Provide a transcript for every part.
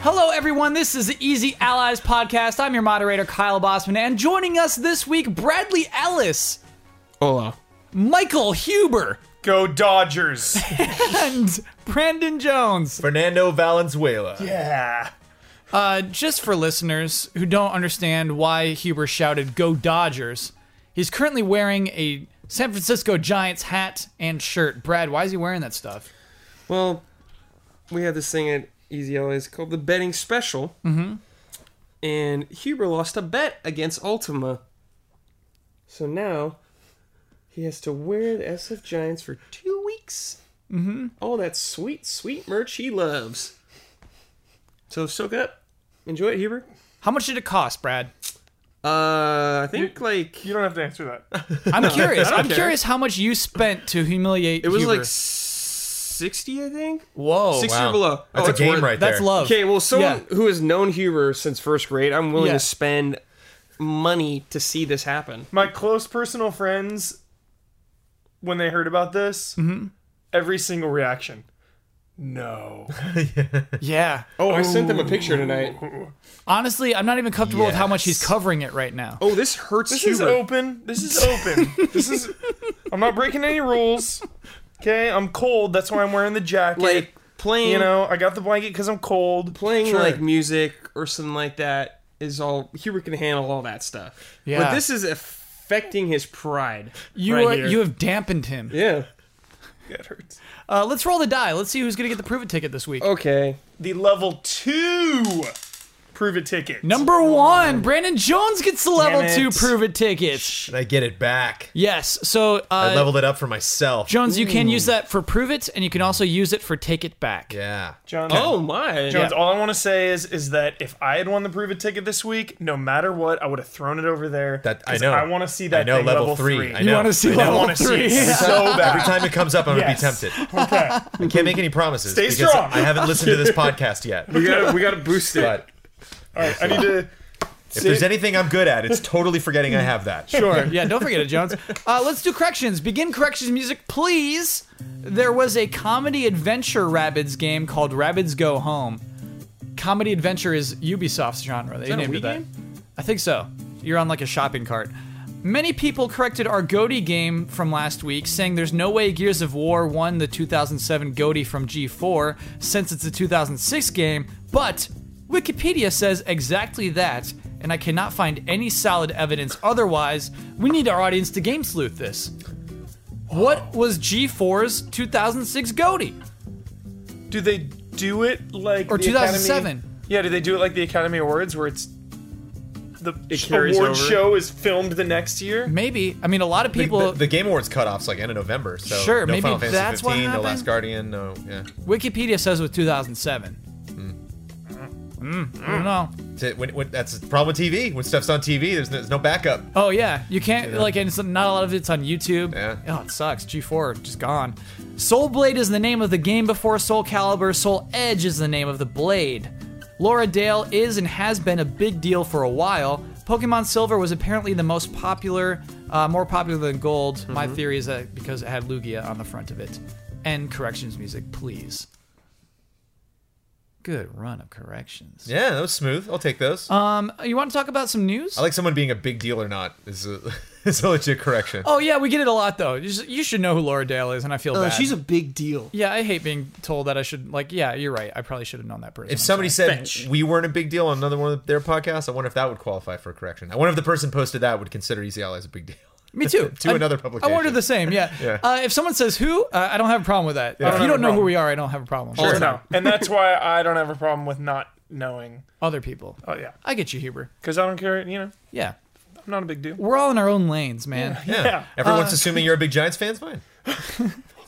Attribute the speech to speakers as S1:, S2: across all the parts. S1: Hello, everyone. This is the Easy Allies podcast. I'm your moderator, Kyle Bossman, and joining us this week, Bradley Ellis,
S2: Hola.
S1: Michael Huber,
S3: Go Dodgers.
S1: and Brandon Jones.
S4: Fernando Valenzuela.
S3: yeah.
S1: Uh, just for listeners who don't understand why Huber shouted "Go Dodgers," he's currently wearing a San Francisco Giants hat and shirt. Brad, why is he wearing that stuff?
S2: Well, we had this thing at Easy Allies called the betting special. Mm-hmm. And Huber lost a bet against Ultima. So now he has to wear the SF Giants for two weeks. Mm-hmm. All that sweet, sweet merch he loves. So soak it up. Enjoy it, Huber.
S1: How much did it cost, Brad?
S2: Uh, I think like
S3: You don't have to answer that.
S1: I'm curious. I'm
S2: care.
S1: curious how much you spent to humiliate.
S2: it was
S1: Huber.
S2: like sixty, I think,
S1: whoa,
S2: sixty
S4: wow.
S2: or below.
S4: That's a
S2: it's
S4: game
S2: worth-
S4: right there.
S1: that's love.
S2: Okay, well, someone
S1: Yeah.
S2: who has known Huber since first grade, I'm willing
S1: Yeah.
S2: to spend money to see this happen.
S3: My close personal friends, when they heard about this, every single reaction. No.
S1: Yeah.
S2: Oh, I sent them a picture tonight.
S1: Honestly, I'm not even comfortable with how much he's
S4: Yes.
S1: covering it right now.
S2: Oh, this hurts
S3: This is
S2: Huber.
S3: open. This is open. this is. I'm not breaking any rules. Okay, I'm cold. That's why I'm wearing the jacket.
S2: like playing,
S3: you know, I got the blanket because I'm cold.
S2: playing
S3: Sure.
S2: like music or something like that is all Huber can handle all that stuff.
S1: Yeah.
S2: but this is affecting his pride.
S1: You
S2: right
S1: are,
S2: here.
S1: you have dampened him.
S2: yeah.
S3: That hurts.
S1: Uh, let's roll the die. Let's see who's gonna get the prove it ticket this week.
S2: Oh, Okay.
S3: The level two prove it ticket.
S1: Number one, Brandon Jones gets the level
S3: Damn
S1: two
S3: it.
S1: prove it ticket.
S4: And I get it back.
S1: Yes. So
S4: I
S1: uh,
S4: leveled it up for myself.
S1: Jones, you can use that for prove it, and you can also use it for take it back.
S4: yeah.
S3: John.
S2: Oh my.
S3: Jones, all I want to say is is that if I had won the prove it ticket this week, no matter what, I would have thrown it over there.
S4: That I
S3: 'cause
S4: know.
S3: I want to see
S4: I
S3: that
S4: know,
S3: thing
S4: level
S3: three.
S4: three. I know.
S1: You want to see
S4: I
S3: I
S1: level
S3: want to see
S1: three?
S3: it so
S4: Every
S3: bad.
S4: time it comes up, I'm
S3: Yes.
S4: gonna be tempted.
S3: Okay.
S4: I can't make any promises.
S3: Stay
S4: because
S3: strong.
S4: I haven't listened to this podcast yet.
S2: We gotta we gotta boost it.
S4: But
S3: All right. I need to.
S4: if there's anything I'm good at, it's totally forgetting I have that.
S1: Sure. Yeah, don't forget it, Jones. Uh, let's do corrections. Begin corrections music, please. There was a comedy adventure Rabbids game called Rabbids Go Home. Comedy adventure is Ubisoft's genre. They
S2: that a
S1: named
S2: Wii
S1: it that.
S2: game?
S1: I think so. You're on like a shopping cart. Many people corrected our Goaty game from last week, saying there's no way Gears of War won the 2007 Goaty from G4 since it's a 2006 game, but Wikipedia says exactly that, and I cannot find any solid evidence otherwise. We need our audience to game sleuth this. What was G4's 2006 Goaty?
S3: Do they do it like
S1: Or
S3: the
S1: 2007.
S3: Academy- Yeah. Do they do it like the Academy Awards, where it's the
S2: carries
S3: award
S2: over.
S3: show is filmed the next year?
S1: Maybe. I mean, a lot of people.
S4: the, the Game Awards cutoffs like end of November, so
S1: Sure,
S4: no
S1: maybe
S4: Final Fantasy
S1: that's what
S4: 15, no
S1: happened.
S4: Last Guardian, no yeah.
S1: Wikipedia says it was 2007.
S4: Hmm.
S1: Mm, I don't know.
S4: That's it. When, when, that's the problem with TV. When stuff's on TV, there's no, there's no backup.
S1: Oh yeah, you can't like, and it's not a lot of it's on YouTube.
S4: Yeah.
S1: Oh, it sucks. G4 just gone. Soul Blade is the name of the game before Soul Calibur. Soul Edge is the name of the blade. Laura Dale is and has been a big deal for a while. Pokemon Silver was apparently the most popular, uh, more popular than Gold. My
S4: Mm-hmm.
S1: theory is that because it had Lugia on the front of it. And corrections music, please. Good run of corrections.
S4: Yeah, that was smooth. I'll take those.
S1: Um, you want to talk about some news?
S4: I like someone being a big deal or not is a, is a legit correction.
S1: Oh yeah, we get it a lot though. You, just, you should know who Laura Dale is, and I feel
S2: Uh,
S1: bad.
S2: she's a big deal.
S1: yeah. I hate being told that I should like. Yeah, you're right. I probably should have known that person.
S4: if
S1: I'm
S4: somebody
S1: sorry.
S4: said
S2: Fetch.
S4: we weren't a big deal on another one of their podcasts, I wonder if that would qualify for a correction. I wonder if the person posted that would consider E Easy Allies a big deal.
S1: me too,
S4: to
S1: I-
S4: another
S1: I
S4: publication.
S1: wondered the same. Yeah.
S4: Yeah.
S1: Uh, if someone says who, uh, I don't have a problem with that. If
S3: don't
S1: you
S3: have
S1: don't
S3: a
S1: know who
S3: problem.
S1: we are, I don't have a problem.
S3: Or
S1: Sure.
S3: Oh, no. And that's why I don't have a problem with not knowing.
S1: Other people.
S3: Oh yeah.
S1: I get you, Huber.
S3: Because I don't care. You know,
S1: Yeah.
S3: I'm not a big deal.
S1: We're all in our own lanes, man.
S4: Yeah.
S3: Yeah.
S1: Uh,
S4: Everyone's assuming you're a big Giants fan. Fine.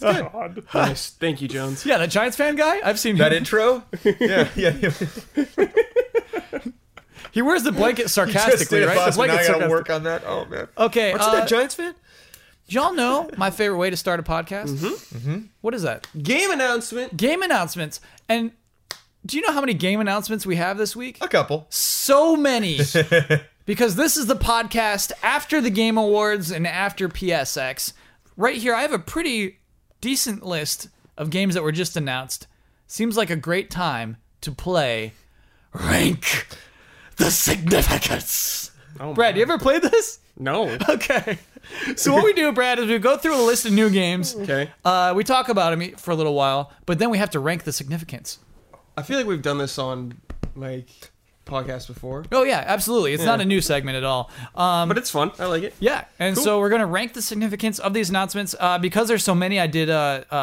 S3: God.
S2: Nice. Thank you, Jones.
S1: Yeah, that Giants fan guy. I've seen
S4: That
S1: him.
S4: intro? yeah, yeah. yeah.
S1: He wears the blanket
S4: Just
S1: sarcastically,
S4: did a
S1: right?
S4: boss,
S1: the
S4: but
S1: blanket
S4: now I
S1: sarcastic-
S4: gotta work on that. Oh man.
S1: Okay.
S4: Aren't you
S1: uh,
S4: that Giants fan?
S1: y'all know my favorite way to start a podcast. Mm-hmm. Mm-hmm. is that?
S2: Game announcement.
S1: Game announcements. And do you know how many game announcements we have this week?
S4: A couple.
S1: so many because this is the podcast after the game awards and after psx right here i have a pretty decent list of games that were just announced seems like a great time to play Rank the significance.
S2: Oh,
S1: Brad, you ever played this?
S2: no.
S1: Okay. So what we do, Brad, is we go through a list of new games.
S2: Okay.
S1: Uh, we talk about them for a little while, but then we have to rank the significance.
S2: I feel like we've done this on like podcasts before,
S1: Oh yeah, absolutely. It's not a new segment at all. Um,
S2: but it's fun. I like it.
S1: yeah, and so we're gonna rank the significance of these announcements uh, because there's so many. I did uh, uh,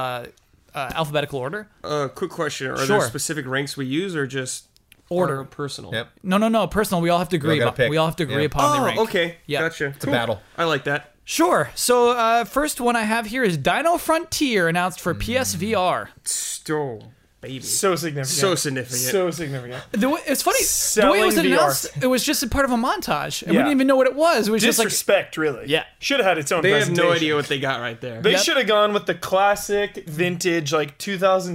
S1: uh, alphabetical order.
S2: Uh, quick question: Are
S1: Sure.
S2: there specific ranks we use, or just
S1: Order.
S2: our personal?
S4: Yep.
S1: No, no, no. Personal. We all have to agree.
S4: gotta
S1: about-
S4: pick.
S1: we all have to agree
S4: Yeah.
S1: upon the rank.
S2: Oh, okay.
S1: Yeah.
S2: Gotcha. It's
S4: a battle.
S2: I like that.
S1: Sure. So uh, first one I have here is Dino Frontier announced
S2: Hmm.
S1: for PSVR.
S2: Still, baby. So,
S3: So significant.
S2: significant.
S3: So significant.
S1: The way, it's funny. the way it was
S3: Selling VR.
S1: announced, it was just a part of a montage, and we
S3: Yeah.
S1: didn't even know what it was. It was just like
S3: Disrespect, really.
S1: Yeah.
S3: Should have had its own.
S2: they have no
S3: presentation.
S2: idea what they got right there.
S3: They
S1: Yep.
S3: should have gone with the classic vintage, like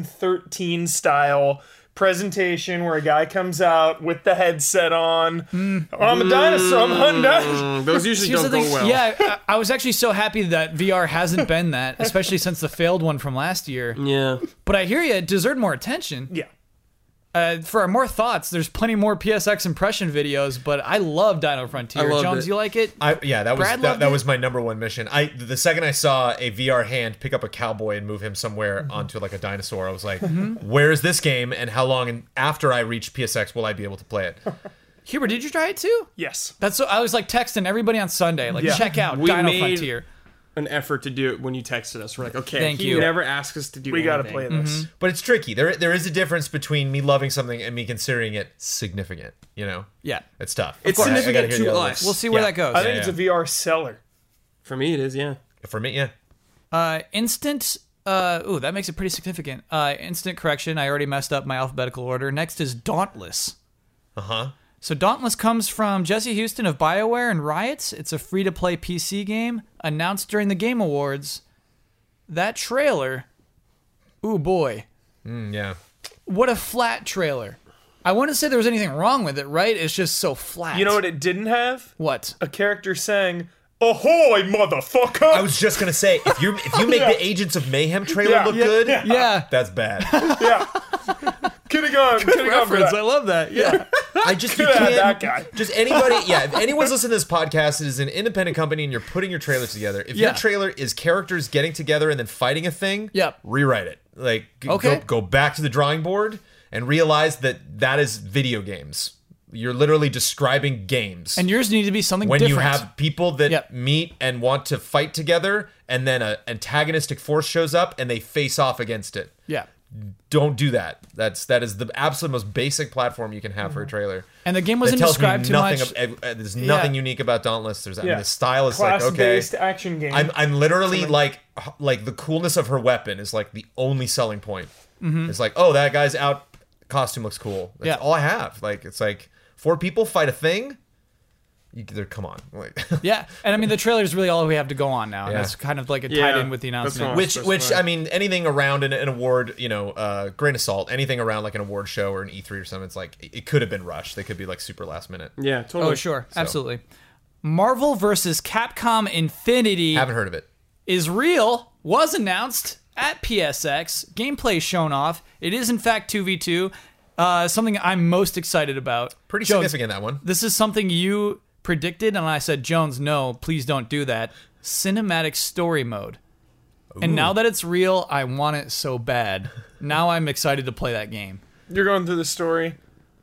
S3: 2013 style presentation where a guy comes out with the headset on.
S1: Hmm.
S3: "Oh, I'm a dinosaur. I'm
S4: Hmm.
S3: hunting dinosaurs.
S2: Mm, those usually
S1: Here's
S2: don't
S1: the
S2: go
S1: thing-
S2: well.
S1: Yeah, I I was actually so happy that VR hasn't been that, especially since the failed one from last year.
S2: Yeah.
S1: But I hear you, it deserved more attention.
S3: Yeah.
S1: Uh, for our more thoughts, there's plenty more PSX impression videos, but I love Dino Frontier.
S2: I loved
S1: Jones,
S2: it.
S1: you like it?
S4: I, yeah, that was
S1: Brad
S4: that,
S1: loved
S4: that
S1: it?
S4: was my number one mission. I the second I saw a VR hand pick up a cowboy and move him somewhere
S1: Mm-hmm.
S4: onto like a dinosaur, I was like, "Where is this game? And how long and after I reach PSX will I be able to play it?"
S1: Huber, did you try it too?
S3: Yes.
S1: That's so. I was like texting everybody on Sunday, like
S3: Yeah.
S1: check out
S2: We
S1: Dino
S2: made-
S1: Frontier.
S2: An effort to do it when you texted us. We're like, okay,
S1: Thank
S2: he
S1: you.
S2: never asked us to do.
S3: We got to
S2: anything.
S3: play this.
S1: Mm-hmm.
S4: But it's tricky. There there is a difference between me loving something and me considering it significant. You know,
S1: Yeah,
S4: it's tough.
S2: It's
S4: I- I gotta
S2: significant
S4: hear
S2: to
S4: the other
S2: us.
S4: ones.
S1: we'll see where
S4: Yeah.
S1: that goes.
S3: I think
S4: Yeah,
S3: it's
S4: yeah.
S3: a VR seller.
S2: For me, it is. Yeah.
S4: For me, yeah.
S1: Uh, instant. Uh, ooh, that makes it pretty significant. Uh, instant correction. I already messed up my alphabetical order. Next is Dauntless.
S4: Uh
S2: Uh-huh.
S4: huh.
S1: So Dauntless comes from Jesse Houston of BioWare and Riots. It's a free-to-play PC game announced during the Game Awards. That trailer, ooh boy,
S4: Mm, yeah.
S1: what a flat trailer! I wouldn't say there was anything wrong with it, right? It's just so flat.
S3: You know what it didn't have?
S1: What?
S3: A character saying, "Ahoy, motherfucker!"
S4: I was just gonna say if you if you make the Agents of Mayhem trailer
S3: Yeah.
S4: look
S3: Yeah.
S4: good,
S1: Yeah.
S4: that's bad.
S3: yeah. Could have gone. Could have gone for
S1: Reference. I
S3: that.
S1: love that. Yeah.
S4: I just you
S3: Coulda had
S4: can't,
S3: that guy.
S4: Just anybody. Yeah, if anyone's listening to this podcast, it is an independent company, and you're putting your trailers together. If
S1: Yeah.
S4: your trailer is characters getting together and then fighting a thing,
S1: Yep.
S4: rewrite it. Like, g-
S1: Okay.
S4: go, go back to the drawing board and realize that that is video games. You're literally describing games.
S1: And yours need to be something
S4: when
S1: different.
S4: you have people that
S1: Yep.
S4: meet and want to fight together, and then an antagonistic force shows up and they face off against it
S1: yeah.
S4: don't do that. That's that is the absolute most basic platform you can have
S1: Mm-hmm.
S4: for a trailer.
S1: And the game
S4: That
S1: wasn't
S4: tells me
S1: described too
S4: nothing
S1: much.
S4: of- uh, there's nothing unique about Dauntless. There's I mean,
S3: Yeah.
S4: the style is like okay.
S3: Class-based action game.
S4: I'm I'm literally like h- like the coolness of her weapon is like the only selling point. It's like oh that guy's out costume looks cool. That's
S1: Yeah.
S4: all I have. Like it's like four people fight a thing. You, they're- come on, like
S1: Yeah, and I mean the trailer is really all we have to go on now, and
S4: Yeah.
S1: that's kind of like a
S2: Yeah,
S1: tied in with the
S2: that's
S1: announcement.
S2: fine.
S4: which
S2: that's
S4: which
S2: right.
S4: I mean anything around an, an award you know uh grain of salt anything around like an award show or an E3 or something it's like it- it could have been rushed they could be like super last minute
S2: Yeah. Totally.
S1: Oh, sure, absolutely. Marvel versus Capcom Infinity
S4: haven't heard of it
S1: is real. Was announced at PSX. Gameplay shown off. It is in fact two v two. Uh, Something I'm most excited about.
S4: pretty
S1: Jones,
S4: significant that one
S1: This is something you predicted, and I said, Jones, no, please don't do that. Cinematic story mode. And now that it's real, I want it so bad. Now I'm excited to play that game.
S3: You're going through the story.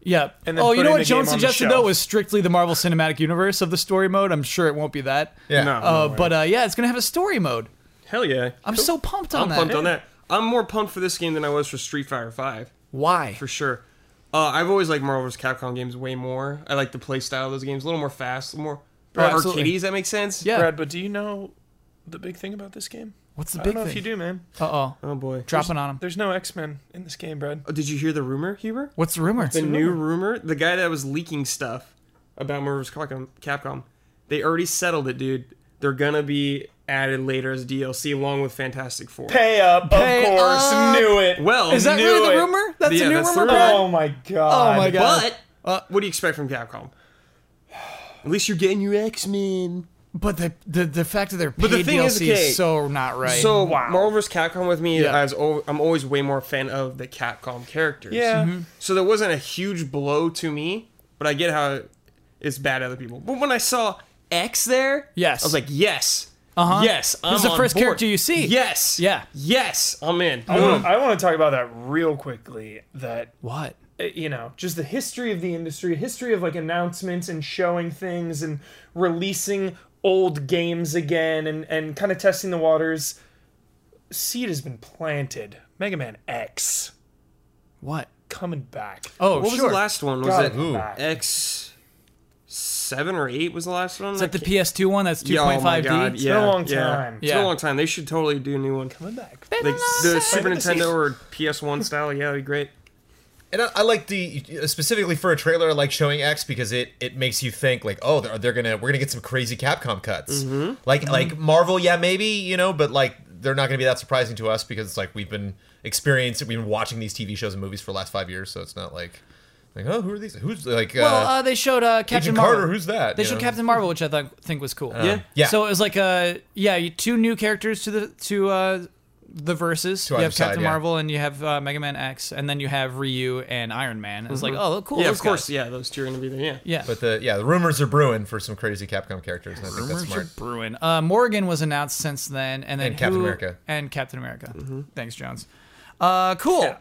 S1: Yeah.
S3: then
S1: oh, you know what
S3: putting the game on
S1: Jones
S3: the
S1: suggested
S3: shelf.
S1: though was strictly the Marvel Cinematic Universe of the story mode. I'm sure it won't be that.
S4: yeah
S2: No.
S1: Uh,
S2: no way.
S1: but uh, yeah, it's gonna have a story mode.
S2: hell yeah.
S1: I'm so pumped on
S2: I'm
S1: that.
S2: pumped on that. I'm more pumped for this game than I was for Street Fighter Five.
S1: Why?
S2: for sure. Uh, I've always liked Marvel vs. Capcom games way more. I like the play style of those games, a little more fast, a little more
S1: Oh, absolutely.
S2: arcadey. Does that make sense?
S1: yeah.
S3: Brad, but do you know the big thing about this game?
S1: What's the
S3: I
S1: big
S3: don't know
S1: thing?
S3: if you do, man.
S1: Uh oh.
S2: Oh boy.
S1: Dropping on him.
S3: There's no X Men in this game, Brad.
S2: Oh, did you hear the rumor, Huber?
S1: What's the rumor?
S2: The new rumor, the guy that was leaking stuff about Marvel vs. Capcom, Capcom, they already settled it, dude. They're gonna be added later as DLC along with Fantastic Four.
S3: Pay up,
S1: Pay
S3: of course.
S1: up.
S3: Knew it.
S2: Well,
S1: is that
S3: knew
S1: really
S3: it.
S1: the rumor? That's
S2: Yeah,
S1: a new
S2: that's the
S1: rumor,
S2: rumor.
S1: Brad?
S3: Oh my god.
S1: Oh my God.
S2: but
S1: Uh,
S2: what do you expect from Capcom? At least you're getting your X Men.
S1: But the the, the fact that they're paid
S2: But the thing
S1: DLC is,
S2: is, okay,
S1: so not right.
S2: So
S3: Wow.
S2: Marvel vs. Capcom with me,
S1: Yeah.
S2: I was al- I'm always way more a fan of the Capcom characters.
S3: Yeah.
S2: So there wasn't a huge blow to me, but I get how it's bad to other people. But when I saw X there,
S1: Yes.
S2: I was like, yes,
S1: Uh-huh.
S2: yes, I'm
S1: He's the
S2: on
S1: first
S2: board.
S1: character you see.
S2: Yes,
S1: Yeah. Oh,
S2: yes, I'm in.
S3: I wanna-
S1: Hmm.
S3: I want to talk about that real quickly. That
S1: what?
S3: uh, you know, just the history of the industry, history of like announcements and showing things and releasing old games again and, and kind of testing the waters. Seed has been planted. Mega Man X
S1: What?
S3: coming back.
S1: Oh,
S2: What was
S1: sure.
S2: the last one? Was
S3: Gotta
S2: it
S3: come back.
S2: X seven or eight? Was the last one?
S1: Is that the PS2 one? That's 2.5D.
S2: It's yeah,
S3: been a long
S2: yeah.
S3: time.
S2: It's been
S1: Yeah.
S2: a long time. They should totally do a new one.
S3: Coming back.
S2: Like the Super
S3: Fantasy.
S2: Nintendo or PS1 style. Yeah, that'd be great.
S4: And I, I like the uh, specifically for a trailer, I like showing X because it it makes you think like, oh, they're, they're gonna we're gonna get some crazy Capcom cuts,
S1: Mm-hmm.
S4: like like Marvel, yeah, maybe you know, but like they're not gonna be that surprising to us because it's like we've been experiencing, we've been watching these TV shows and movies for the last five years, so it's not like like oh, who are these? Who's like uh,
S1: Well, uh, they showed uh, Captain
S4: Agent
S1: Marvel.
S4: Carter? Who's that?
S1: They
S4: you
S1: showed
S4: know?
S1: Captain Marvel, which I thought think was cool.
S2: Yeah.
S4: yeah.
S1: So it was like a yeah, you, two new characters to the to uh, the verses. you
S4: either
S1: have Captain
S4: side, yeah.
S1: Marvel and you have uh, Mega Man X, and then you have Ryu and Iron Man. It's like oh cool.
S2: Mm-hmm. yeah,
S1: those
S2: of course.
S1: guys.
S2: Yeah, those two are gonna be there. Yeah.
S1: Yeah.
S4: But the yeah, the rumors are brewing for some crazy Capcom characters, and I think that's
S1: Rumors
S4: smart.
S1: are brewing. Uh, Morgan was announced since then, and then
S4: And Captain
S1: who-
S4: America. Mm-hmm.
S1: and Captain America. Thanks, Jones. Uh, cool.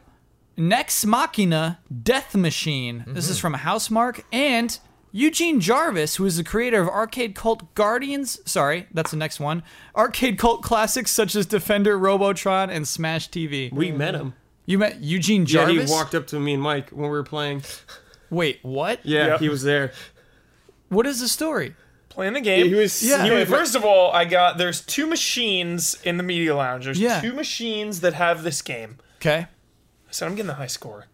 S1: Next Machina, Death Machine. This
S4: Mm-hmm.
S1: is from Housemark and Eugene Jarvis, who is the creator of arcade cult Guardians. Sorry, that's the next one. Arcade cult classics such as Defender, Robotron, and Smash TV.
S2: We met him.
S1: You met Eugene
S2: Yeah,
S1: Jarvis.
S2: he walked up to me and Mike when we were playing.
S1: Wait, what?
S2: Yeah,
S3: Yeah.
S2: he was there.
S1: What is the story?
S3: Playing the game.
S2: He was-
S1: Yeah.
S3: Okay, first of all, I got there's two machines in the media lounge. There's
S1: Yeah.
S3: two machines that have this game.
S1: Okay.
S3: I said I'm getting the high score.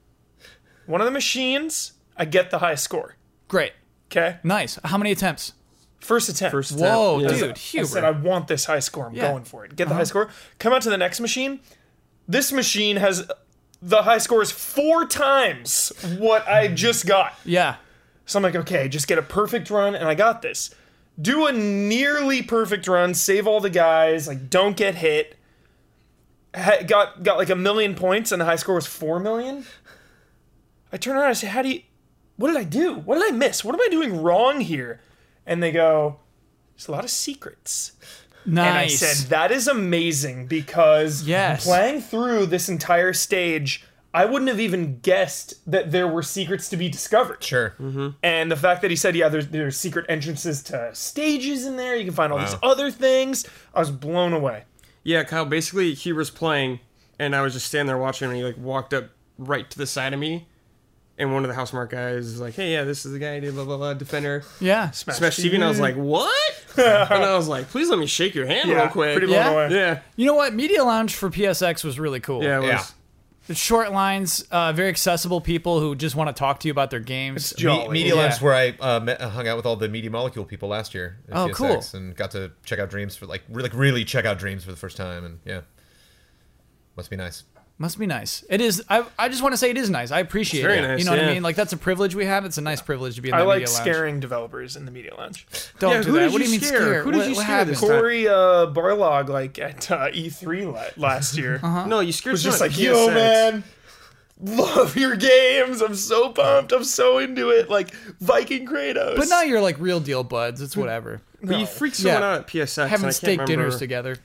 S3: One of the machines, I get the high score.
S1: Great.
S3: Okay,
S1: Nice. How many attempts?
S3: first attempt.
S2: First
S1: Whoa,
S2: step. Yeah.
S1: dude.
S3: I
S1: Hubert.
S3: said I want this high score. I'm
S1: Yeah. Uh-huh.
S3: going for it. Get the high score. Come out to the next machine. This machine has the high score is four times what I just got.
S1: yeah.
S3: So I'm like, okay, just get a perfect run, and I got this. Do a nearly perfect run, save all the guys, like don't get hit. Ha- got got like a million points, and the high score was four million. I turn around and I say, how do you? What did I do? What did I miss? What am I doing wrong here? And they go, there's a lot of secrets.
S1: Nice.
S3: And I said, that is amazing because
S1: Yes.
S3: playing through this entire stage, I wouldn't have even guessed that there were secrets to be discovered.
S4: Sure.
S3: And the fact that he said, yeah, there's, there's secret entrances to stages in there, you can find all these
S4: Wow.
S3: other things, I was blown away.
S2: Yeah, Kyle. Basically, he was playing, and I was just standing there watching, and he like walked up right to the side of me, and one of the house mark guys is like, "Hey, yeah, this is the guy who did blah blah blah defender
S1: yeah.
S2: smash TV," and I was like, "What?" and I was like, "Please let me shake your hand
S3: yeah,
S2: real quick."
S3: pretty blown
S1: Yeah?
S3: away.
S2: yeah,
S1: You know what? Media Lounge for PSX was really cool.
S2: yeah, it was.
S4: Yeah.
S1: The short lines, uh, very accessible people who just want to talk to you about their games.
S4: Me-
S3: Jolly.
S4: Media Labs,
S1: Yeah.
S4: where I uh, met, hung out with all the Media Molecule people last year. At
S1: Oh,
S4: PSX,
S1: cool.
S4: And got to check out Dreams for like, re- like really check out Dreams for the first time, and yeah, must be nice.
S1: Must be nice. It is. I, I just want to say it is nice. I appreciate
S2: Very
S1: it.
S2: nice,
S1: you know what I
S2: yeah.
S1: mean? Like that's a privilege we have. It's a nice privilege to be in the
S3: I like
S1: media lounge.
S3: scaring developers in the media lounge.
S1: Don't
S2: Yeah,
S1: do
S2: who
S1: that. what
S2: did you
S1: do you mean
S2: scare?
S1: scare?
S2: Who did
S1: what,
S2: you
S1: what
S2: scare this
S1: happened?
S2: time?
S3: Corey uh, Barlog, like at uh, E3 la- last year,
S1: Uh-huh.
S2: No, you scared
S3: was
S2: me
S3: just
S2: at
S3: like, yo,
S2: PSX.
S3: man, love your games. I'm so pumped. I'm so into it. Like Viking Kratos.
S1: But now you're like real deal buds. It's whatever.
S2: But you freaked someone
S1: Yeah.
S2: out at PSX. and I
S1: Having
S2: can't
S1: steak dinners
S2: remember.
S1: together.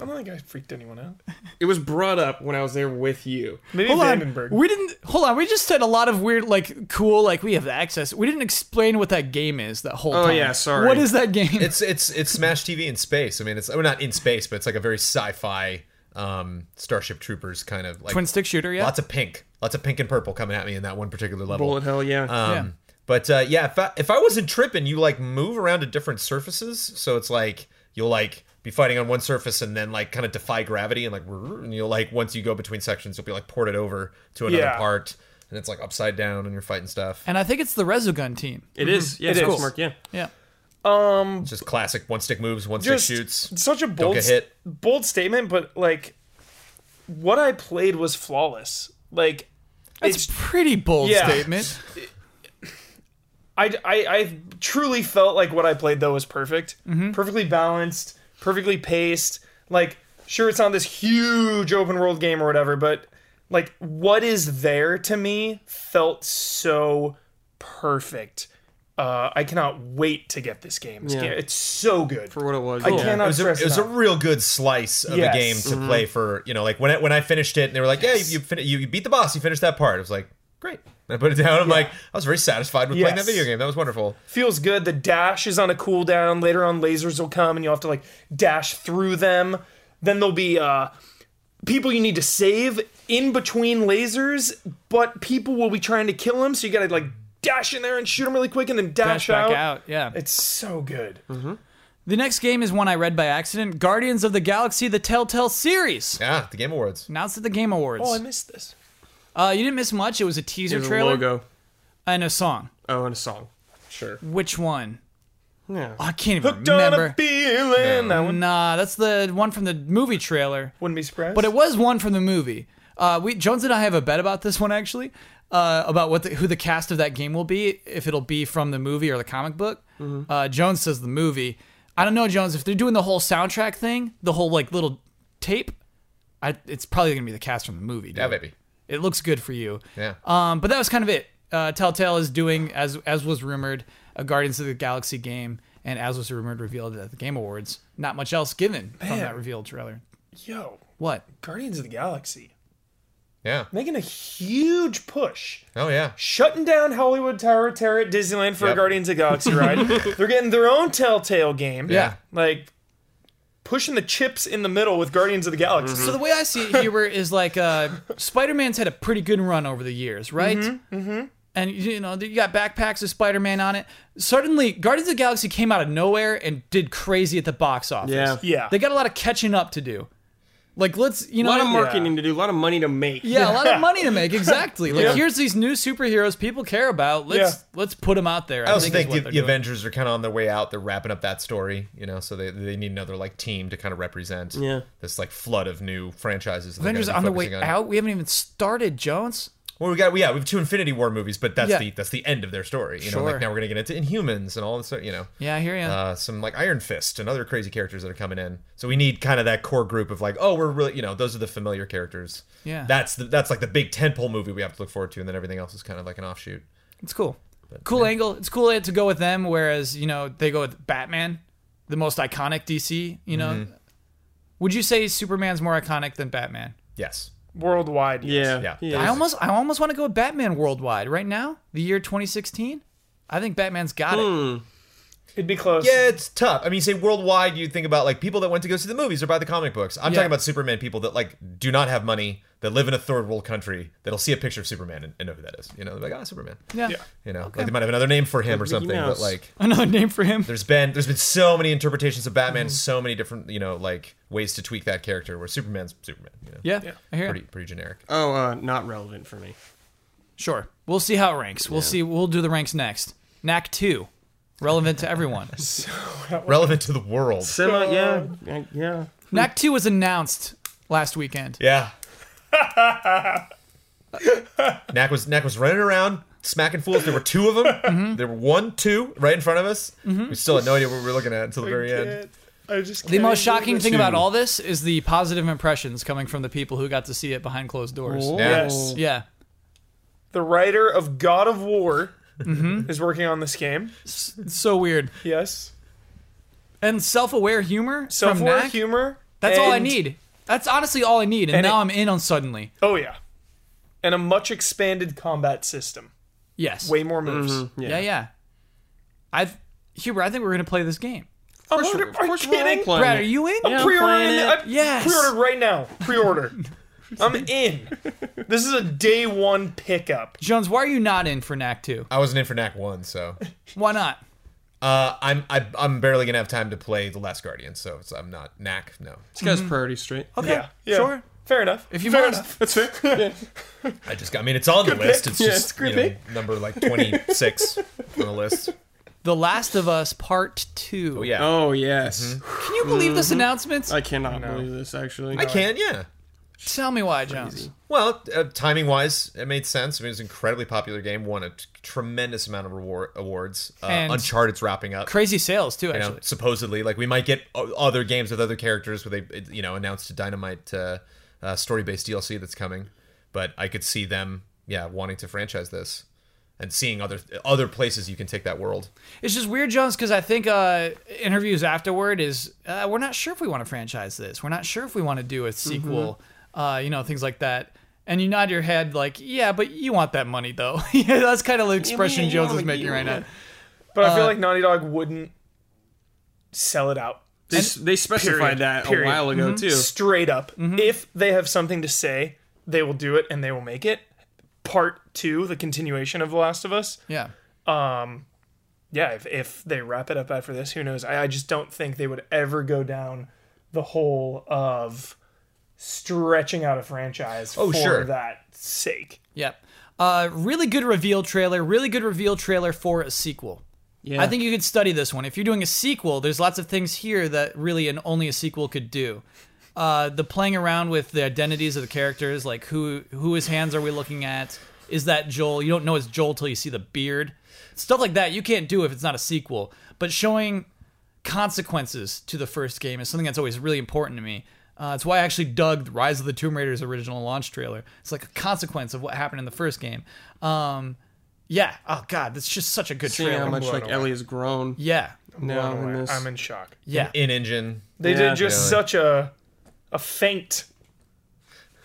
S3: I don't think I freaked anyone out.
S2: It was brought up when I was there with you.
S3: Maybe
S1: Hold on.
S3: Vandenberg.
S1: We didn't. Hold on. We just said a lot of weird, like cool, like we have access. We didn't explain what that game is. That whole.
S2: Oh,
S1: time.
S2: yeah, sorry.
S1: What is that game?
S4: It's it's it's Smash TV in space. I mean, it's well, not in space, but it's like a very sci-fi um, Starship Troopers kind of like
S1: Twin stick shooter. Yeah.
S4: Lots of pink, lots of pink and purple coming at me in that one particular level.
S2: Bullet hell, yeah.
S4: Um,
S1: Yeah.
S4: But uh, yeah, if I, if I wasn't tripping, you like move around to different surfaces, so it's like you'll like be fighting on one surface and then like kind of defy gravity and like "Rrr," and you'll like once you go between sections, you'll be like ported over to another
S3: Yeah.
S4: part, and it's like upside down and you're fighting stuff.
S1: and I think it's the Resogun team.
S2: it is. Yeah,
S3: It
S2: it
S3: is.
S2: is.
S3: Cool.
S2: Mark, yeah.
S1: Yeah.
S4: It's just classic one stick moves, one
S3: Just
S4: stick shoots.
S3: such a bold,
S4: get hit.
S3: bold statement, but like, what I played was flawless. Like,
S1: That's
S3: it's
S1: pretty bold
S3: Yeah.
S1: statement.
S3: I, I, I truly felt like what I played though was perfect,
S4: Mm-hmm.
S3: perfectly balanced, perfectly paced. Like, sure, it's not this huge open world game or whatever, but like what is there to me felt so perfect. Uh, I cannot wait to get this game. This
S2: Yeah.
S3: game it's so good.
S2: for what it was.
S3: I
S2: yeah.
S3: cannot
S4: it was, a,
S3: stress
S4: it was a
S3: enough.
S4: real good slice of
S3: Yes.
S4: a game to play for you know like when I, when I finished it and they were like yeah you, you, fin- you you beat the boss you finished that part I was like great And I put it down I'm like I was very satisfied with playing
S3: Yes.
S4: that video game that was wonderful
S3: feels good. The dash is on a cooldown. Later on, lasers will come and you'll have to like dash through them. Then there'll be uh, people you need to save in between lasers, but people will be trying to kill them, so you gotta like dash in there and shoot them really quick and then
S1: Dash
S3: dash,
S1: back out. Mm-hmm. Yeah.
S3: It's so good.
S1: the next game is one I read by accident Guardians of the Galaxy, the Telltale series.
S4: yeah the Game Awards
S1: Announced at the Game Awards.
S3: Oh, I missed this.
S1: uh, you didn't miss much. It was a teaser
S2: There's a
S1: trailer
S2: logo.
S1: and a song.
S2: Oh, and a song. Sure.
S1: Which one?
S2: Yeah.
S1: I can't even
S3: Hooked on a
S1: remember.
S3: feeling. That one
S1: Nah, that's the one from the movie trailer.
S3: wouldn't be surprised.
S1: But it was one from the movie. Uh, we Jones and I have a bet about this one actually, uh, about what the, who the cast of that game will be, if it'll be from the movie or the comic book.
S4: Mm-hmm.
S1: Uh, Jones says the movie. I don't know, Jones. If they're doing the whole soundtrack thing, the whole like little tape, I, it's probably gonna be the cast from the movie. Dude.
S4: yeah baby
S1: It looks good for you.
S4: Yeah.
S1: Um, but that was kind of it. Uh, Telltale is doing as as was rumored a Guardians of the Galaxy game, and as was rumored, revealed at the Game Awards. Not much else given from that revealed trailer.
S3: yo,
S1: What?
S3: Guardians of the Galaxy
S4: yeah
S3: making a huge push.
S4: oh yeah
S3: shutting down Hollywood Tower of Terror at Disneyland for a
S4: Yep.
S3: Guardians of the Galaxy ride. They're getting their own Telltale game.
S4: Yeah.
S3: Like pushing the chips in the middle with Guardians of the Galaxy.
S1: So the way I see it, Huber, is like uh, Spider-Man's had a pretty good run over the years, right? Mm-hmm. And you know, you got backpacks of Spider-Man on it. Suddenly, Guardians of the Galaxy came out of nowhere and did crazy at the box office.
S2: Yeah.
S3: yeah.
S1: They got a lot of catching up to do. Like let's, you
S2: A
S1: know,
S2: lot of
S1: yeah.
S2: marketing to do, a lot of money to make.
S1: Yeah, a lot of money to make. Exactly. Like
S3: Yeah.
S1: here's these new superheroes people care about. Let's
S3: Yeah.
S1: let's put them out there.
S4: I also
S1: is
S4: think,
S1: what
S4: the,
S1: they're
S4: the
S1: doing.
S4: Avengers are kind of on their way out. They're wrapping up that story, you know, so they, they need another like team to kind of represent
S2: Yeah.
S4: this like flood of new franchises. that they're
S1: Avengers
S4: gonna be
S1: on the
S4: focusing
S1: way out. We haven't even started Jones.
S4: Well, we got yeah, we have two Infinity War movies, but that's
S1: Yeah.
S4: the that's the end of their story. You know,
S1: Sure.
S4: like now we're gonna get into Inhumans and all this, you know,
S1: Yeah, I hear you.
S4: uh, some like Iron Fist and other crazy characters that are coming in. So we need kind of that core group of like, oh, we're really, you know, those are the familiar characters.
S1: Yeah.
S4: that's the that's like the big tentpole movie we have to look forward to, and then everything else is kind of like an offshoot.
S1: It's cool. Cool angle. It's cool to go with them, whereas, you know, they go with Batman, the most iconic DC, you know.
S4: Mm-hmm.
S1: Would you say Superman's more iconic than Batman?
S4: Yes.
S3: Worldwide. yes.
S2: Mm-hmm. Yeah.
S4: Yeah.
S2: He
S1: I
S2: is.
S1: almost I almost want to go with Batman worldwide. Right now, the year 2016, I think Batman's got
S4: Hmm.
S1: it.
S3: It'd be close.
S4: Yeah, it's tough. I mean, you say worldwide, you think about like people that went to go see the movies or buy the comic books. I'm
S1: Yeah.
S4: talking about Superman people that like do not have money, that live in a third world country, that'll see a picture of Superman and, and know who that is. You know, they're like, ah, Superman.
S1: Yeah.
S3: Yeah.
S4: You know, like they might have another name for him or
S2: Mickey
S4: something. But
S2: Mouse.
S4: like,
S1: Another name for him.
S4: there's been there's been so many interpretations of Batman,
S1: Mm-hmm.
S4: so many different you know like ways to tweak that character. Where Superman's Superman. You know,
S1: Yeah. I hear.
S4: pretty
S1: it.
S4: pretty generic.
S2: Oh, uh, not relevant for me.
S1: Sure. We'll see how it ranks. We'll see we'll do the ranks next. Knack 2. Relevant to everyone.
S4: Relevant to the world.
S2: Semi, yeah, yeah, yeah.
S1: Knack 2 was announced last weekend.
S4: Yeah. Knack was Knack was running around smacking fools. There were two of them.
S3: Mm-hmm.
S4: There were one, two, right in front of us. We still had no idea what we were looking at until the very end.
S3: Can't- I just
S1: The
S3: can't
S1: most
S3: believe
S1: shocking
S3: it.
S1: thing about all this is the positive impressions coming from the people who got to see it behind closed doors.
S3: Oh.
S4: Yeah.
S3: Yes.
S1: Yeah.
S3: The writer of God of War
S1: Mm-hmm.
S3: is working on this game.
S1: It's so weird.
S3: Yes.
S1: And self-aware humor from
S3: Self-aware
S1: Knack,
S3: humor.
S1: That's all I
S3: and-
S1: need. That's honestly all I need. And,
S3: and
S1: now
S3: it-
S1: I'm in on suddenly.
S3: Oh yeah. And a much expanded combat system.
S1: Yes.
S3: Way more moves.
S2: Mm-hmm.
S1: yeah. yeah, I've Huber, I think we're going to play this game.
S3: Of
S2: course we're- of course we're all
S3: kidding?
S2: playing
S1: Brad,
S2: it.
S1: are you in?
S2: Yeah.
S3: pre-ordering
S2: plan
S3: it.
S2: it.
S3: I-
S1: Yes.
S3: Pre-order right now. Pre-order. I'm in. This is a day one pickup.
S1: Jones, why are you not in for Knack 2?
S4: I wasn't in for Knack one, so
S1: Why not?
S4: uh, I'm I, I'm barely gonna have time to play the Last Guardian, so it's, I'm not Knack. No,
S2: This guy's priority straight.
S1: Okay.
S3: Yeah. yeah.
S1: Sure.
S3: Fair enough.
S1: If you
S3: Fair
S1: must.
S3: enough.
S2: That's fair. Yeah.
S4: I just got- I mean it's on the list. It's
S3: Yeah, it's
S4: just
S3: a good
S4: you know,
S3: pick.
S4: number like 26 on the list.
S1: The Last of Us Part 2.
S4: Oh yeah,
S2: Oh yes,
S3: Mm-hmm.
S1: Can you believe this announcement?
S2: I cannot believe this. Actually,
S4: I can. Yeah,
S1: Tell me why, Jones.
S4: Well, uh, timing wise, it made sense. I mean, it was an incredibly popular game, won a t- tremendous amount of reward awards. Uh,
S1: And-
S4: Uncharted's wrapping up.
S1: Crazy sales too,
S4: you know,
S1: actually.
S4: supposedly, like we might get o- other games with other characters where they, it- you know, announced a dynamite uh, uh, story-based DLC that's coming. But I could see them, yeah, wanting to franchise this and seeing other other places you can take that world.
S1: It's just weird, Jones, because I think uh, interviews afterward is uh, we're not sure if we want to franchise this. We're not sure if we want to do a sequel. Uh, you know, things like that. And you nod your head like, yeah, but you want that money though. yeah, that's kind of the expression
S2: you
S1: Jones
S2: wanna
S1: is making
S2: do
S1: right now.
S2: it.
S3: But I feel like Naughty Dog wouldn't sell it out.
S2: They, s- they specified
S3: Period.
S2: that
S3: Period.
S2: a while ago too.
S3: Straight up. If they have something to say, they will do it and they will make it. Part two, the continuation of The Last of Us.
S1: Yeah.
S3: Yeah, if, if they wrap it up after this, who knows? I, I just don't think they would ever go down the hole of stretching out a franchise
S4: Oh,
S3: for
S4: sure.
S3: that sake.
S1: Yep. Uh, really good reveal trailer. Really good reveal trailer for a sequel.
S2: Yeah,
S1: I think you could study this one. If you're doing a sequel, there's lots of things here that really and only a sequel could do. Uh, the playing around with the identities of the characters, like who who his hands are we looking at? Is that Joel? You don't know it's Joel till you see the beard. Stuff like that you can't do if it's not a sequel. But showing consequences to the first game is something that's always really important to me. Uh, it's why I actually dug Rise of the Tomb Raider's original launch trailer. It's like a consequence of what happened in the first game. Um, yeah. Oh God, that's just such a good
S2: seeing
S1: trailer.
S2: how much
S3: blown
S2: like
S3: away.
S2: Ellie has grown
S1: Yeah.
S2: now Oh, in
S3: Anyway,
S2: this.
S3: I'm in shock.
S1: Yeah.
S4: In engine,
S3: They
S2: Yeah.
S3: did just
S4: Really.
S3: such a a feint.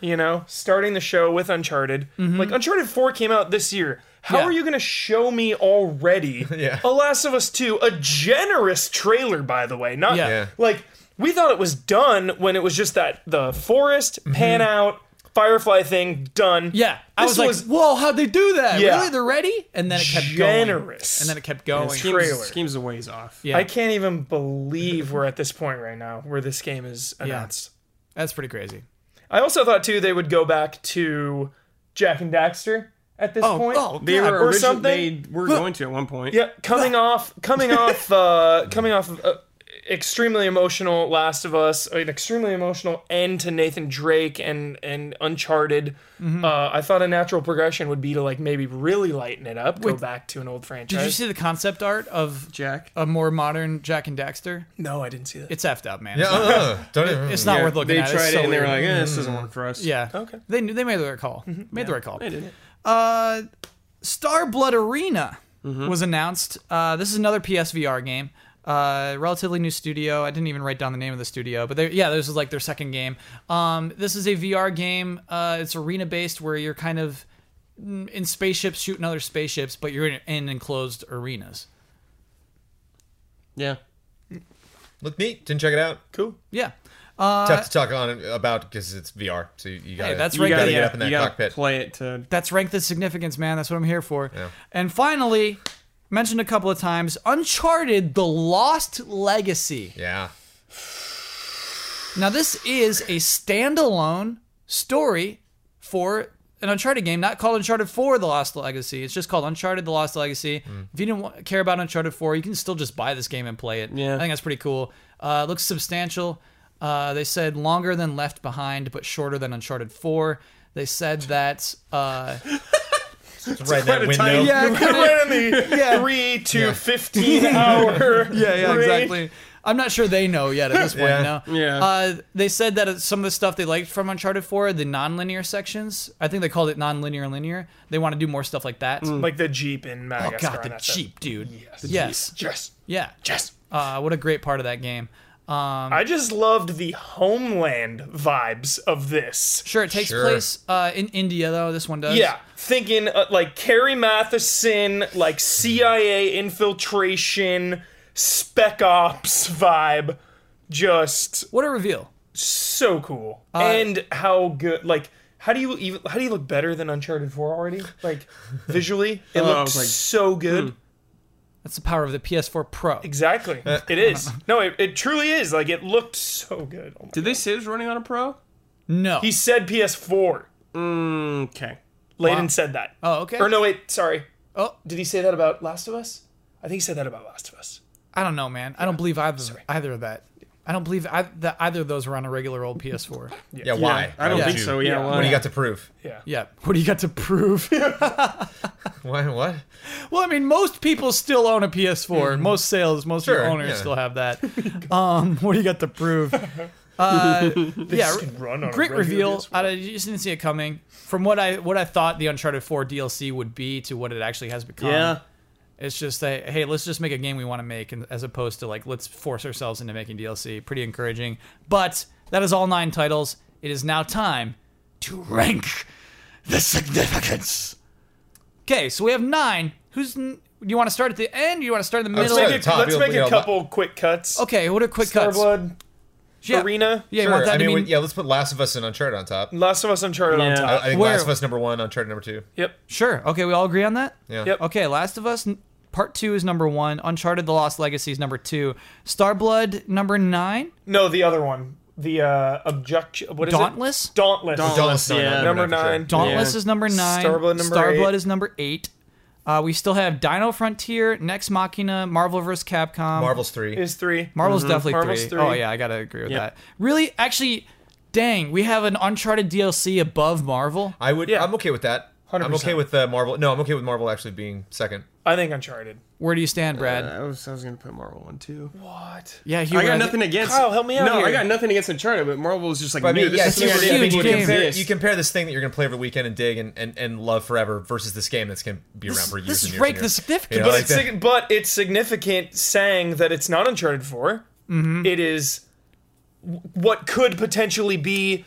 S3: You know, starting the show with Uncharted. Like Uncharted 4 came out this year. How
S1: Yeah.
S3: are you going to show me already
S4: Yeah.
S3: A Last of Us 2, a generous trailer by the way, not
S1: Yeah.
S4: Yeah.
S3: like we thought it was done when it was just that the forest
S1: Mm-hmm.
S3: pan out firefly thing done.
S1: Yeah. I
S3: This
S1: was like,
S3: was-
S1: whoa, how'd they do that?
S3: Yeah.
S1: Really? They're ready? And then it kept going.
S3: Generous.
S1: And then it kept going.
S2: schemes,
S3: trailer.
S2: schemes a ways off.
S1: Yeah.
S3: I can't even believe we're at this point right now where this game is announced.
S1: That's pretty crazy.
S3: I also thought too they would go back to Jack and Daxter at this
S1: Oh,
S3: point.
S1: oh,
S2: They
S1: God.
S2: were
S3: or
S2: origi-
S3: something.
S2: They were going to at one point.
S3: Yeah, coming off, coming off, uh, coming off of, uh, extremely emotional Last of Us, an extremely emotional end to Nathan Drake and and Uncharted. Uh, I thought a natural progression would be to like maybe really lighten it up, go back to an old franchise.
S1: Did you see the concept art of
S2: Jack.
S1: a more modern Jack and Daxter?
S3: no, I didn't see that.
S1: It's effed up, man.
S4: yeah, uh, don't even-
S1: It's not
S2: Yeah,
S1: worth looking
S2: they
S1: at.
S2: tried
S1: It's
S2: it
S1: so
S2: and they were
S1: weird.
S2: like, eh, this doesn't work for us.
S1: yeah.
S3: Okay.
S1: They knew they made the right call. Made the right call.
S2: Mm-hmm. They did.
S1: Uh, Starblood Arena
S2: Mm-hmm.
S1: was announced. Uh, this is another PSVR game. Uh, relatively new studio. I didn't even write down the name of the studio, but they- yeah, this is like their second game. Um, this is a VR game. Uh, it's arena based where you're kind of mm, in spaceships shooting other spaceships, but you're in, in enclosed arenas.
S2: Yeah.
S4: look neat. Didn't check it out.
S3: Cool.
S1: Yeah,
S4: Tough to talk on it about because it's VR, so you, you gotta
S1: Uh, that's
S4: you
S1: right.
S4: gotta
S1: Yeah,
S4: get up in that
S2: you gotta
S4: cockpit.
S2: play it to.
S1: that's ranked the significance, man. That's what I'm here for. And finally, mentioned a couple of times, Uncharted: The Lost Legacy.
S4: yeah,
S1: Now, this is a standalone story for an Uncharted game, not called Uncharted 4 The Lost Legacy. It's just called Uncharted The Lost Legacy. If you didn't wa- care about Uncharted 4, you can still just buy this game and play it.
S2: Yeah.
S1: I think that's pretty cool. Uh, it looks substantial. Uh, they said longer than Left Behind, but shorter than Uncharted 4. They said that. Uh,
S4: it's right in that
S3: a
S4: window.
S3: tiny-
S1: Yeah,
S3: We're right in the three to fifteen hour. range.
S1: I'm not sure they know yet at this point.
S4: Yeah.
S1: No.
S2: Yeah.
S1: Uh, they said that some of the stuff they liked from Uncharted 4, the non-linear sections. I think they called it non-linear and linear. They want to do more stuff like that.
S3: Like the Jeep in
S1: Oh
S3: Madagascar.
S1: god,
S3: and
S1: the
S3: that stuff.
S1: Jeep, dude. Yes.
S3: Yes.
S1: Yeah.
S3: Yes.
S1: Uh, what a great part of that game. Um,
S3: I just loved the homeland vibes of this.
S1: sure, it takes
S4: Sure.
S1: place uh, in India though. This one does.
S3: Yeah, thinking uh, like Carrie Matheson, like CIA infiltration, spec ops vibe. Just
S1: What a reveal.
S3: so cool.
S2: Uh,
S3: and how good, like, how do you even, how do you look better than Uncharted 4 already? Like, visually, it
S2: Oh, I
S3: looks
S2: was like, hmm.
S3: so good.
S1: That's the power of the PS4 Pro.
S3: Exactly. it is. No, it, it truly is. Like, it looked so good. Oh my-
S2: Did they say it was running on a pro?
S1: No.
S3: He said PS4.
S2: Okay.
S3: Layden said that.
S1: oh, okay.
S3: Or no, wait, sorry.
S1: Oh.
S3: did he say that about Last of Us? I think he said that about Last of Us.
S1: I don't know, man. I don't believe either either of that. I don't believe I, that either of those were on a regular old PS4.
S4: Yeah, why?
S2: I don't
S4: Why
S2: think
S4: would
S2: so.
S4: you-
S2: Yeah,
S1: Yeah.
S2: why?
S4: What do you got to prove?
S3: Yeah.
S1: Yeah. What do you got to prove?
S4: Why? What?
S1: well, I mean, most people still own a PS4.
S3: Mm-hmm.
S1: Most sales, most
S4: Sure,
S1: owners
S4: yeah.
S1: still have
S3: Oh
S1: that. um, what do you got to prove? Uh, yeah.
S3: This could run on a
S1: great
S3: regular
S1: reveal.
S3: PS4.
S1: I don't- you just didn't see it coming. From what I what I thought the Uncharted 4 DLC would be to what it actually has become.
S2: Yeah.
S1: It's just that hey, let's just make a game we want to make, and as opposed to like let's force ourselves into making DLC. Pretty encouraging. But that is all nine titles. It is now time to rank the significance. Okay, so we have nine. Who's n- do you want to start at the end? Or you want to start in the
S4: Let's
S1: middle?
S4: start
S3: Make a-
S4: at the top,
S3: let's
S4: you'll-
S3: make
S4: you'll-
S3: a couple quick cuts.
S1: Okay, what are quick cuts?
S3: Starblood,
S1: yeah.
S3: Arena,
S1: Yeah, you
S4: Sure.
S1: want that
S4: I
S1: to
S4: mean,
S1: mean,
S4: we- yeah. Let's put Last of Us and Uncharted on top.
S3: Last of Us Uncharted
S2: Yeah.
S3: on
S4: I, I
S3: top.
S4: think
S1: Where-
S4: Last of Us number one, Uncharted number two.
S3: Yep.
S1: Sure. Okay, we all agree on that.
S4: Yeah.
S3: Yep.
S1: Okay, Last of Us n- Part Two is number one. Uncharted: The Lost Legacy is number two. Starblood number nine.
S3: No, the other one. The uh objection what is
S1: Dauntless?
S3: it? Dauntless.
S2: Dauntless.
S4: Dauntless, no, no,
S2: Yeah.
S3: Number
S4: for sure.
S3: nine.
S1: Dauntless
S2: Yeah.
S1: is number nine.
S3: Starblood number
S1: Starblood
S3: eight.
S1: is number eight. Uh, we still have Dino Frontier, Next Machina, Marvel vs. Capcom.
S4: Marvel's three.
S3: Is three.
S1: Marvel's definitely
S3: Mm-hmm. Marvel's
S1: three.
S3: three.
S1: Oh yeah, I gotta agree with
S2: Yep.
S1: that. Really, actually, dang, we have an Uncharted DLC above Marvel.
S4: I would.
S3: Yeah.
S4: I'm okay with that. i am
S3: 100%.
S4: okay with uh, Marvel. No, I'm okay with Marvel actually being second.
S3: I think Uncharted.
S1: Where do you stand, Brad?
S3: Uh,
S2: I was, I was gonna put Marvel one too.
S3: What?
S1: yeah, Hubert,
S2: I
S1: I
S2: got
S1: thi-
S2: nothing against.
S3: Kyle, help me out
S2: No,
S3: here.
S2: I got nothing against Uncharted, but Marvel was just like,
S4: But I mean,
S2: new, this
S4: yeah,
S2: is
S4: it's
S2: something I
S1: huge
S2: didn't think
S1: game.
S2: would
S1: Huge game.
S4: compare,
S2: exist.
S4: you compare this thing that you're going to play every weekend and dig and, and, and love forever versus this game that's going to be around for years.
S1: this
S4: and
S1: is
S4: years
S1: rank
S4: and
S1: the
S4: years.
S1: significance.
S4: Yeah,
S3: But
S4: like
S3: it's
S4: that.
S3: sig- but it's significant saying that it's not Uncharted 4
S4: Mm-hmm.
S3: It is w- what could potentially be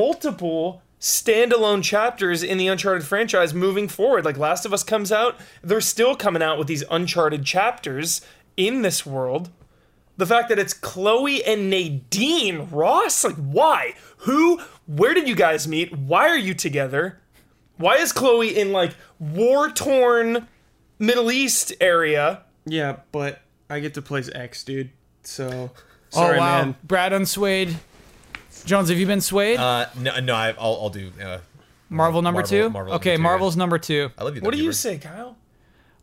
S3: multiple standalone chapters in the Uncharted franchise moving forward. Like Last of Us comes out, they're still coming out with these Uncharted chapters in this world. The fact that it's Chloe and Nadine Ross, like why? Who? Where did you guys meet? Why are you together? Why is Chloe in like war torn Middle East area?
S2: Yeah, but I get to play as X, dude. So
S1: Oh
S2: sorry,
S1: wow,
S2: man.
S1: Brad unswayed. Jones, have you been swayed?
S4: Uh, no, no, I, I'll, I'll do. Uh,
S1: Marvel number
S4: Marvel-
S1: two.
S4: Marvel number
S1: okay,
S4: two, yeah.
S1: Marvel's number two.
S4: I love you.
S3: What
S4: though,
S3: do you
S4: Hubert.
S3: say,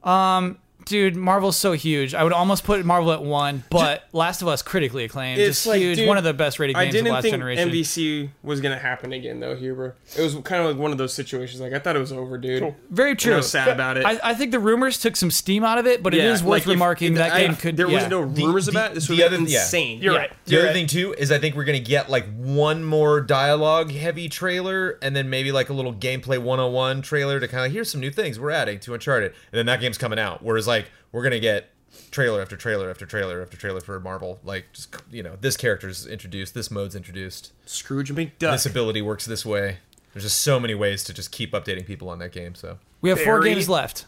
S3: Kyle?
S1: Dude, Marvel's so huge. I would almost put Marvel at one, but Last of Us critically acclaimed.
S2: It's
S1: Just
S2: like,
S1: huge.
S2: dude,
S1: one of the best rated
S2: I
S1: games of
S2: didn't
S1: last
S2: think
S1: generation.
S2: NBC was gonna happen again, though, Huber. It was kind of like one of those situations. Like I thought it was over, dude.
S1: Very
S2: And
S1: true.
S2: I was sad about it.
S1: I, I think the rumors took some steam out of it, but it
S2: Yeah,
S1: is worth
S2: like, if-
S1: remarking
S2: if
S1: that
S2: I-
S1: game could.
S2: There was
S1: yeah.
S2: no rumors
S4: the-
S2: about it. This
S4: the
S2: would have
S4: other-
S2: been
S4: yeah.
S2: insane.
S3: You're
S1: Yeah.
S3: right.
S4: The
S3: You're
S4: other
S3: right.
S4: thing too is I think we're gonna get like one more dialogue heavy trailer and then maybe like a little gameplay 101 trailer to kind of here's some new things we're adding to Uncharted and then that game's coming out. Whereas like we're gonna get trailer after trailer after trailer after trailer for Marvel. Like just you know this character's introduced, this mode's introduced,
S2: Scrooge
S4: this
S2: McDuck.
S4: ability works this way. There's just so many ways to just keep updating people on that game. So
S1: we have four
S3: Barry.
S1: games left.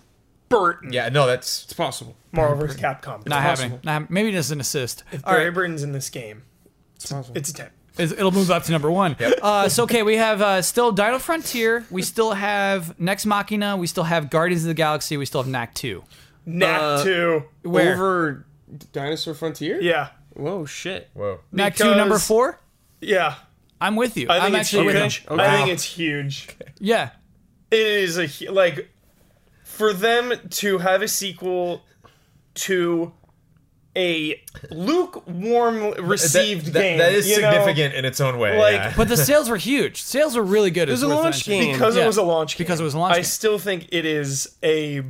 S3: Burton.
S4: yeah, no, that's
S2: It's possible.
S3: Marvel vs. Capcom.
S1: Not
S2: possible.
S1: having. Not having- maybe just an assist. All
S3: Barry
S1: right,
S3: Burton's in this game.
S2: It's possible.
S3: It's a ten.
S1: it's- it'll move up to number one. Uh, so okay, we have uh, still Dino Frontier. We still have Next Machina. We still have Guardians of the Galaxy. We still have Knack Two.
S3: Nat
S2: Uh,
S3: two.
S1: Where?
S2: over Dinosaur Frontier.
S3: Yeah.
S2: Whoa, shit.
S4: whoa.
S1: Knack Two number
S3: Because-
S1: four.
S3: Yeah.
S1: I'm with you.
S3: I
S1: I'm
S3: think it's
S1: actually with
S3: huge.
S1: him.
S2: them.
S3: I
S2: Okay.
S3: think it's huge.
S1: Yeah.
S3: It is a hu- like for them to have a sequel to a lukewarm received
S4: That- that-
S3: game.
S4: that is
S3: you know?
S4: significant in its own way.
S3: Like-
S4: yeah.
S1: But the sales were huge. Sales were really good. It
S2: was a launch game.
S3: because
S1: Yeah.
S3: it was a launch game.
S1: Because it was a launch
S3: I
S1: game.
S3: still think it is a b-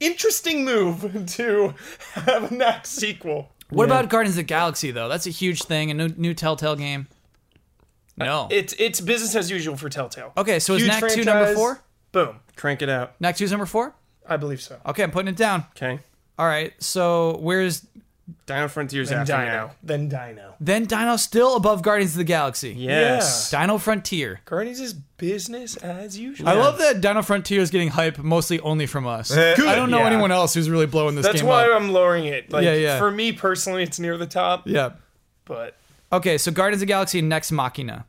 S3: interesting move to have a next sequel.
S1: What about Guardians of the Galaxy though? That's a huge thing. A new, new Telltale game.
S2: Uh,
S1: No.
S3: It's it's business as usual for Telltale.
S1: okay, so is
S3: Huge
S1: Knack Two number
S3: franchise.
S1: four?
S3: Boom.
S2: Crank it out.
S1: Knack Two's number four.
S3: I believe so.
S1: Okay, I'm putting it down.
S2: Okay.
S1: All right, so where's
S2: Dino Frontier's
S3: Then
S2: after
S3: Dino.
S2: now.
S3: Then Dino.
S1: then Dino still above Guardians of the Galaxy?
S2: Yes.
S1: Dino Frontier.
S3: Guardians is business as usual.
S1: I love that Dino Frontier is getting hype mostly only from us.
S4: Eh.
S1: I don't know
S2: Yeah.
S1: anyone else who's really blowing this
S3: That's
S1: game
S3: why
S1: up.
S3: I'm lowering it. Like
S1: Yeah, yeah.
S3: for me personally, it's near the top.
S1: yeah.
S3: But
S1: Okay, so Guardians of the Galaxy and Next Machina.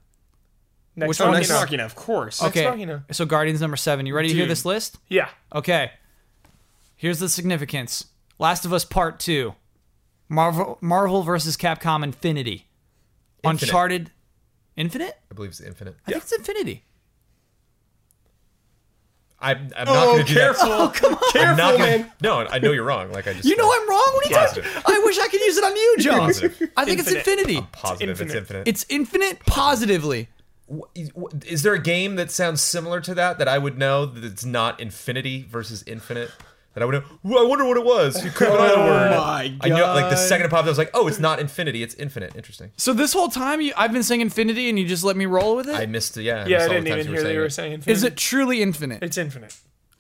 S3: next
S1: Which
S3: one,
S1: one
S2: Next
S1: is-
S3: you know.
S2: Machina, of course.
S1: Okay.
S3: Machina.
S1: So Guardians number 7. You ready to hear
S2: Dude.
S1: this list?
S3: Yeah.
S1: Okay. Here's the significance. Last of Us Part 2. Marvel Marvel versus Capcom Infinity. Uncharted Infinite?
S4: I believe it's infinite.
S1: I think it's Infinity.
S4: I'm, I'm not
S2: Oh,
S4: going to do
S2: careful,
S4: that. I'm
S2: careful,
S4: not gonna-
S2: man.
S4: No, I know you're wrong. Like I just
S1: You know I'm wrong. What are you talking?
S4: Positive.
S1: I wish I could use it on you, John.
S4: Positive.
S1: I think it's
S3: Infinite.
S1: infinity.
S4: positive. It's
S3: infinite.
S4: infinite.
S1: It's infinite positively.
S4: Is- Is there a game that sounds similar to that that I would know that it's not infinity versus infinite? That I would know. "Ooh, I wonder what it was. You could have been either word.
S2: my
S4: I know, like the
S2: God.
S4: second it popped, up, I was like, oh, it's not infinity. It's infinite. Interesting.
S1: So this whole time you, I've been saying infinity, and you just let me roll with it.
S4: I missed. Yeah. I
S3: Yeah, I
S4: missed all the
S3: didn't
S4: times
S3: even hear that you were
S4: it.
S3: saying infinite.
S1: Is it truly infinite?
S3: It's infinite.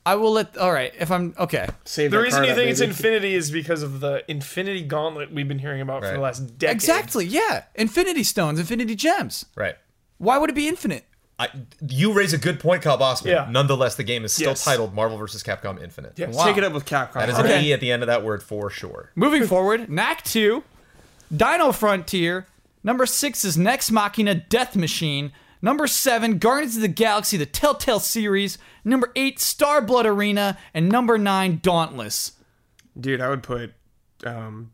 S1: I will let. All right, if I'm okay.
S2: Save
S3: The
S2: that
S3: reason
S2: card
S3: you
S2: up,
S3: think it's
S2: baby.
S3: infinity is because of the infinity gauntlet we've been hearing about for
S4: Right.
S3: the last decade.
S1: Exactly. Yeah. Infinity stones, infinity gems.
S4: Right.
S1: Why would it be infinite?
S4: I, you raise a good point, Kyle Bossman.
S3: Yeah.
S4: Nonetheless, the game is still
S3: Yes.
S4: titled Marvel vs. Capcom Infinite.
S3: Yes.
S1: Wow.
S2: Take it up with Capcom.
S4: That is
S1: Okay.
S4: an E at the end of that word for sure.
S1: Moving forward, NAC 2, Dino Frontier. Number 6 is Nex Machina Death Machine. Number 7, Guardians of the Galaxy, the Telltale series. Number 8, Star Blood Arena. And number 9, Dauntless.
S2: Dude, I would put um,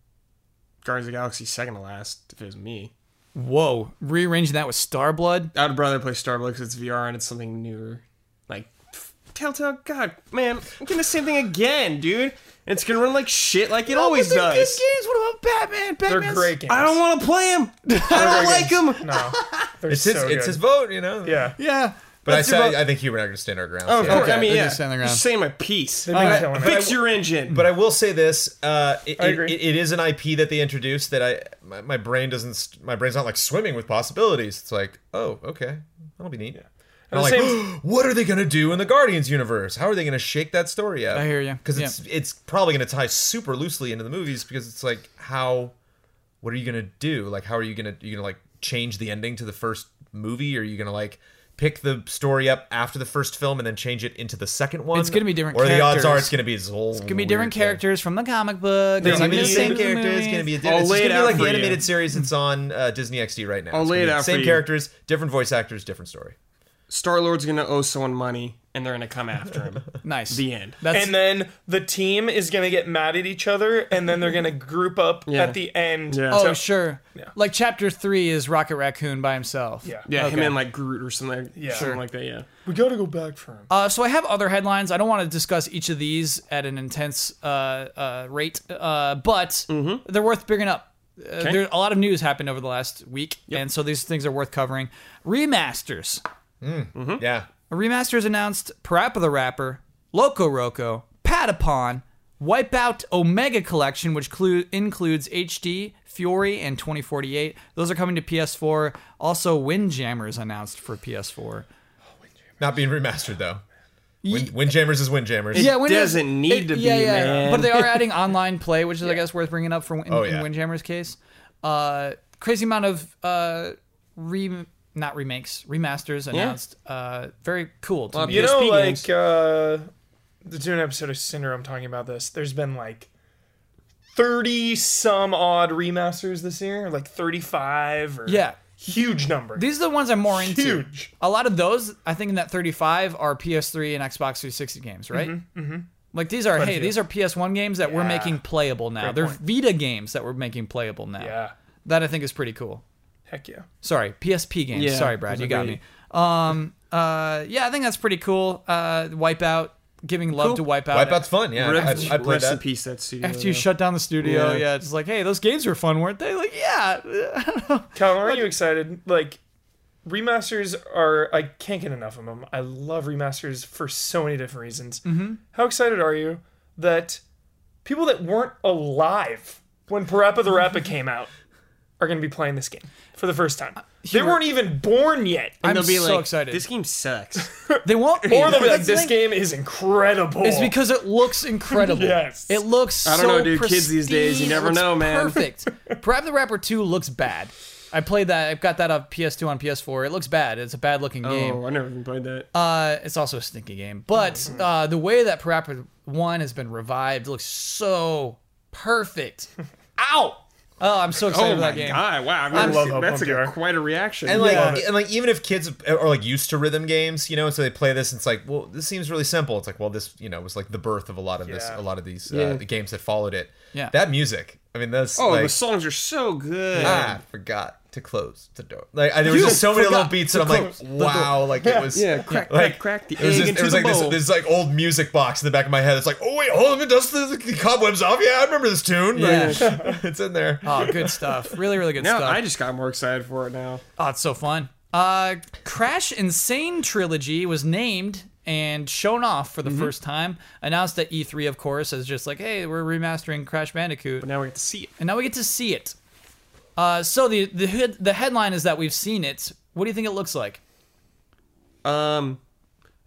S2: Guardians of the Galaxy second to last if it was me.
S1: Whoa, rearranging that with Star Blood?
S2: I'd rather play Starbucks. because it's VR and it's something newer. Like, pff, Telltale, God, man, I'm getting the same thing again, dude. And it's gonna run like shit like it always
S1: They're good
S2: does.
S1: games. What about Batman?
S3: They're
S1: Batman's
S3: great games.
S2: I don't want to play him. I don't like him.
S3: No, they're
S4: It's
S3: so
S4: his.
S3: good.
S4: It's his vote. You know.
S3: Yeah,
S1: Yeah.
S4: But I
S2: That's
S4: said
S2: about-
S4: I think you and I are going to stand our ground.
S2: Oh, Of
S4: so-
S2: course,
S1: Okay,
S2: I mean,
S1: they're
S2: yeah.
S1: just standing around.
S2: Just saying my piece.
S3: they've been killing it.
S2: Fix your engine.
S4: But I will say this: uh, it,
S3: I
S4: it-
S3: agree.
S4: it- it is an IP that they introduced that I my, my brain doesn't st- my brain's not like swimming with possibilities. It's like, oh, okay, that'll be neat. And I'm
S3: the
S4: like,
S3: same-
S4: what are they gonna do in the Guardians universe? How are they gonna shake that story up?
S1: I hear ya.
S4: because it's it's probably gonna tie super loosely into the movies because it's like how what are you gonna do? Like how are you gonna you gonna like change the ending to the first movie? Or are you gonna like pick the story up after the first film and then change it into the second one?
S1: It's gonna be different
S4: Or the odds are
S1: characters.
S4: it's gonna be this whole. It's
S1: Could be different characters from the comic book.
S4: It's
S1: It's
S4: gonna
S1: not
S4: be the
S1: gonna be
S4: same
S1: the same
S4: characters. It's gonna be a
S2: I'll
S4: different. It's
S2: lay
S4: just
S2: it
S4: gonna be
S2: out
S4: like
S2: for
S4: the
S2: you.
S4: animated series that's on uh, Disney XD right now.
S2: I'll
S4: It's
S2: lay it
S4: gonna be the
S2: out
S4: Same
S2: for you.
S4: characters, different voice actors, different story.
S2: Star Lord's gonna owe someone money, and they're gonna come after him.
S1: Nice.
S2: The end.
S1: That's
S3: and then the team is gonna get mad at each other, and then they're gonna group up
S2: Yeah.
S3: at the end.
S2: Yeah.
S1: Oh
S3: So-
S1: sure. Like chapter three is Rocket Raccoon by himself.
S3: Yeah.
S2: yeah, him
S1: Okay.
S2: and like Groot or something, like,
S3: Yeah.
S2: something like that. Yeah.
S3: we gotta go back for him.
S1: Uh, so I have other headlines. I don't want to discuss each of these at an intense uh, uh, rate, uh, but they're worth picking up. Uh, there, a lot of news happened over the last week, and so these things are worth covering. Remasters.
S2: Mm-hmm.
S4: Yeah,
S1: Remasters announced Parappa the Rapper, Loco Roco, Patapon, Wipeout Omega Collection, which clu- includes HD, Fury, and 2048. Those are coming to PS4. Also, Windjammers announced for PS4.
S4: not being remastered though. Wind, Windjammers is Windjammers.
S1: Yeah, Windjammers-
S2: doesn't need to
S1: yeah,
S2: be,
S1: yeah.
S2: man.
S1: But they are adding online play, which is, I guess, worth bringing up for in,
S4: Oh,
S1: in
S4: yeah.
S1: Windjammer's case. Uh, crazy amount of uh, re- not remakes, remasters announced. Uh, very cool. To me.
S3: You know,
S2: PSP
S3: like
S2: games.
S3: uh, the doing an episode of Cinder, I'm talking about this. There's been like thirty some odd remasters this year, like thirty five. or
S1: Yeah.
S3: huge number.
S1: These are the ones I'm more into.
S3: Huge.
S1: A lot of those, I think, in that 35 are PS3 and Xbox 360 games, right? Mm-hmm, Like these are, hey,
S3: few.
S1: these are PS1 games that we're
S3: Yeah.
S1: making playable now.
S3: Great
S1: They're
S3: point.
S1: Vita games that we're making playable now.
S3: yeah,
S1: That I think is pretty cool.
S3: heck yeah.
S1: Sorry, PSP games.
S2: Yeah,
S1: Sorry, Brad,
S2: those
S1: you
S2: are
S1: got
S2: great.
S1: me. Um, uh, yeah, I think that's pretty cool. Uh, Wipeout, giving love to Wipeout.
S4: Wipeout's fun. Yeah,
S2: Rest,
S4: I, I played
S2: rest in
S4: that.
S2: peace, that studio.
S1: After you shut down the studio, yeah.
S2: Yeah.
S1: it's like, hey, those games were fun, weren't they? Like, yeah.
S3: Colin, are you excited? Like remasters are I can't get enough of them. I love remasters for so many different reasons. Mm-hmm. How excited are you that people that weren't alive when Parappa the Rappa came out are going to be playing this game for the first
S1: Uh,
S3: time? They weren't even born yet.
S2: And
S1: I'm
S2: they'll be
S1: so
S2: like,
S1: excited.
S2: This game sucks.
S1: they won't.
S3: Or they'll be like,
S1: That's the
S3: this
S1: thing.
S3: game is incredible.
S1: It's because it looks incredible.
S3: Yes.
S1: It looks
S2: I don't
S1: so
S2: know, dude. Kids these days, you
S1: pristine. It
S2: never
S1: looks
S2: know, man.
S1: Perfect. Parappa the Rapper 2 looks bad. I played that. I've got that on PS2 on PS4. It looks bad. It's a bad looking game.
S2: oh, I never even played that.
S1: Uh, it's also a stinky
S2: Oh,
S1: game. But uh, the way that Parappa 1 has been revived looks so perfect. Ow! Oh, I'm so excited
S2: oh
S1: for
S2: my
S1: that game.
S2: god! Wow, I've never
S3: love
S2: seen-
S3: how
S2: that's
S3: pumped
S2: like
S3: you
S2: a-
S3: are.
S2: quite a reaction.
S4: And like,
S3: Love it.
S4: and like, even if kids are like used to rhythm games, you know, so they play this, and it's like, well, this seems really simple. It's like, well, this, you know, was like the birth of a lot of this,
S3: Yeah.
S4: a lot of these uh,
S2: Yeah.
S4: the games that followed it.
S1: Yeah.
S4: that music. I mean, that's
S2: oh,
S4: like,
S2: the songs are so good.
S4: ah, I forgot. to close the door. Like I, there was
S2: You
S4: just so many little
S2: forgot
S4: beats,
S2: to
S4: and I'm like,
S2: close the door.
S4: wow, like it was
S2: Yeah, crack, crack,
S4: like,
S2: crack the
S4: It
S2: egg
S4: was, just, it
S2: into
S4: was
S2: the
S4: like this,
S2: bowl.
S4: this like old music box in the back of my head. It's like, oh wait, hold on, it does the, the cobwebs off. Yeah, I remember this tune. Like, it's in there.
S1: Oh, good stuff. Really, really good
S2: Now
S1: stuff.
S2: I just got more excited for it now.
S1: Oh, it's so fun. Uh, Crash Insane Trilogy was named and shown off
S2: Mm-hmm.
S1: for the first time. Announced at E3, of course, as just like, hey, we're remastering Crash Bandicoot.
S2: But now we get to see it.
S1: And now we get to see it. Uh, so the, the, head- the headline is that we've seen it. What do you think it looks like?
S2: Um,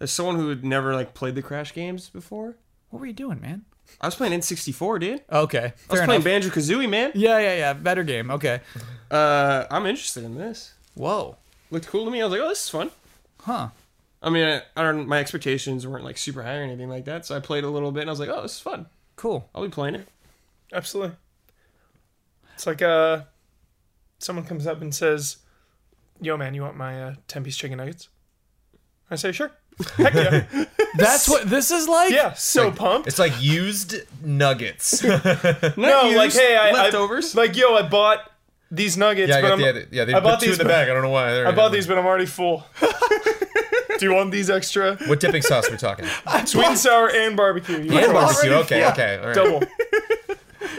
S2: as someone who had never like played the Crash games before,
S1: What were you doing, man?
S2: I was playing N64, dude.
S1: Okay.
S2: I was
S1: Fair
S2: playing
S1: enough.
S2: Banjo Kazooie, man.
S1: yeah, yeah, yeah. Better game. Okay.
S2: Uh, I'm interested in this.
S1: Whoa.
S2: Looked cool to me. I was like, oh, this is fun.
S1: Huh.
S2: I mean, I, I don't. My expectations weren't like super high or anything like that. So I played a little bit, and I was like, oh, this is fun.
S1: Cool.
S2: I'll be playing it.
S3: Absolutely. It's like uh, someone comes up and says, "Yo, man, you want my uh, ten-piece chicken nuggets?" I say, "Sure." Heck yeah,
S1: That's what this is like?
S3: yeah. So pumped.
S4: It's like used nuggets. yeah,
S3: No, like
S2: used
S3: hey, I,
S2: leftovers.
S3: I, like yo, I bought these nuggets,
S4: I
S3: but
S4: got
S3: I'm,
S4: the other, yeah. They
S3: I
S4: put
S3: bought
S4: two
S3: these,
S4: in the
S3: but-
S4: bag. I don't know why.
S3: I bought these, but I'm already full. Do you want these extra?
S4: What dipping sauce we're talking?
S3: Sweet and sour and barbecue. You
S4: And
S3: want
S4: barbecue.
S1: already
S4: Okay,
S1: full.
S4: okay, all right.
S3: double.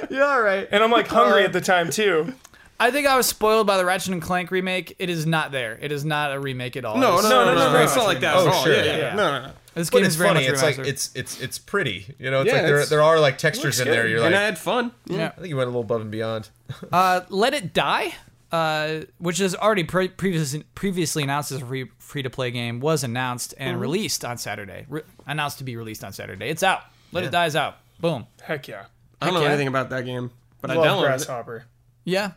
S2: Yeah, all right.
S3: And I'm like hungry at the time too.
S1: I think I was spoiled by the Ratchet and Clank remake. It is not there. It is not a remake at all.
S2: No, no,
S1: It's-
S2: no, no, no,
S3: no,
S2: It's not like that
S4: Oh,
S2: at all.
S4: sure,
S2: yeah,
S4: yeah.
S2: yeah, yeah. No, no, no.
S1: This game
S4: But it's
S1: is very
S4: funny.
S1: much
S4: It's like
S1: remastered.
S4: it's it's it's pretty. You know, it's
S2: Yeah,
S4: like there
S2: it's-
S4: there are like textures in
S3: good.
S4: there. You're
S2: and
S4: like,
S2: I had fun.
S1: yeah.
S4: I think you went a little above and beyond.
S1: Uh, Let It Die, uh, which is already pre- previously previously announced as a free free to play game, was announced and released on Saturday. Re- announced to be released on Saturday. It's out. Let It Die is out. Boom.
S3: Heck yeah.
S2: I don't know
S1: yeah.
S2: anything about that game, but I
S3: Love
S2: downloaded it.
S3: Grasshopper.
S1: Yeah,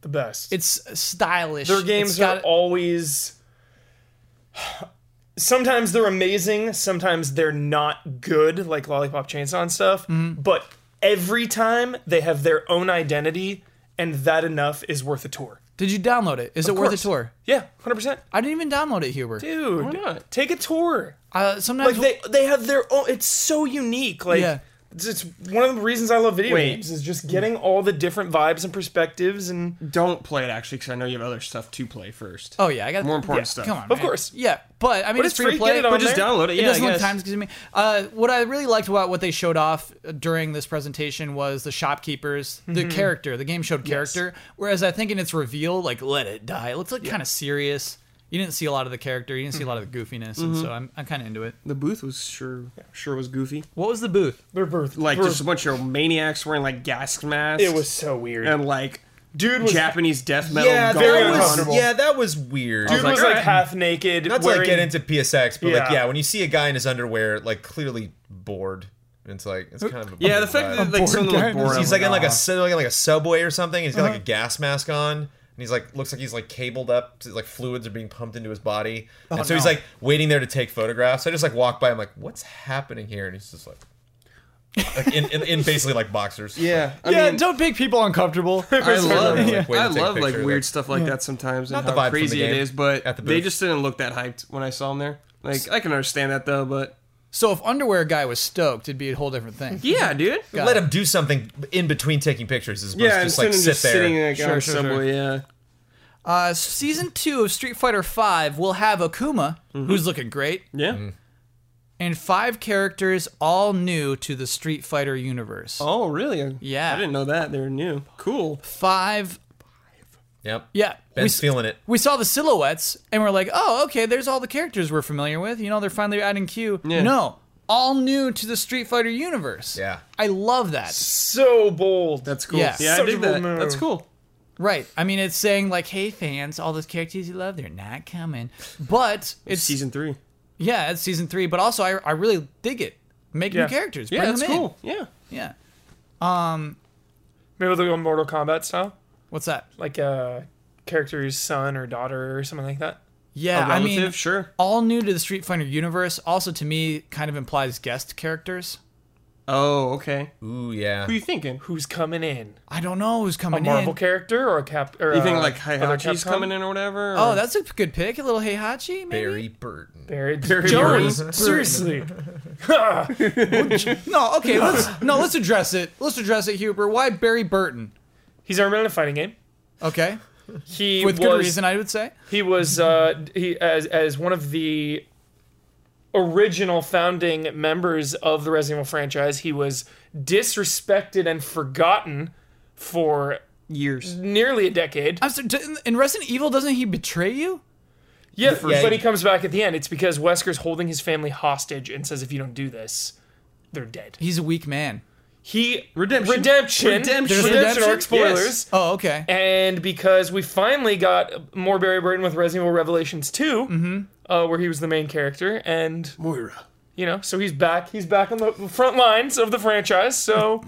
S3: The best.
S1: it's stylish.
S3: Their games
S1: It's
S3: are
S1: got-
S3: always. Sometimes they're amazing, sometimes they're not good, like Lollipop Chainsaw and stuff.
S1: Mm-hmm.
S3: But every time they have their own identity, and that enough is worth a tour.
S1: Did you download it? Is it worth
S3: course.
S1: a tour?
S3: Yeah, hundred percent,
S1: I didn't even download it, Huber.
S3: dude.
S2: not?
S3: Take a tour.
S1: Uh,
S3: Like
S1: sometimes
S3: they they have their own. It's so unique. Like
S1: Yeah.
S3: it's, it's one of the reasons I love video
S2: Wait.
S3: games is just getting all the different vibes and perspectives and
S2: Don't play it actually, because I know you have other stuff to play first.
S1: Oh yeah, I got
S2: More important
S1: yeah,
S2: stuff.
S1: Come on,
S3: Of
S1: man.
S3: course.
S1: Yeah, but I mean,
S3: But
S1: it's
S3: it's
S1: free to
S3: free,
S1: play.
S3: get it on
S2: But just
S3: there.
S2: download it.
S1: It
S2: Yeah,
S1: doesn't
S2: I
S1: look
S2: guess.
S1: time consuming. Uh, what I really liked about what they showed off during this presentation was the shopkeepers, the character. The game showed character, whereas I think in its reveal, like Let It Die, it looks like kind of serious. You didn't see a lot of the character. You didn't see a lot of the goofiness, and so I'm, I'm kind of into it.
S2: The booth was sure sure was goofy.
S1: What was the booth?
S3: their birth.
S2: Like just a bunch of maniacs wearing like gas masks.
S3: it was so weird.
S2: and like
S3: Dude was
S2: Japanese death metal. gold.
S3: very
S4: that was,
S3: uncomfortable.
S4: yeah, that was weird.
S3: dude was
S2: like,
S3: like,
S2: alright.
S3: half naked.
S4: Not to
S3: wearing,
S4: like get into PSX, but like
S3: Yeah.
S4: yeah, when you see a guy in his underwear, like clearly bored, it's like it's kind of a
S2: Yeah, the
S4: vibe.
S2: fact that like some of them
S1: guy
S2: look
S1: in
S2: bored.
S1: this-
S4: he's like in like a
S2: "Aw."
S4: su- like in, like a subway or something, and he's got like
S2: Uh-huh.
S4: a gas mask on, and he's like looks like he's like cabled up, to, like fluids are being pumped into his body,
S2: Oh,
S4: and so he's
S1: no.
S4: like waiting there to take photographs. I just like walk by, I'm like, what's happening here? And he's just like, like in, in, in basically like boxers.
S2: yeah. I
S1: yeah,
S2: mean,
S1: don't make people uncomfortable.
S2: I love
S4: like, way to
S2: I
S4: take a
S2: love like
S4: picture,
S2: weird
S4: like-
S2: stuff like that sometimes and
S4: the vibe
S2: how
S4: from
S2: crazy
S4: the
S2: it
S4: game
S2: is, but
S4: at the
S2: they
S4: booth.
S2: just didn't look that hyped when I saw them there. Like I can understand that though, but
S1: so if underwear guy was stoked, it'd be a whole different thing.
S2: yeah, dude.
S4: Let him do something in between taking pictures, as opposed
S2: Yeah,
S4: to just
S2: instead
S4: like
S2: of
S4: sit
S2: just
S4: there.
S2: sitting like
S1: Sure,
S2: on
S1: sure,
S2: subway. Yeah,
S1: Uh, season two of Street Fighter V will have Akuma, who's looking great,
S2: yeah.
S1: and five characters all new to the Street Fighter universe.
S2: Oh, really?
S1: Yeah.
S2: I didn't know that. They were new. Cool.
S1: Five,
S4: yep.
S1: yeah. We,
S4: Ben's
S1: s-
S4: feeling it.
S1: we saw the silhouettes and we're like, oh, okay, there's all the characters we're familiar with. You know, they're finally adding Q. No, all new to the Street Fighter universe.
S4: Yeah.
S1: I love that.
S3: so bold.
S2: That's cool.
S1: Yeah.
S2: yeah I
S3: Such a
S2: dig
S3: cool
S2: that.
S3: move.
S2: That's cool.
S1: Right. I mean, it's saying, like, hey, fans, all those characters you love, they're not coming. But it's,
S2: Season three.
S1: yeah, it's season three. But also, I, I really dig it. Make
S3: Yeah.
S1: new characters.
S2: Yeah,
S1: Bring
S2: that's
S1: them in.
S2: cool. Yeah.
S1: Yeah.
S3: Maybe they'll go Mortal Kombat style,
S1: What's that?
S3: like a character's son or daughter or something like that.
S1: Yeah,
S2: A
S1: I
S2: relative,
S1: mean,
S2: sure.
S1: all new to the Street Fighter universe. Also, to me, kind of implies guest characters.
S2: Oh, okay.
S4: Ooh yeah.
S2: Who you thinking?
S3: Who's coming in?
S1: I don't know who's
S3: A
S1: coming
S3: Marvel
S1: in.
S3: character or a cap? Or
S2: You
S3: uh,
S2: think like
S3: other
S2: Hayachi's
S3: Capcom?
S2: coming in or whatever?
S1: Oh,
S2: or-
S1: that's a good pick. A little Heihachi, maybe.
S4: Barry Burton.
S3: Barry,
S2: Barry
S3: Jones.
S4: Burton.
S3: Seriously,
S1: No, okay. Let's no. Let's address it. Let's address it, Huber. Why Barry Burton?
S3: he's our villain in a fighting game.
S1: Okay.
S3: He
S1: with
S3: was,
S1: good reason, I would say.
S3: He was uh, he as as one of the original founding members of the Resident Evil franchise. He was disrespected and forgotten for
S2: Years.
S3: nearly a decade.
S1: I'm sorry, d- in Resident Evil, doesn't he betray you?
S3: Yeah,
S4: yeah.
S3: but he comes back at the end. It's because Wesker's holding his family hostage and says, "If you don't do this, they're dead."
S1: He's a weak man.
S3: He
S2: Redemption.
S3: redemption,
S2: Redemption.
S3: redemption,
S2: There's
S3: redemption arc
S2: redemption?
S3: spoilers.
S1: Oh, okay.
S3: and because we finally got more Barry Burton with Resident Evil Revelations 2, uh, where he was the main character, and
S2: Moira.
S3: you know, so he's back. He's back on the front lines of the franchise. So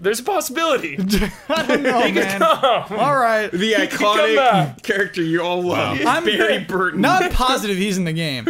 S3: there's a possibility.
S1: I don't know, Oh, man. All right.
S2: The
S3: come
S2: iconic
S3: back.
S2: character you all love.
S1: I'm
S2: Barry
S1: good.
S2: Burton.
S1: Not positive he's in the game.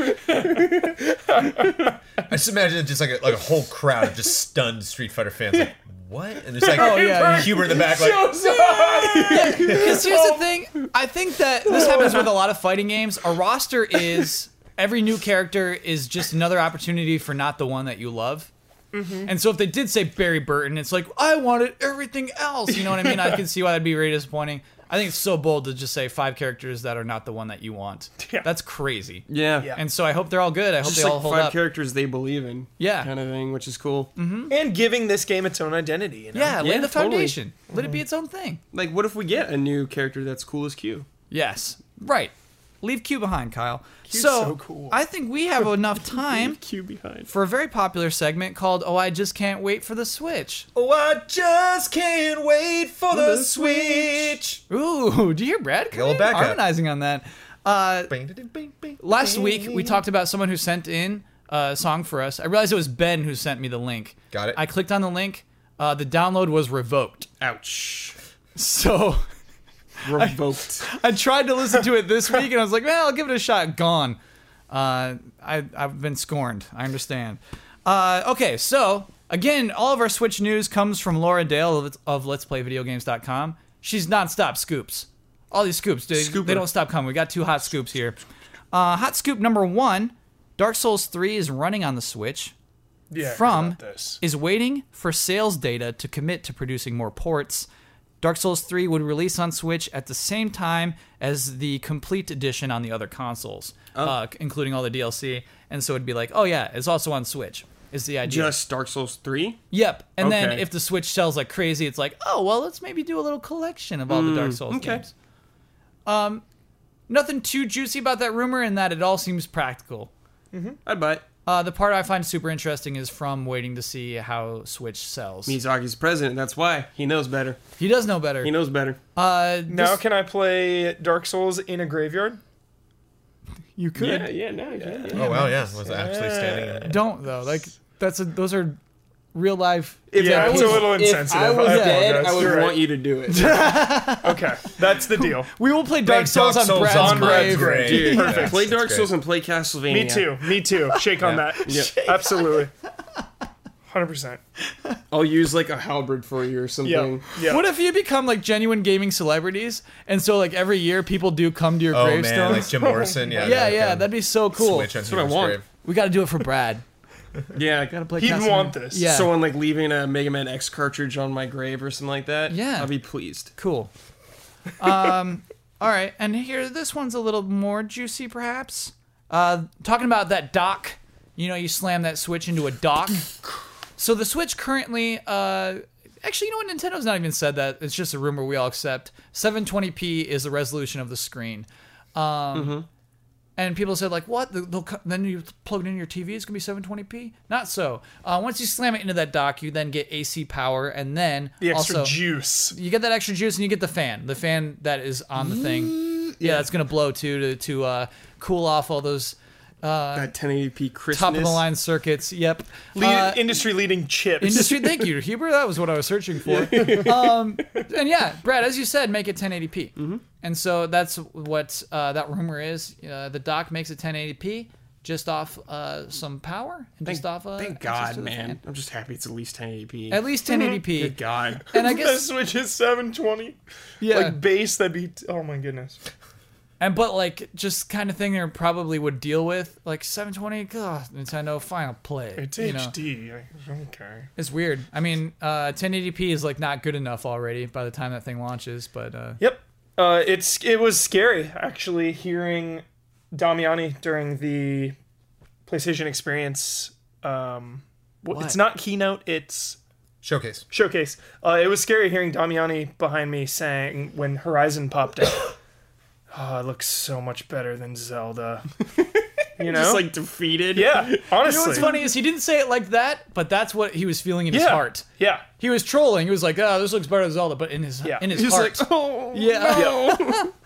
S4: I just imagine just like a, like a whole crowd of just stunned Street Fighter fans. Like, what? And there's like
S1: Oh, yeah, yeah.
S4: Huber in the back, like,
S3: Shows up!
S1: Because here's
S2: Oh.
S1: the thing. I think that this happens with a lot of fighting games. A roster is every new character is just another opportunity for not the one that you love.
S2: Mm-hmm.
S1: And so if they did say Barry Burton, it's like I wanted everything else. You know what I mean? I can see why that'd be very disappointing. I think it's so bold to just say five characters that are not the one that you want.
S3: Yeah.
S1: That's crazy.
S2: Yeah.
S3: Yeah.
S1: And so I hope they're all good. I hope
S2: Just
S1: they all
S2: like
S1: hold
S2: five
S1: up.
S2: characters they believe in.
S1: Yeah. Mm-hmm.
S2: Kind of thing, which is cool.
S3: and giving this game its own identity. You know?
S1: yeah, lay
S2: Yeah,
S1: the
S2: totally. Mm-hmm.
S1: foundation. Let it be its own thing.
S2: Like, what if we get a new character that's cool as Q?
S1: Yes. Right. Leave Q behind, Kyle. so,
S3: so cool.
S1: I think we have enough time
S2: Q behind.
S1: for a very popular segment called "Oh, I just can't wait for the Switch."
S4: oh, I just can't wait for the,
S2: The
S4: switch.
S1: Ooh, do you hear Brad coming
S4: old
S1: in?
S4: backup.
S1: harmonizing on that? Uh,
S4: Bing, da, ding, bing, bing.
S1: last week we talked about someone who sent in a song for us. I realized it was Ben who sent me the link.
S4: Got it.
S1: I clicked on the link. Uh, the download was revoked.
S2: Ouch.
S1: So
S2: Revoked.
S1: I tried to listen to it this week, and I was like, "Well, I'll give it a shot." Gone. Uh, I I've been scorned. I understand. Uh, okay, so again, all of our Switch news comes from Laura Dale of, of Let's Play Videogames.com. She's nonstop scoops. All these scoops, they,
S2: Scooper.
S1: they don't stop coming. We got two hot scoops here. Uh, hot scoop number one: Dark Souls Three is running on the Switch.
S3: Yeah,
S1: From
S3: about this.
S1: is waiting for sales data to commit to producing more ports. Dark Souls 3 would release on Switch at the same time as the complete edition on the other consoles,
S2: Oh.
S1: uh, c- including all the DLC. And so it'd be like, oh yeah, it's also on Switch. Is the idea?
S2: Just Dark Souls 3?
S1: yep. And then
S2: Okay.
S1: if the Switch sells like crazy, it's like, oh well, let's maybe do a little collection of all the Dark Souls
S2: Hmm, okay.
S1: games. Um, nothing too juicy about that rumor, in that it all seems practical.
S2: I'd buy it.
S1: Uh, the part I find super interesting is from waiting to see how Switch sells.
S2: Miyazaki's president. That's why he knows better.
S1: He does know better.
S2: He knows better.
S1: uh,
S3: Now
S1: this-
S3: can I play Dark Souls in a graveyard?
S1: you could
S2: yeah, no, yeah.
S4: Oh wow, yeah, was actually standing. In it.
S1: don't though. Like that's a, those are real life.
S2: If
S3: Yeah, it's a little
S2: If I
S3: insensitive.
S2: was
S3: I
S2: dead, I
S3: apologize.
S2: would
S3: You're right.
S2: want you to do it.
S3: Okay, that's the deal.
S1: We will play Dark
S4: Like
S1: Souls
S4: Dark
S1: on Brad's
S4: on
S1: grave.
S4: Brad's
S3: grave.
S2: Dude,
S4: Yeah, that's-
S2: play
S4: that's
S2: Dark
S4: great.
S2: Souls and play Castlevania.
S3: Me too. Me too. Shake on that.
S2: Yeah.
S3: Absolutely. Hundred percent.
S2: I'll use like a halberd for you or something.
S3: Yeah. Yeah. Uh,
S1: What if you become like genuine gaming celebrities, and so like every year people do come to your
S4: Oh
S1: gravestone?
S4: man, like Jim Morrison.
S1: yeah,
S4: Yeah, that,
S1: yeah,
S4: um,
S1: that'd be so cool.
S4: Switch on
S2: what I
S4: Huber's
S2: want.
S4: grave.
S1: We got to do it for Brad.
S2: Yeah, I gotta play.
S1: Play
S3: He'd
S1: Castlevania.
S3: want this.
S1: Yeah,
S2: Someone like leaving a Mega Man X cartridge on my grave or something like that.
S1: Yeah.
S2: I'll be pleased.
S1: cool. Um, all right, and here this one's a little more juicy, perhaps. Uh, talking about that dock, you know, you slam that switch into a dock. So the Switch currently, uh, actually, you know what? Nintendo's not even said that. It's just a rumor we all accept. 720p is the resolution of the screen. Um,
S3: Mm-hmm.
S1: And people said like, "What? They'll- they'll co- then you plug it in your TV. It's gonna be 720p." Not so. Uh, once you slam it into that dock, you then get AC power, and then
S3: The extra
S1: also,
S3: juice.
S1: you get that extra juice and you get the fan the fan that is on the
S2: Mm,
S1: thing yeah that's gonna blow too to, to uh, cool off all those
S2: that 1080p crispness.
S1: top of the line circuits yep Uh,
S3: industry leading chips.
S1: industry thank you huber that was what i was searching for um, and yeah brad as you said make it 1080p
S2: Mm-hmm.
S1: and so that's what uh, that rumor is uh, the dock makes it 1080p just off uh, some power and
S2: Thank,
S1: just off uh,
S2: thank
S1: access
S2: God,
S1: to the
S2: man.
S1: fan.
S2: I'm just happy it's at least 1080p.
S1: at least 1080p
S2: Good God.
S1: and i
S3: the
S1: guess
S3: Switch is 720.
S1: yeah
S3: Like base, that'd be. oh my goodness.
S1: And but like just kind of thing they probably would deal with like 720 God, Nintendo Final Play.
S3: It's
S1: you know?
S3: HD. I- Okay.
S1: It's weird. I mean, uh, 1080p is like not good enough already by the time that thing launches. But uh,
S3: Yep. Uh, it's it was scary actually hearing Damiani during the PlayStation Experience. Um, wh-
S1: What?
S3: It's not keynote. It's
S4: Showcase.
S3: showcase. Uh, it was scary hearing Damiani behind me saying when Horizon popped up. Oh, it looks so much better than Zelda. You know?
S2: Just like defeated.
S3: yeah,
S1: You
S3: honestly.
S1: know what's funny is he didn't say it like that, but that's what he was feeling in his
S3: Yeah.
S1: heart.
S3: Yeah.
S1: He was trolling. He was like, "Oh, this looks better than Zelda," but in his
S3: Yeah.
S1: in his
S2: He was
S1: heart.
S2: like, oh,
S1: yeah,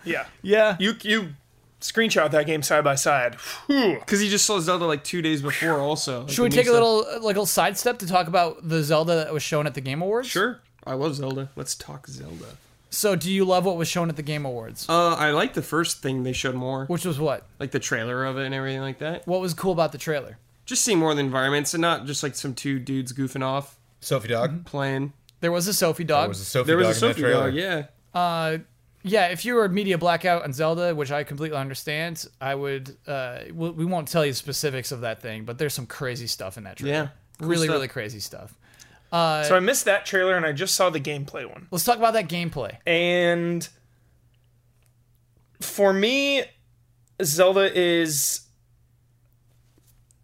S3: Yeah.
S1: yeah,
S3: You you screenshot that game side by side. Whew.
S2: Because he just saw Zelda like two days before, also. Like,
S1: Should we
S2: the new
S1: take a
S2: stuff.
S1: little uh, like a little sidestep to talk about the Zelda that was shown at the Game Awards?
S2: Sure. I love Zelda. Let's talk Zelda.
S1: So, do you love what was shown at the Game Awards?
S2: Uh, I like the first thing they showed more,
S1: Which was what?
S2: like the trailer of it and everything like that.
S1: What was cool about the trailer?
S2: Just see more of the environments and not just like some two dudes goofing off
S4: Sophie
S1: Mm-hmm.
S4: Dog.
S2: playing.
S1: There was a Sophie dog.
S4: There was a Sophie
S2: There was
S4: Dog
S2: a
S4: in
S2: Sophie
S4: that trailer.
S2: dog, yeah.
S1: uh, yeah, if you were media blackout on Zelda, which I completely understand, I would. Uh, we we won't tell you the specifics of that thing, but there's some crazy stuff in that trailer.
S2: Yeah. Cool
S1: really,
S2: stuff.
S1: really crazy stuff.
S3: So I missed that trailer and I just saw the gameplay one.
S1: Let's talk about that gameplay.
S3: And for me, Zelda is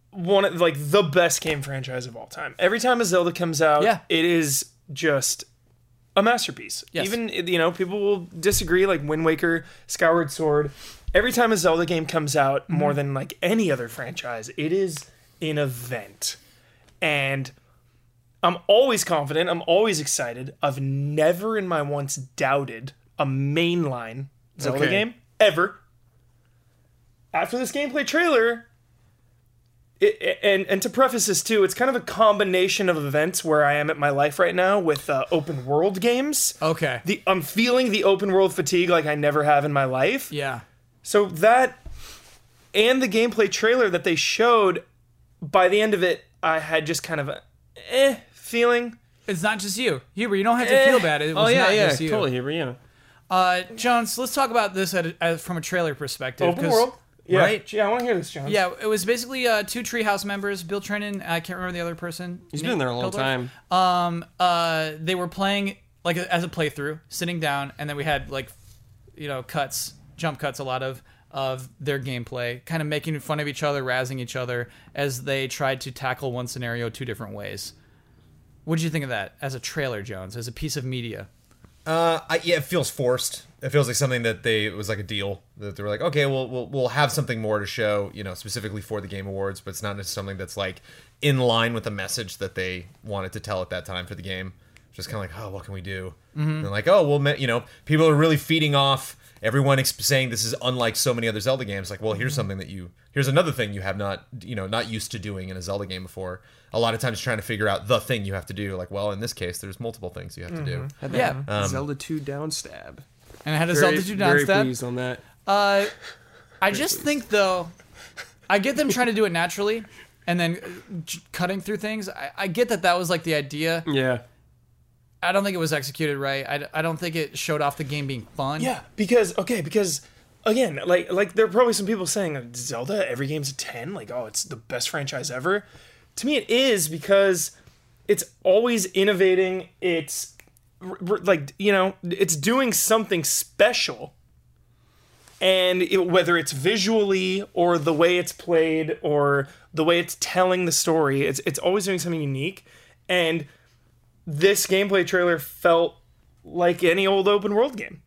S3: one of like the best game franchise of all time. Every time a Zelda comes out,
S1: Yeah.
S3: it is just a masterpiece.
S1: Yes.
S3: Even you know, people will disagree like Wind Waker, Skyward Sword. Every time a Zelda game comes out,
S1: Mm-hmm.
S3: more than like any other franchise, it is an event. And I'm always confident. I'm always excited. I've never in my once doubted a mainline Zelda
S2: Okay.
S3: game ever. After this gameplay trailer, it, and and to preface this too, it's kind of a combination of events where I am at my life right now with uh, open world games.
S1: Okay.
S3: The I'm feeling the open world fatigue like I never have in my life.
S1: yeah.
S3: So that and the gameplay trailer that they showed, by the end of it, I had just kind of a eh feeling.
S1: It's not just you, Huber. You don't have to
S3: Eh.
S1: feel bad. It was
S2: Oh, yeah,
S1: not
S2: yeah.
S1: just you.
S2: Totally, Huber, yeah.
S1: Uh, Jones, let's talk about this at, at, from a trailer perspective.
S3: Open
S1: 'cause-
S3: world. Yeah.
S4: right?
S3: Gee, I want to hear this, John.
S1: Yeah, it was basically uh, two Treehouse members, Bill Trennan. I can't remember the other person.
S2: He's been there a long time.
S1: Um, uh, they were playing like as a playthrough, sitting down, and then we had like, you know, cuts, jump cuts, a lot of of their gameplay, kind of making fun of each other, razzing each other as they tried to tackle one scenario two different ways. What did you think of that as a trailer, Jones? As a piece of media?
S4: Uh, I, yeah, it feels forced. It feels like something that they it was like a deal that they were like, okay, we'll we'll, we'll have something more to show, you know, specifically for the Game Awards, but it's not just something that's like in line with the message that they wanted to tell at that time for the game. Just kind of like, oh, what can we do? And like, oh, well, ma- you know, people are really feeding off everyone ex- saying this is unlike so many other Zelda games. Like, well, here's something that you here's another thing you have not you know not used to doing in a Zelda game before. A lot of times trying to figure out the thing you have to do. Like, well, in this case, there's multiple things you have to do.
S2: Had
S1: Yeah.
S2: that Zelda 2 downstab. stab.
S1: And I had a
S2: very,
S1: Zelda 2
S2: very
S1: downstep.
S2: pleased on that.
S1: Uh, I just think though, I get them trying to do it naturally, and then uh, j- cutting through things. I, I get that that was like the idea.
S2: Yeah.
S1: I don't think it was executed right. I, d- I don't think it showed off the game being fun.
S3: Yeah, because okay, because again, like like there are probably some people saying like, Zelda every game's a 10, like oh, it's the best franchise ever. To me it is because it's always innovating, it's r- r- like you know, it's doing something special. And it, whether it's visually or the way it's played or the way it's telling the story, it's it's always doing something unique. And this gameplay trailer felt like any old open world game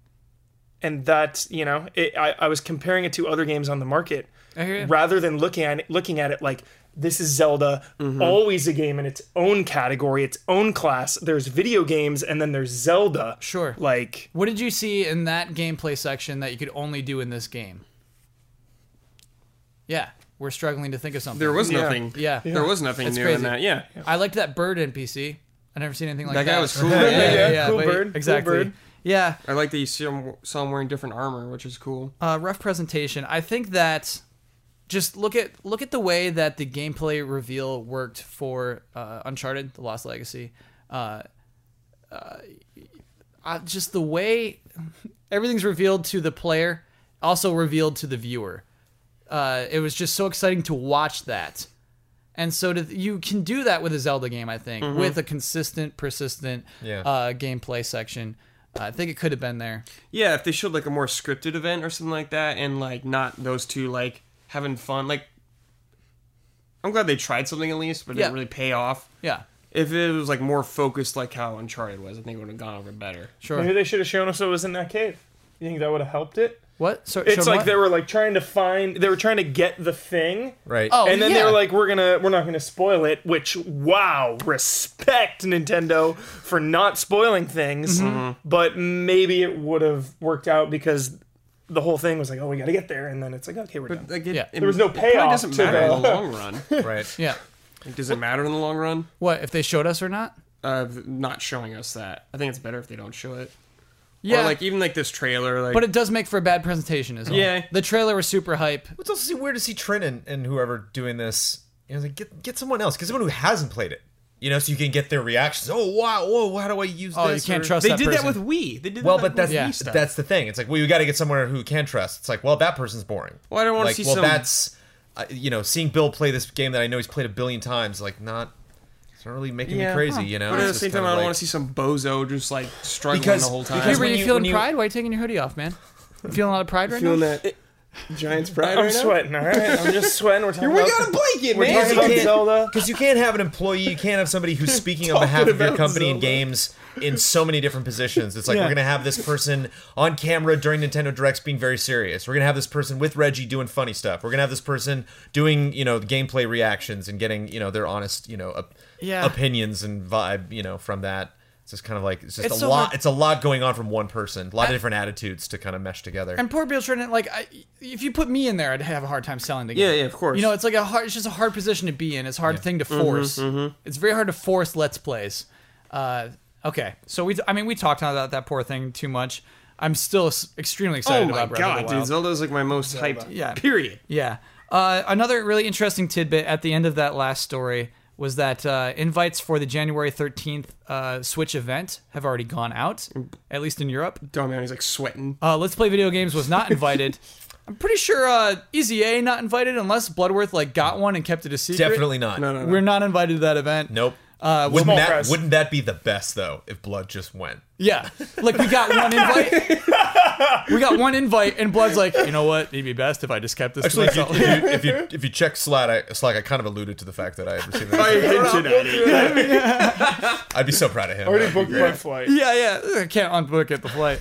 S3: and that you know it, I, I was comparing it to other games on the market
S1: I hear ya.
S3: rather than looking at it, looking at it like this is Zelda always a game in its own category its own class there's video games and then there's Zelda
S1: Sure.
S3: like
S1: What did you see in that gameplay section that you could only do in this game? Yeah, we're struggling to think of something.
S2: There was nothing.
S1: Yeah.
S2: There was nothing
S1: It's
S2: new in
S1: crazy.
S2: that. Yeah.
S1: I liked that bird NPC. I never seen anything like that.
S2: That guy was cool.
S1: Yeah, yeah,
S2: yeah.
S1: yeah,
S3: Cool
S1: wait,
S3: bird, cool
S1: Exactly.
S3: bird.
S1: Yeah.
S2: I like that you see him, saw him wearing different armor, which is cool.
S1: uh, rough presentation. I think that just look at look at the way that the gameplay reveal worked for uh, Uncharted: The Lost Legacy. Uh, uh, I- just the way everything's revealed to the player, also revealed to the viewer. Uh, it was just so exciting to watch that. And so to, you can do that with a Zelda game, I think, with a consistent, persistent
S4: Yeah.
S1: uh, gameplay section. I think it could have been there.
S2: Yeah, if they showed like a more scripted event or something like that, and like not those two like having fun. Like, I'm glad they tried something at least, but it
S1: Yeah.
S2: didn't really pay off.
S1: Yeah,
S2: If it was like more focused, like how Uncharted was, I think it would have gone over better.
S1: sure.
S3: Maybe they should have shown us what was in that cave. You think that would have helped it?
S1: What? So
S3: It's
S1: so
S3: like
S1: what?
S3: they were like trying to find. They were trying to get the thing.
S4: Right.
S1: Oh,
S3: and then
S1: yeah.
S3: they were like, "We're gonna, we're not gonna spoil it." Which, wow, respect Nintendo for not spoiling things. But maybe it would have worked out because the whole thing was like, "Oh, we gotta get there," and then it's like, "Okay, we're done."
S2: Like, it,
S1: Yeah.
S2: it-
S3: There was no
S2: it probably
S3: payoff
S2: Doesn't
S3: to
S2: matter in the
S3: that.
S2: long run.
S4: right.
S1: yeah.
S2: Like, does it matter in the long run?
S1: What if they showed us or not?
S2: Uh, not showing us that. I think it's better if they don't show it.
S1: Yeah,
S2: Or like even like this trailer, like
S1: but it does make for a bad presentation, is all.
S2: Yeah.
S1: The trailer was super hype.
S4: It's also see- weird to see Trent and, and whoever doing this. You know, like get get someone else, get someone who hasn't played it. You know, so you can get their reactions. Oh wow, whoa, how do I use
S1: Oh, you
S4: this?
S1: can't
S4: Or-
S1: trust
S2: they
S1: that
S2: did that
S1: person.
S2: with Wii. They did
S4: Well,
S2: that
S4: but
S2: with
S4: that's
S2: Wii
S1: Yeah.
S2: stuff.
S4: that's the thing. It's like, well, you got to get someone who can trust. It's like, well, that person's boring.
S2: Well, I don't wanna
S4: Like,
S2: see
S4: Well,
S2: some-
S4: that's uh, you know, seeing Bill play this game that I know he's played a billion times. Like, not. It's not really making me crazy. You know.
S2: But at the
S4: It's just
S2: same time,
S4: kinda
S2: I don't
S4: like-
S2: want to see some bozo just like struggling
S4: Because-
S2: the whole time.
S1: Hey,
S4: because
S1: were
S4: when
S1: you,
S4: you-
S1: feeling
S4: when you-
S1: pride? Why are you taking your hoodie off, man? You feeling a lot of pride right now?
S2: that Giants pride
S3: I'm sweating. All right, I'm just sweating. We're talking
S2: We
S3: about.
S2: got a blanket,
S3: we're
S2: man.
S3: talking
S4: Because
S3: about
S4: you can't-
S3: Zelda.
S4: Because you can't have an employee, you can't have somebody who's speaking on behalf of your
S3: about
S4: company
S3: Zelda.
S4: and games in so many different positions. It's like
S3: Yeah.
S4: we're gonna have this person on camera during Nintendo Directs being very serious. We're gonna have this person with Reggie doing funny stuff. We're gonna have this person doing you know gameplay reactions and getting you know their honest you know op-
S1: Yeah.
S4: opinions and vibe you know from that. It's just kind of like it's just
S1: It's
S4: a
S1: so
S4: lot.
S1: hard-
S4: It's a lot going on from one person. A lot
S1: I-
S4: of different attitudes to kind of mesh together.
S1: And poor Bill Trent, like, I, if you put me in there, I'd have a hard time selling the game.
S2: Yeah, yeah, of course. Mm-hmm,
S1: You know, it's like a hard. It's just a hard position to be in. It's a hard thing to force. It's very hard to force let's plays. Uh, okay, so we. I mean, we talked about that poor thing too much. I'm still s- extremely
S2: oh
S1: excited
S2: my
S1: about Breath of the
S2: god, dude,
S1: Wild.
S2: Zelda's like my most hyped.
S1: Yeah.
S2: Period.
S1: Yeah. Uh, another really interesting tidbit at the end of that last story was that uh, invites for the January 13th uh, Switch event have already gone out, at least in Europe.
S2: Don Manny's like sweating.
S1: Uh, Let's Play Video Games was not invited. I'm pretty sure uh, Easy A not invited unless Bloodworth like got one and kept it a secret.
S4: Definitely not.
S2: No, no, no.
S1: We're not invited to that event.
S4: Nope.
S1: Uh, with-
S4: wouldn't
S3: small
S4: that
S3: press.
S4: wouldn't that be the best though if Blood just went?
S1: yeah, like we got one invite. we got one invite, and Blood's like, you know what? It'd be best if I just kept this.
S4: Actually,
S1: to
S4: if you,
S1: myself.
S4: if you if you if you check Slack, I, Slack, I kind of alluded to the fact that I had received. It.
S2: hinted at it.
S4: I'd be so proud of him.
S3: Already booked my flight.
S1: Yeah, yeah. I can't unbook at the flight.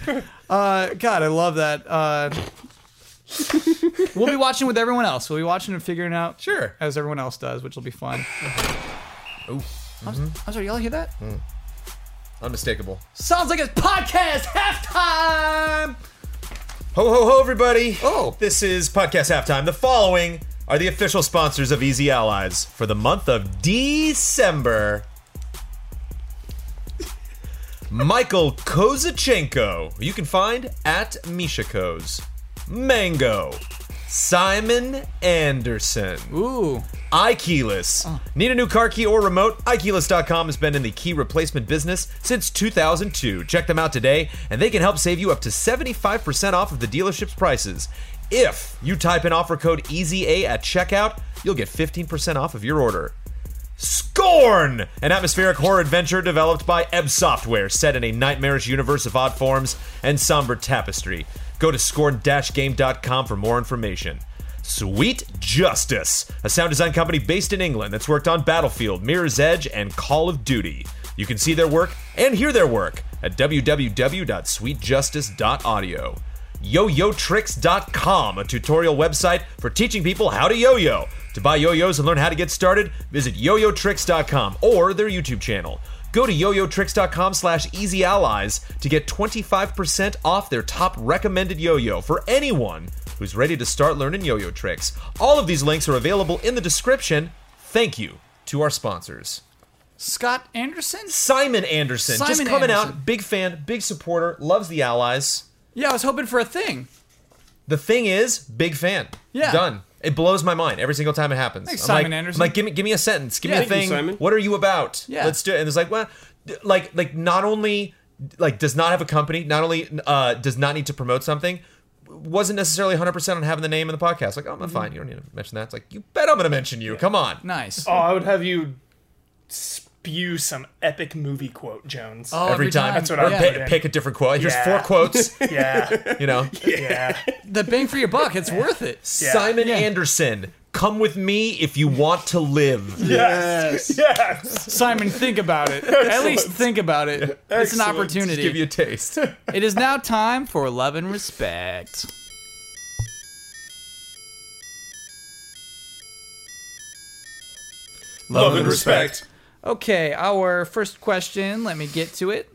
S1: Uh, God, I love that. Uh, we'll be watching with everyone else. We'll be watching and figuring out
S4: Sure.
S1: as everyone else does, which will be fun.
S4: Ooh.
S1: I'm, I'm sorry, y'all hear that?
S4: Unmistakable.
S1: Sounds like it's podcast halftime.
S4: Ho ho ho, everybody!
S1: Oh.
S4: this is podcast halftime. The following are the official sponsors of Easy Allies for the month of December. Michael Kozachenko, you can find at Mishako's. Mango, Simon Anderson.
S1: Ooh,
S4: iKeyless. Need a new car key or remote? iKeyless.com has been in the key replacement business since 2002. Check them out today, and they can help save you up to 75% off of the dealership's prices. If you type in offer code EZA at checkout, you'll get 15% off of your order. Scorn! An atmospheric horror adventure developed by Ebb Software, set in a nightmarish universe of odd forms and somber tapestry. Go to scorn-game.com for more information. Sweet Justice, a sound design company based in England that's worked on Battlefield, Mirror's Edge, and Call of Duty. You can see their work and hear their work at www.sweetjustice.audio yoyotricks.com, a tutorial website for teaching people how to yo-yo. To buy yo-yos and learn how to get started, visit yoyotricks.com or their YouTube channel. Go to yoyotricks.com slash easy allies to get 25% off their top recommended yo-yo for anyone who's ready to start learning yo-yo tricks. All of these links are available in the description. Thank you to our sponsors.
S1: Scott Anderson.
S4: Simon Anderson, just
S1: Simon
S4: coming
S1: Anderson.
S4: out, big fan, big supporter, loves the allies.
S1: Yeah, I was hoping for a thing.
S4: The thing is, big fan.
S1: Yeah.
S4: Done. It blows my mind every single time it happens.
S1: Thanks,
S4: I'm
S1: Simon
S4: like,
S1: Anderson.
S4: I'm like, give me, give me a sentence. Give
S1: Yeah.
S4: me a
S1: Thank you,
S4: thing.
S2: Simon.
S4: What are you about?
S1: Yeah.
S4: Let's do it. And it's like, well, d- like, like, not only like does not have a company, not only uh, does not need to promote something, wasn't necessarily 100 percent on having the name of the podcast. Like, oh, I'm
S1: Mm-hmm.
S4: fine. You don't need to mention that. It's like, you bet I'm going to mention you. Come on.
S1: Nice.
S3: Oh, I would have you s- spew some epic movie quote, Jones.
S1: Oh,
S4: every, time.
S3: That's what I
S4: Or
S1: yeah.
S3: put
S4: pi-
S3: in.
S4: pick a different quote. Here's
S3: Yeah.
S4: four quotes.
S3: Yeah,
S4: You know,
S3: yeah.
S1: The bang for your buck, it's worth it.
S4: Simon
S1: Yeah.
S4: Anderson, come with me if you want to live.
S3: Yes. Yes.
S1: Simon, think about it. At least think about it. It's an
S3: Excellent.
S4: Just
S1: opportunity.
S4: give you a taste.
S1: It is now time for love and respect.
S3: Love and respect.
S1: Okay, our first question. Let me get to it.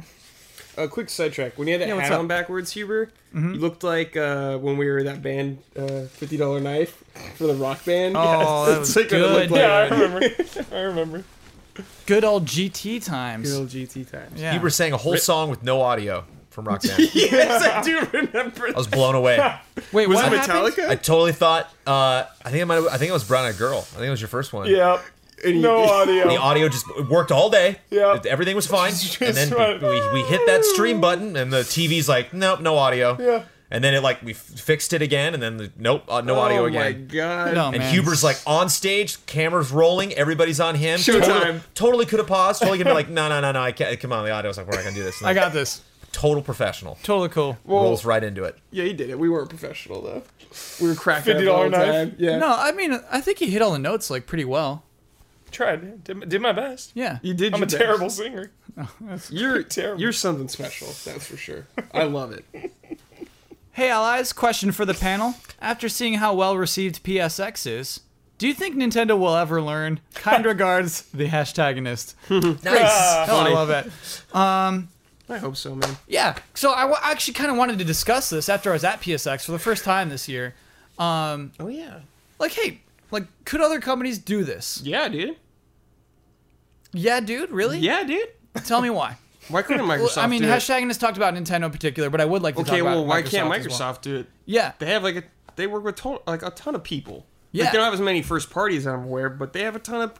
S2: A quick sidetrack. When you had that
S1: Yeah, what's
S2: hat
S1: up?
S2: on backwards, Huber, you looked like uh, when we were that band, uh, fifty dollar knife for the rock band.
S1: Oh, that was
S2: That's like what
S1: good.
S2: it looked like.
S3: Yeah, I remember. I remember.
S1: Good old GT times.
S2: Good old GT times.
S1: Yeah.
S4: You were saying a whole song with no audio from Roxanne. I
S2: yes, I do remember.
S4: was blown away.
S1: Wait,
S2: Was
S1: what
S2: it
S1: happened?
S2: Metallica?
S4: I totally thought. Uh, I think it might. Have, I think it was Brown Eyed Girl. I think it was your first one.
S3: Yep.
S2: And
S3: No
S2: you-
S4: The
S3: audio.
S4: audio just it worked all day.
S3: Yeah.
S4: Everything was fine.
S3: Just
S4: and then
S3: right.
S4: we, we hit that stream button, and the TV's like, nope, no audio.
S3: Yeah.
S4: And then it like we f- fixed it again, and then the, nope, uh, no audio
S2: oh my
S4: again.
S2: god.
S1: No,
S4: And
S1: man.
S4: Huber's like on stage, cameras rolling, everybody's on him.
S2: Showtime.
S4: Totally, totally could have paused. Totally could have been like, no, no, no, no. I can't. Come on, the audio's like, we're not gonna do this.
S1: I got this.
S4: total professional.
S1: Totally cool.
S2: Well,
S4: Rolls right into it.
S2: Yeah, he did it. We weren't professional though. We were cracking up all
S3: $50
S2: the
S3: knife?
S2: time. Yeah.
S1: No, I mean, I think you hit all the notes like pretty well.
S3: Tried. Did, did my best.
S1: Yeah.
S2: You did.
S3: I'm
S2: your
S3: a
S2: best.
S3: terrible singer.
S2: You're
S3: terrible.
S2: You're something special. That's for sure. I love it.
S1: Hey, allies, question for the panel. After seeing how well received PSX is, do you think Nintendo will ever learn? Kind regards, the hashtagonist.
S4: Nice.
S1: Oh, I love it.
S2: I hope so, man.
S1: Yeah. So I wa- actually kind of wanted to discuss this after I was at PSX for the first time this year. Um,
S2: Oh yeah.
S1: like, hey, like, could other companies do this?
S2: Yeah, dude.
S1: Yeah, dude, really?
S2: Yeah, dude.
S1: Tell me why.
S2: Why couldn't Microsoft?
S1: Well, I mean,
S2: do it?
S1: hashtagonist talked about Nintendo in particular, but I would like to
S2: Okay,
S1: talk about
S2: well, why can't
S1: as well.
S2: Microsoft do it?
S1: Yeah.
S2: They have like a they work with to- like a ton of people.
S1: Yeah.
S2: Like, they don't have as many first parties I'm aware, but they have a ton of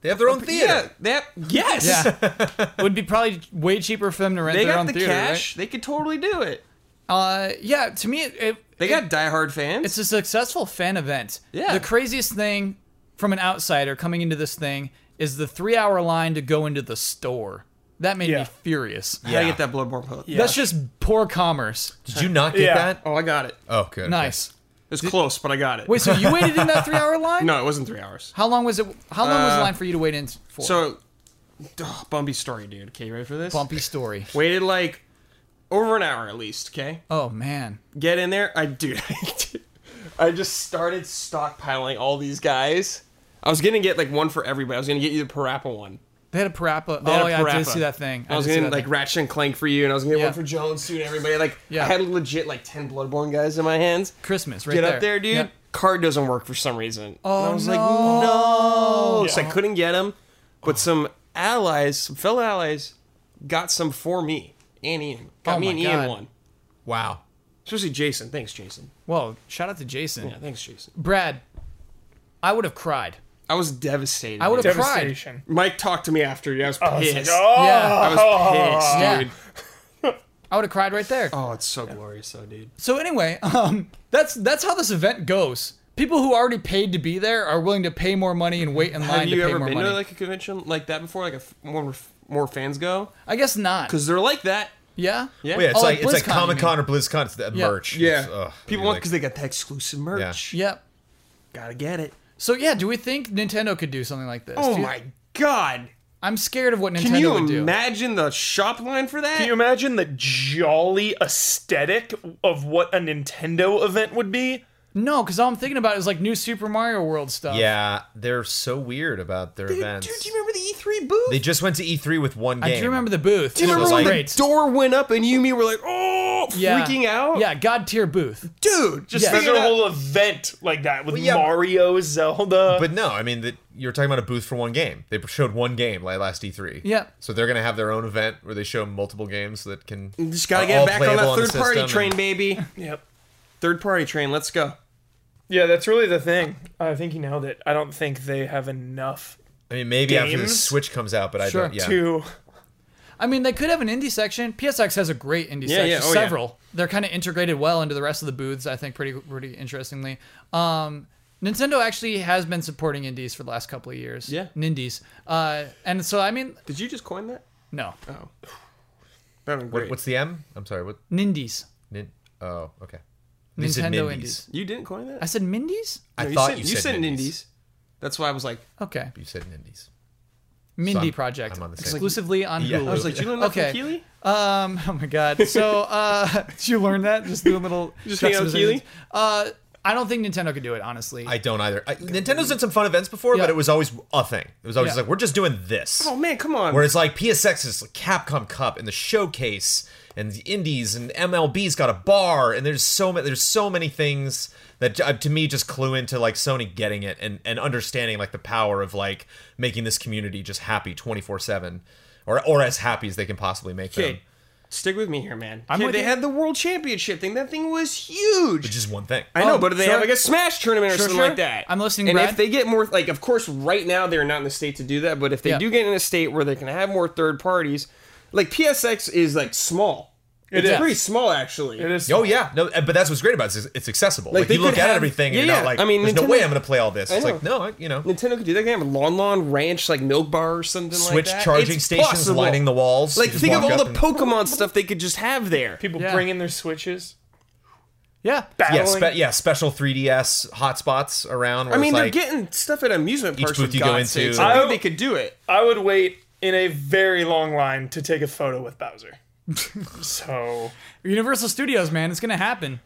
S4: They have their own theater.
S2: yeah. They have, yes,
S1: Yeah. it would be probably way cheaper for them to rent
S2: they
S1: their
S2: got
S1: own
S2: the
S1: theater, right?
S2: cash. They could totally do it.
S1: Uh, yeah, to me, it, it,
S2: They got diehard fans.
S1: it's a successful fan event.
S2: Yeah.
S1: The craziest thing from an outsider coming into this thing is the three hour line to go into the store. That made
S3: Yeah.
S1: me furious.
S2: How do you get that Bloodborne hook? Yeah.
S1: That's just poor commerce.
S4: Did you not get
S3: Yeah.
S4: that?
S2: Oh, I got it.
S4: Oh, good.
S1: Nice.
S2: It's close, but I got it.
S1: Wait, so you waited in that three hour line?
S2: no, it wasn't three hours.
S1: How long was it? How long was the line for you to wait in for?
S2: So, ugh, bumpy story, dude. Okay, you ready for this?
S1: bumpy story.
S2: Waited like over an hour at least. Okay.
S1: Oh man.
S2: get in there. I dude, I, did- I just started stockpiling all these guys. I was gonna get like one for everybody. I was gonna get you the Parappa one.
S1: They had a parappa.
S2: had
S1: oh
S2: a
S1: yeah, I did
S2: Parappa.
S1: see that thing.
S2: I, was
S1: did see
S2: gonna
S1: that
S2: like
S1: thing.
S2: Ratchet and Clank for you, and I was gonna get
S1: Yeah.
S2: one for Jones too, and everybody. Like
S1: Yeah.
S2: I had legit like ten Bloodborne guys in my hands.
S1: Christmas right
S2: Get
S1: there.
S2: up there, dude.
S1: Yeah.
S2: Card doesn't work for some reason.
S1: Oh
S2: and I was
S1: no. Oh.
S2: like, no. So I
S3: Yeah.
S2: couldn't get him, but some allies, some fellow allies, got some for me and Ian. Got
S1: Oh
S2: me
S1: my
S2: and
S1: God.
S2: Ian one.
S4: Wow.
S2: Especially Jason. Thanks, Jason.
S1: Well, shout out to Jason.
S2: Yeah, thanks, Jason.
S1: Brad, I would have cried.
S2: I was devastated.
S1: I would
S2: dude.
S1: have cried.
S3: Devastation.
S2: Mike talked to me after. I was
S3: I was
S2: pissed.
S3: like, "Ah!" oh,
S1: Yeah.
S2: I was pissed,
S1: Yeah.
S2: Oh, dude.
S1: I would have cried right there.
S2: Oh, it's so glorious, though, dude.
S1: So anyway, um, that's that's how this event goes. People who already paid to be there are willing to pay more money and wait in line
S2: Have you
S1: to pay
S2: ever
S1: more
S2: been
S1: money.
S2: to like a convention like that before? Like a f- more f- more fans go
S1: I guess not.
S2: because they're like that.
S1: yeah.
S2: Yeah,
S4: Well, yeah, it's
S1: Oh,
S4: like
S1: like
S4: it's like
S1: BlizzCon, you
S4: Comic Con or BlizzCon. It's the
S1: Yeah.
S4: merch. It's, ugh,
S2: People
S4: you're
S2: want
S4: like-
S2: because they got the exclusive merch.
S1: Yep.
S2: Gotta get it.
S1: So yeah, do we think Nintendo could do something like this?
S2: Oh
S1: Do you-
S2: my god!
S1: I'm scared of what Nintendo
S2: Can you
S1: would do.
S2: imagine the shop line for that?
S3: Can you imagine the jolly aesthetic of what a Nintendo event would be?
S1: no, because all I'm thinking about is like new Super Mario World stuff.
S4: Yeah, they're so weird about their
S2: dude,
S4: events.
S2: dude, do you remember
S1: E
S2: the E3 booth?
S4: they just went to E3 with one
S1: I
S4: game.
S1: do remember the booth.
S2: do you
S1: It was
S2: remember when
S1: great.
S2: the door went up and you and me were like, oh,
S1: yeah.
S2: freaking out?
S1: Yeah, God tier booth.
S2: dude, just
S1: Yeah.
S3: There's
S2: thinking
S3: a
S2: about-
S3: whole event like that with
S4: yeah, but-
S3: Mario, Zelda.
S4: But no, I mean that you're talking about a booth for one game. They showed one game like last E3.
S1: Yeah.
S4: So they're gonna have their own event where they show multiple games that can.
S2: Just gotta
S4: are
S2: get
S4: all
S2: back on
S4: playable
S2: that
S4: the
S2: third party
S4: system
S2: train,
S4: and-
S2: baby.
S3: yep.
S2: Third party train, let's go.
S3: Yeah, that's really the thing. I think you nailed it. I don't think they have enough
S4: I mean, maybe after the
S3: Games?
S4: Switch comes out, but I
S1: Sure.
S4: don't. Yeah.
S3: to.
S1: I mean, they could have an indie section. PSX has a great indie
S2: Yeah,
S1: section,
S2: yeah, oh, yeah.
S1: several. They're kind of integrated well into the rest of the booths, I think, pretty pretty interestingly. Um, Nintendo actually has been supporting indies for the last couple of years.
S2: Yeah.
S1: Nindies. Uh, and so, I mean,
S2: Did you just coin that?
S1: no.
S2: Oh. That would be
S4: What,
S2: great.
S4: what's the M? I'm sorry. What?
S1: Nindies.
S4: Nin, oh, okay. You said
S1: Nintendo
S4: Mindies.
S1: Indies.
S2: you didn't coin
S1: I
S2: that?
S1: said Mindies?
S4: I
S2: No,
S4: thought
S2: said,
S4: you said,
S2: said
S4: Nindies.
S2: Nindies. That's why I was like,
S1: Okay.
S4: You said Nindies. So
S1: Mindy
S4: I'm-
S1: Project.
S4: I'm on the same-
S1: exclusively on
S4: Yeah.
S1: Hulu.
S2: I was like, you learned that
S1: Okay.
S2: from Keely?
S1: Um. Oh my God. So, uh, did you learn that? Just do a little.
S2: Just hang out with Keely?
S1: juxtapositions. Uh, I don't think Nintendo could do it. Honestly,
S4: I don't either. I, Nintendo's done some fun events before,
S1: Yeah.
S4: but it was always a thing. It was always
S1: Yeah.
S4: like we're just doing this.
S2: Oh man, come on.
S4: Whereas like PSX is like Capcom Cup and the showcase and the indies and MLB's got a bar and there's so many there's so many things that uh, to me just clue into like Sony getting it and and understanding like the power of like making this community just happy 24/7 or or as happy as they can possibly make them.
S2: Okay, stick with me here, man.
S1: I'm
S2: Okay,
S1: with
S2: they
S1: you.
S2: had the World Championship thing. That thing was
S4: Which
S2: huge.
S4: is one thing.
S2: I know,
S1: Um,
S2: but they
S1: sure.
S2: have like a Smash tournament or
S1: Sure,
S2: something
S1: sure.
S2: like that.
S1: I'm listening,
S2: And
S1: Brad.
S2: if they get more, like, of course, right now they're not in the state to do that. But if they
S1: Yeah.
S2: do get in a state where they can have more third parties, like PSX is like small. it's
S1: is.
S2: pretty small actually.
S3: It is.
S4: Oh yeah, no, but that's what's great about it. is It's accessible. Like,
S2: they
S4: you look
S2: could
S4: at
S2: have-
S4: everything,
S2: Yeah,
S4: and you're not
S2: yeah.
S4: like,
S2: I mean,
S4: "There's no
S2: Nintendo-
S4: way I'm gonna play all this."
S2: I
S4: It's
S2: know.
S4: like, no, I, you know,
S2: Nintendo could do that. They can have a Lawn Lawn Ranch like milk bar or something like
S4: switch
S2: that.
S4: charging
S2: It's
S4: stations,
S2: possible.
S4: lining the walls.
S2: Like
S4: You just
S2: think of
S4: walk
S2: all
S4: up
S2: the
S4: and-
S2: Pokemon stuff they could just have there.
S3: People
S1: Yeah.
S3: bring in their switches.
S1: yeah.
S4: yeah,
S3: Battling.
S4: spe- yeah, special 3DS hotspots around. Where
S2: I mean,
S4: it's
S2: they're
S4: like,
S2: getting stuff at amusement
S4: Each
S2: parks.
S4: booth
S2: for
S4: you go
S2: God's
S4: into-
S2: sakes. I think
S3: I-
S2: they could do it.
S3: I would wait in a very long line to take a photo with Bowser. so
S1: Universal Studios, man, it's gonna happen.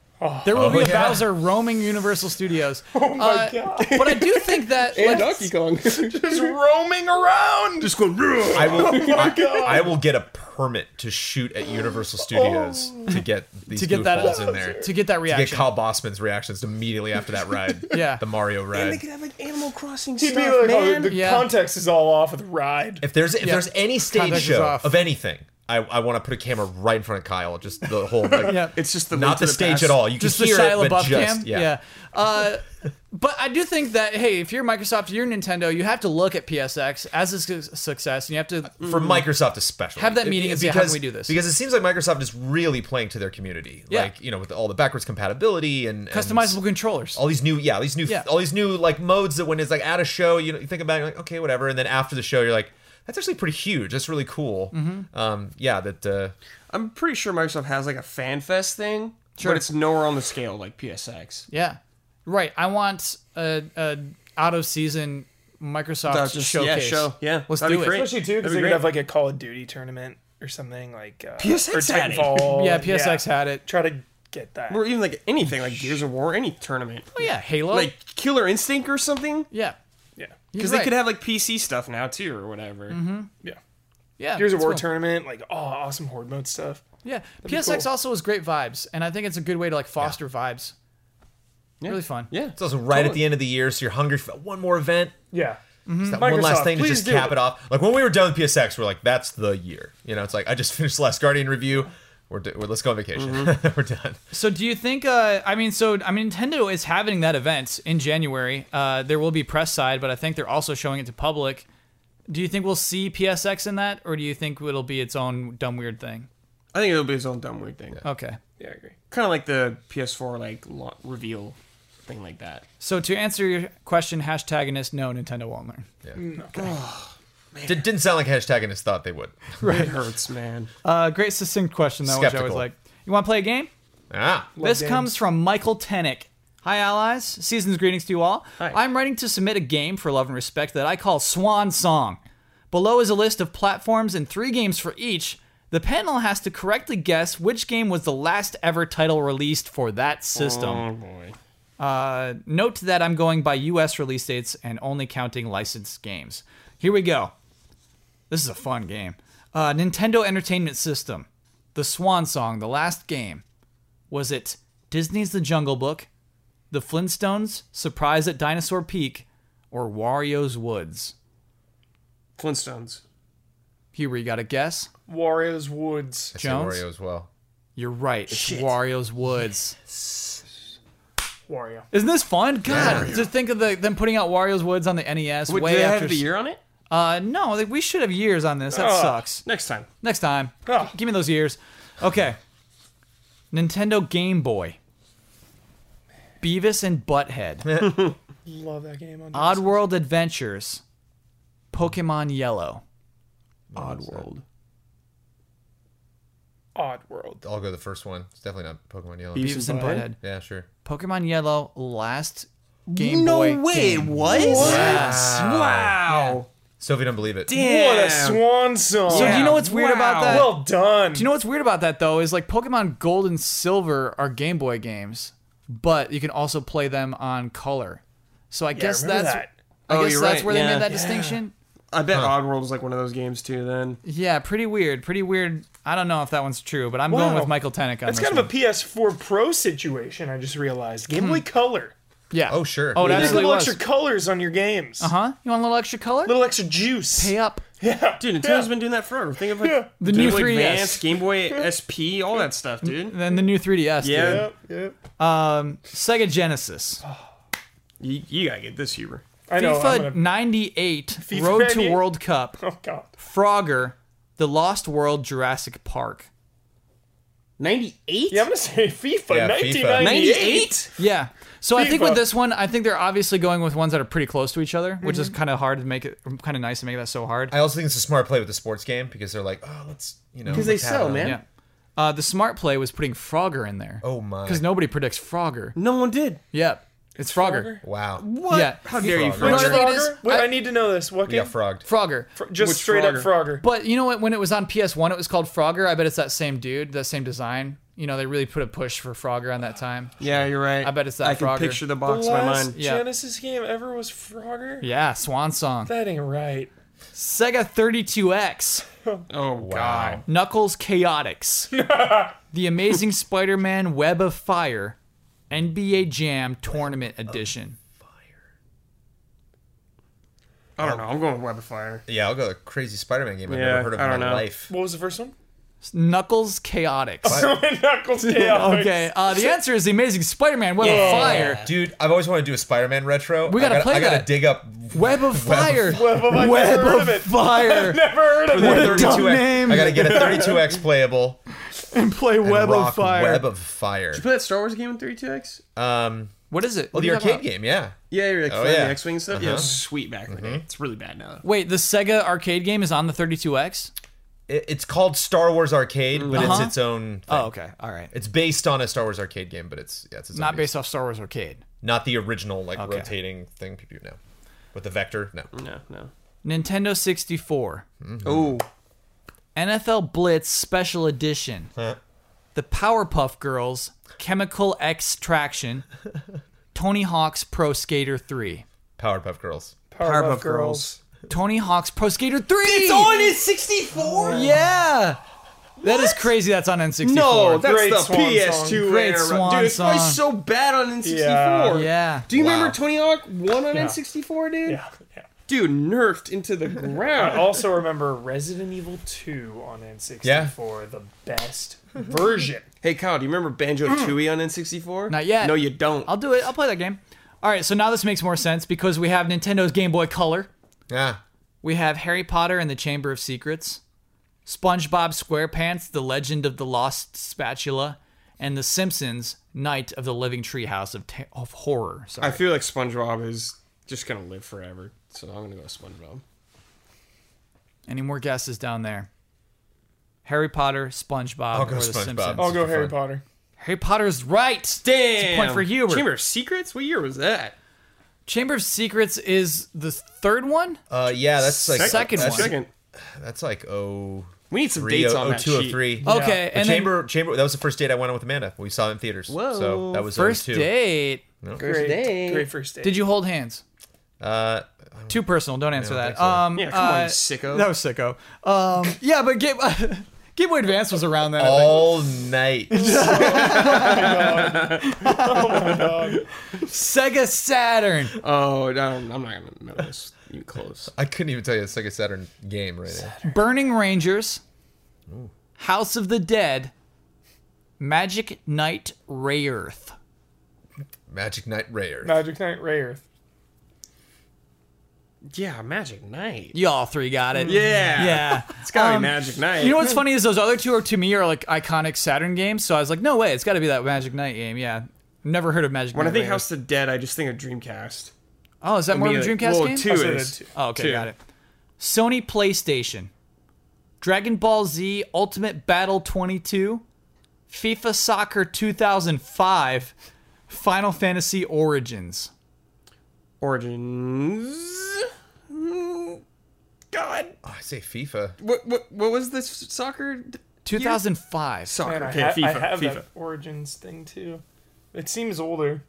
S1: there will be
S4: Oh,
S1: a
S4: yeah.
S1: Bowser roaming Universal Studios. Oh
S3: my God.
S1: But I do think that like,
S2: Kong.
S3: just roaming around. Just going.
S4: I
S2: Oh
S4: will, I, I will get a permit to shoot at
S2: Oh.
S4: Universal Studios to get these
S1: to get that
S4: goofballs in there.
S1: to get that
S4: Get
S1: reaction.
S4: Kyle Bossman's reactions immediately after that ride.
S1: Yeah.
S4: the Mario
S2: and they
S4: ride.
S2: could have like Animal Crossing
S3: He'd
S2: stuff,
S3: be like, oh,
S2: man.
S3: the
S1: Yeah.
S3: context is all off with ride.
S4: If there's if
S1: Yeah.
S4: there's any stage
S1: Contact is
S4: show
S1: off.
S4: of anything, I, I want to put a camera right in front of Kyle. Just the whole. Like,
S1: Yeah.
S2: it's just the
S4: Not the, stage at all. You
S1: just the
S4: can hear
S1: Shia
S4: it,
S1: LaBeouf
S4: but just
S1: cam. Uh, but I do think that hey, if you're Microsoft, you're Nintendo, you have to look at PSX as a su- success, and you have to
S4: for Microsoft especially.
S1: Mm-hmm. Have that
S4: It-
S1: meeting and say, how can we do this?
S4: Because it seems like Microsoft is really playing to their community.
S1: Yeah.
S4: Like, you know, with all the backwards compatibility and and
S1: customizable controllers.
S4: all these new yeah, these new
S1: Yeah.
S4: all these new like modes that when it's like at a show, you, know, you think about it, you're like, okay, whatever. And then after the show, you're like, that's actually pretty huge. That's really cool.
S1: Mm-hmm.
S4: Um, yeah, that uh,
S2: I'm pretty sure Microsoft has like a fan fest thing, but it's nowhere on the scale like PSX.
S1: Yeah, right. I want a, a out of season Microsoft
S2: Uh, just- yeah,
S1: showcase.
S2: show. Yeah,
S1: let's
S2: that'd
S1: do
S2: be
S1: it.
S2: great.
S3: Especially too,
S2: That'd be
S3: because they could
S2: great.
S3: have like a Call of Duty tournament or something like uh,
S2: PSX
S3: or
S2: had it.
S3: Titanfall.
S1: Yeah, PSX had it.
S3: Try to get that.
S2: Or even like anything like Gears of War, any tournament,
S1: Oh yeah, Halo.
S2: like Killer Instinct or something,
S1: yeah,
S3: yeah,
S2: because
S1: You're
S2: they could
S1: right.
S2: have like PC stuff now too or whatever.
S3: yeah.
S1: yeah.
S3: Here's a
S1: that's
S3: war
S1: cool.
S3: tournament, like oh, awesome horde mode stuff.
S1: Yeah, PSX
S3: cool.
S1: also is great vibes, and I think it's a good way to like foster vibes. Really fun.
S2: Yeah,
S4: it's also right at the end of the year, so you're hungry for one more event.
S3: Yeah,
S4: It's that one last
S3: Microsoft,
S4: thing to
S3: please
S4: just
S3: do
S4: cap
S3: it.
S4: it off. Like when we were done with PSX, we're like, that's the year. You know, it's like I just finished the Last Guardian review. We're, do- we're let's go on vacation. we're done.
S1: So do you think? Uh, I mean, so I mean, Nintendo is having that event in January. Uh, there will be press side, but I think they're also showing it to public. Do you think we'll see PSX in that, or do you think it'll be its own dumb weird thing?
S2: I think it'll be its own dumb weird thing,
S1: Okay.
S3: yeah, I agree.
S2: kind of like the PS4 like lo- reveal thing like that.
S1: So to answer your question, hashtagonist, no, Nintendo won't learn.
S4: Did, didn't sound like hashtaginist thought they would.
S2: It hurts, man.
S1: Uh, great succinct question though, which I was
S4: Skeptical.
S1: like, you want to play a game?
S4: Ah,
S1: this
S3: games.
S1: comes from Michael Tenick. Hi, allies. Season's greetings to you all. I'm writing to submit a game for love and respect that I call Swan Song. Below is a list of platforms and three games for each. The panel has to correctly guess which game was the last ever title released for that system.
S2: Oh boy.
S1: Uh, note that I'm going by US release dates and only counting licensed games. Here we go. This is a fun game. Uh, Nintendo Entertainment System. The Swan Song, the last game. Was it Disney's The Jungle Book, The Flintstones, Surprise at Dinosaur Peak, or Wario's Woods?
S2: Flintstones.
S1: Huber, you got a guess?
S3: Wario's Woods.
S4: I see
S1: Jones?
S4: Wario as well.
S1: You're right. It's Wario's Woods.
S3: Wario.
S1: Isn't this fun? God, to think of the, them putting out Wario's Woods on the NES
S2: Wait,
S1: way
S2: do they
S1: after
S2: have the year Ah. on it?
S1: Uh, no, like, we should have years on this. That
S3: Ugh.
S1: sucks.
S2: Next time.
S1: Next time,
S2: Ah.
S3: Ugh.
S1: give me those years. Okay. Nintendo Game Boy. Beavis and Butthead.
S3: Love that game on DS.
S1: Oddworld Adventures, Pokemon Yellow.
S2: Oddworld.
S3: Oddworld.
S4: I'll go the first one. It's definitely not Pokemon Yellow.
S2: Beef-
S1: Beavis and Butthead.
S2: Butthead?
S4: Yeah, sure.
S1: Pokemon Yellow, last Game
S2: no
S1: Boy
S2: way
S1: game.
S2: it was.
S1: Yes.
S2: Wow.
S4: Sophie, don't believe it.
S2: Damn.
S3: What a swan song.
S1: So do you know what's weird about
S2: Wow.
S1: that?
S3: well done.
S1: Do you know what's weird about that though is like Pokemon Gold and Silver are Game Boy games, but you can also play them on color. So I
S3: I
S1: guess
S3: remember
S1: that's
S3: that.
S1: I
S2: Oh,
S1: guess
S2: you're
S1: that's
S2: right,
S1: where they
S2: yeah.
S1: made that
S2: Yeah.
S1: distinction.
S2: I bet Oddworld was like one of those games too. Then
S1: Yeah, pretty weird. Pretty weird. I don't know if that one's true, but I'm going
S3: Wow.
S1: with Michael Tenick on
S3: That's
S1: this
S3: kind of a PS4 Pro situation. I just realized. Game Boy Color.
S1: a yeah.
S4: Oh, sure.
S1: Oh, it
S4: Yeah.
S3: There's
S1: absolutely
S3: little
S1: was.
S3: extra colors on your games.
S1: Uh huh. You want a little extra color?
S3: Little extra juice.
S1: Pay up.
S3: Yeah.
S2: dude, Nintendo's
S3: Yeah.
S2: been doing that forever. Think of like
S3: Yeah.
S1: The
S2: Game
S1: new
S2: Boy
S1: 3DS.
S2: Advance, Game Boy SP, all that stuff, dude.
S1: Then the new 3DS. dude.
S2: Yeah.
S3: Yep, yep.
S1: Um, Sega Genesis.
S2: You, you gotta get this humor.
S3: I know. I'm
S1: FIFA
S3: gonna-
S1: 98. Road to
S3: 98?
S1: World Cup.
S3: oh God.
S1: Frogger. The Lost World. Jurassic Park.
S2: Ninety-eight.
S3: Yeah, I'm gonna say FIFA.
S4: Yeah, FIFA.
S3: 1998.
S2: Ninety-eight.
S1: Yeah. So I think
S3: FIFA.
S1: with this one, I think they're obviously going with ones that are pretty close to each other, which
S3: Mm-hmm.
S1: is kind of hard to make it, kind of nice to make that so hard.
S4: I also think it's a smart play with the sports game because they're like, oh, let's, you know.
S2: Because they
S4: let's have
S2: sell,
S4: it on-
S2: man.
S1: yeah. Uh, the smart play was putting Frogger in there.
S4: Oh, my.
S1: Because nobody predicts Frogger.
S2: No one did.
S1: Yep. It's Frogger.
S4: Wow.
S2: What?
S1: Yeah.
S2: How dare you?
S4: Frogger.
S2: Frogger?
S1: Which
S3: Frogger?
S1: You know what it is?
S3: Wait, I,
S1: I-
S3: need to know this. What
S4: We got
S3: game?
S4: frogged.
S1: Frogger.
S3: Fro- just
S2: Which
S3: straight up Frogger.
S1: But you know what? When it was on PS1, it was called Frogger. I bet it's that same dude, that same design. You know, they really put a push for Frogger on that time.
S2: Yeah, you're right.
S1: I bet it's that
S2: I can
S1: Frogger.
S2: picture the
S3: The
S2: box in my
S3: last
S2: mind.
S1: Yeah.
S3: Genesis game ever was Frogger.
S1: Yeah, Swan Song.
S3: That ain't right.
S1: Sega 32X.
S2: Oh God.
S1: Knuckles Chaotix, The Amazing Spider Man Web of Fire, NBA Jam Tournament Edition.
S2: I don't know. I'm going with Web of Fire.
S4: Yeah, I'll go the crazy Spider-Man game I've
S2: Yeah,
S4: never heard of
S2: I
S4: in my
S2: don't know.
S4: life.
S3: What was the first one?
S1: Knuckles Chaotix.
S3: Knuckles Chaotix.
S1: Okay, uh, the answer is The Amazing Spider Man Web of Fire.
S4: Dude, I've always wanted to do a Spider-Man retro.
S1: We gotta
S4: I gotta,
S1: play
S4: I gotta
S1: that.
S4: dig up.
S1: Web of Fire.
S3: Web of- I've
S1: Web
S3: never heard
S1: of
S3: of it.
S1: Fire.
S3: Never heard of
S1: What
S3: it.
S1: a dumb
S4: 32X
S1: name.
S4: I gotta get a 32x playable.
S1: and play
S4: and
S1: Web
S4: rock
S1: of Fire.
S4: Web of Fire.
S2: Play that Star Wars game in 32x.
S4: Um,
S1: What is it?
S4: well,
S1: What
S4: the
S1: are you talking
S4: arcade
S1: about?
S4: game, yeah.
S2: Yeah, you're like
S4: Oh,
S2: flying
S4: yeah.
S2: the X-wing and stuff. Yeah, it was sweet back in the day. It's really bad now.
S1: Wait, the Sega arcade game is on the 32X?
S4: It, it's called Star Wars Arcade, but
S1: Uh-huh.
S4: it's its own. Thing.
S1: Oh, okay. All right.
S4: It's based on a Star Wars arcade game, but it's yeah, it's its own
S1: Not
S4: game.
S1: based off Star Wars Arcade.
S4: not the original like rotating thing. pew, pew, No, with the vector. No,
S2: No, no.
S1: Nintendo 64.
S2: Oh,
S1: NFL Blitz Special Edition. the Powerpuff Girls Chemical Extraction. Tony Hawk's Pro Skater 3.
S4: Powerpuff Girls.
S2: Powerpuff Girls.
S1: Tony Hawk's Pro Skater 3!
S2: his 64.
S1: Yeah! That is crazy that's on N64.
S2: No, that's
S3: Great
S2: the
S3: swan
S2: PS2
S3: song.
S2: era.
S1: Great swan
S2: Dude, it's probably
S1: song.
S2: so bad on N64.
S3: Yeah.
S1: Yeah.
S2: Do you
S4: Wow.
S2: remember Tony Hawk one on N64, dude?
S3: Yeah, yeah.
S2: Dude, nerfed into the
S3: I
S2: ground.
S3: also remember Resident Evil 2 on N64, the best version.
S2: hey, Kyle, do you remember Banjo Tooie on N64?
S1: Mm. Not yet.
S2: No, you don't.
S1: I'll do it. I'll play that game. All right, so now this makes more sense because we have Nintendo's Game Boy Color.
S4: Yeah,
S1: We have Harry Potter and the Chamber of Secrets, SpongeBob SquarePants, The Legend of the Lost Spatula, and The Simpsons, Night of the Living Treehouse of, ta- of Horror. Sorry.
S2: I feel like SpongeBob is just gonna live forever, so I'm gonna go with SpongeBob.
S1: Any more guesses down there? Harry Potter, SpongeBob,
S4: I'll go
S1: or The
S4: SpongeBob.
S1: Simpsons.
S3: I'll go
S4: Super
S3: Harry
S4: fun.
S3: Potter.
S1: Harry Potter's right.
S2: Damn.
S1: a point for Hubert.
S2: Chamber of Secrets? What year was that?
S1: Chamber of Secrets is the third one.
S4: uh, yeah. That's like
S1: Second
S4: that's,
S1: one.
S2: Second.
S4: That's like oh
S2: We need some
S4: three,
S2: dates
S4: oh
S2: on that
S4: two, oh
S2: sheet.
S4: three.
S1: Okay,
S4: The
S1: and then
S4: chamber, chamber. That was the first date I went on with Amanda. We saw it in theaters.
S2: Whoa.
S4: So that was
S1: first
S4: 02.
S1: date.
S3: Great,
S2: day.
S3: great first date.
S1: Did you hold hands?
S4: Uh,
S1: Too personal. Don't answer
S4: I
S1: that.
S4: don't think so.
S1: Um,
S2: Yeah, come on, you
S1: uh,
S2: sicko.
S1: That was sicko. Um, yeah, but Game, Game Boy Advance was around then. I
S2: Oh.
S1: think.
S4: all night.
S1: Sega Saturn.
S2: Oh, no, I'm not gonna know this. You close.
S4: I couldn't even tell you a Sega Saturn game right now.
S1: Burning Rangers, House of the Dead, Magic Knight Rayearth.
S4: Magic Knight Rayer.
S3: Magic Knight Ray Earth.
S2: Yeah, Magic Night.
S1: Y'all three got it.
S2: Yeah.
S1: Yeah.
S2: It's gotta
S1: Um,
S2: be Magic Night.
S1: You know what's funny is those other two are to me are like iconic Saturn games, so I was like, no way, it's got to be that Magic Knight game. Yeah, never heard of Magic.
S2: When I
S1: Knight
S2: think
S1: Rayearth.
S2: House of the Dead, I just think of Dreamcast.
S1: Oh, is that more of a
S2: Immediately.
S1: Dreamcast
S2: well,
S1: game?
S2: Two
S3: Oh, so
S2: is.
S3: the two-
S1: Oh, okay,
S2: two.
S1: got it. Sony PlayStation, Dragon Ball Z Ultimate Battle 22, FIFA Soccer 2005, Final Fantasy Origins.
S2: Origins. Mm, God,
S4: Oh, I say FIFA.
S2: what what what was this soccer? d-
S1: 2005.
S2: Soccer.
S3: Man, I,
S2: okay,
S3: ha-
S2: FIFA.
S3: I have
S2: FIFA.
S3: that Origins thing too. It seems older.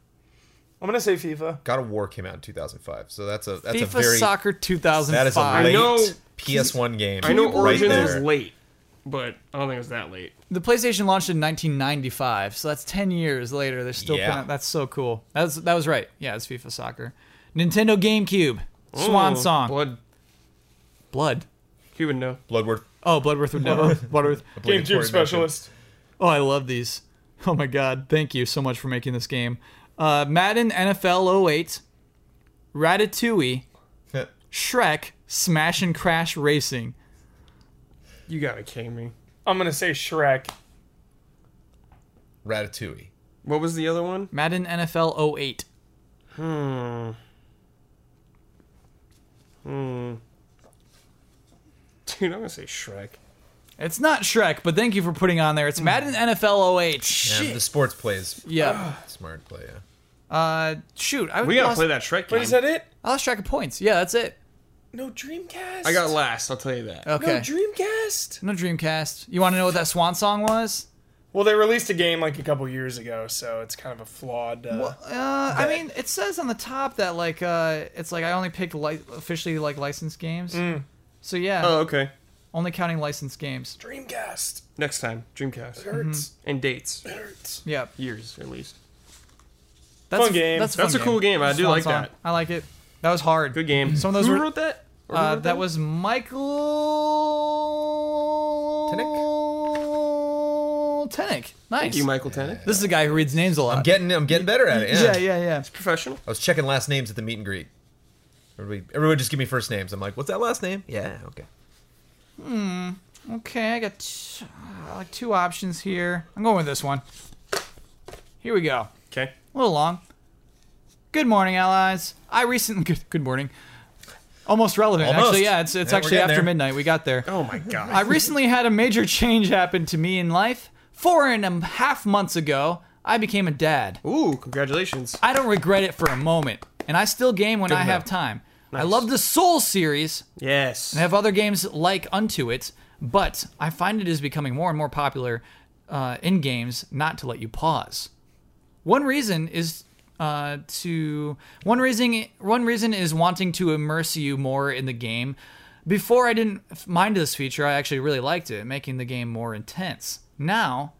S3: I'm gonna say FIFA.
S4: God of War came out in 2005, so that's a that's a
S1: FIFA
S4: very
S1: Soccer 2005.
S4: that is a late
S2: know-
S4: PS1 game.
S2: I know
S4: right
S2: Origins
S4: there.
S2: was late, but I don't think it was that late.
S1: The PlayStation launched in 1995, so that's 10 years later. They're still
S4: Yeah.
S1: putting out- that's so cool. That's that was right. Yeah, it's FIFA Soccer. Nintendo GameCube, Swan
S2: Ooh,
S1: Song,
S2: Oh, Blood.
S1: Blood.
S2: He would know.
S4: Bloodworth.
S1: Oh, Bloodworth would know. Bloodworth.
S3: GameCube
S4: Obligatory
S3: specialist.
S1: Oh, I love these. Oh my god, thank you so much for making this game. Uh, Madden NFL 08, Ratatouille,
S4: mention.
S1: Shrek, Smash and Crash Racing.
S2: You gotta kidding me.
S3: I'm gonna say Shrek.
S4: Ratatouille.
S2: What was the other one?
S1: Madden NFL 08.
S2: Hmm. Hmm. Dude, I'm gonna say Shrek.
S1: It's not Shrek, but thank you for putting on there. It's Madden NFL 08.
S4: Yeah, the sports plays
S1: Yeah.
S4: smart play. Yeah.
S1: Uh, shoot, I
S2: We gotta
S1: lost,
S2: play that Shrek game.
S3: Wait, is that it?
S1: I lost track of points. Yeah, that's it.
S3: No Dreamcast.
S2: I got last. I'll tell you that.
S1: Okay.
S3: No Dreamcast.
S1: No Dreamcast. You want to know what that swan song was?
S3: Well, they released a game like a couple years ago, so it's kind of a flawed. Uh,
S1: Well, uh, I mean, it says on the top that like uh, it's like I only picked li- officially like licensed games. So yeah,
S2: Oh, okay.
S1: only counting licensed games.
S3: Dreamcast
S2: Next time, Dreamcast
S3: hurts.
S2: and dates,
S3: Hurts.
S1: Yeah,
S2: years at least.
S1: that's
S3: Fun game.
S1: That's a,
S2: That's a cool game. I do
S1: Swan
S2: like
S1: song.
S2: that.
S1: I like it. That was hard.
S2: Good game.
S1: Some of those
S2: Who
S1: were-
S2: wrote that? Or who
S1: Uh,
S2: wrote
S1: that was Michael Tenick. Nice.
S2: Thank you, Michael Tennant.
S1: This is a guy who reads names a lot.
S4: I'm getting I'm getting better at it. Yeah.
S1: yeah, yeah, yeah.
S2: Professional.
S4: I was checking last names at the meet and greet. Everybody, everyone just give me first names. I'm like, what's that last name? Yeah, okay.
S1: Okay, I got t- uh, like two options here. I'm going with this one. Here we go.
S2: Okay.
S1: A little long. Good morning, allies. I recently good, good morning. Almost relevant,
S4: Almost.
S1: actually. Yeah, it's it's
S4: Yeah, we're
S1: actually
S4: getting
S1: after
S4: there.
S1: midnight. We got there.
S2: Oh my god.
S1: I recently had a major change happen to me in life. Four and a half months ago, I became a dad.
S2: Ooh, congratulations.
S1: I don't regret it for a moment, and I still game when I
S2: to
S1: have
S2: know.
S1: time. I
S2: Nice.
S1: love the Soul series,
S2: Yes.
S1: I have other games like unto it, but I find it is becoming more and more popular uh, in games not to let you pause. One reason is uh, to one reason one reason is wanting to immerse you more in the game. Before I didn't f- mind this feature, I actually really liked it, making the game more intense. Now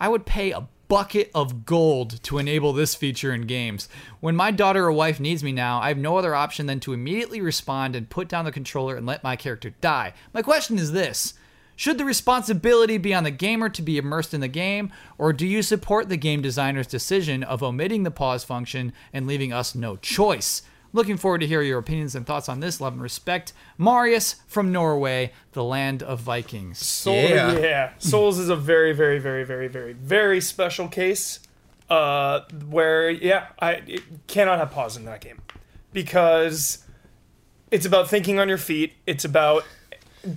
S1: I would pay a bucket of gold to enable this feature in games. When my daughter or wife needs me now, I have no other option than to immediately respond and put down the controller and let my character die. My question is this should the responsibility be on the gamer to be immersed in the game, or do you support the game designer's decision of omitting the pause function and leaving us no choice? Looking forward to hear your opinions and thoughts on this. Love and respect, Marius from Norway, the land of Vikings.
S3: Soul,
S4: Yeah.
S3: yeah. Souls is a very, very, very, very, very, very special case. Uh, where yeah, I it cannot have pause in that game because it's about thinking on your feet. It's about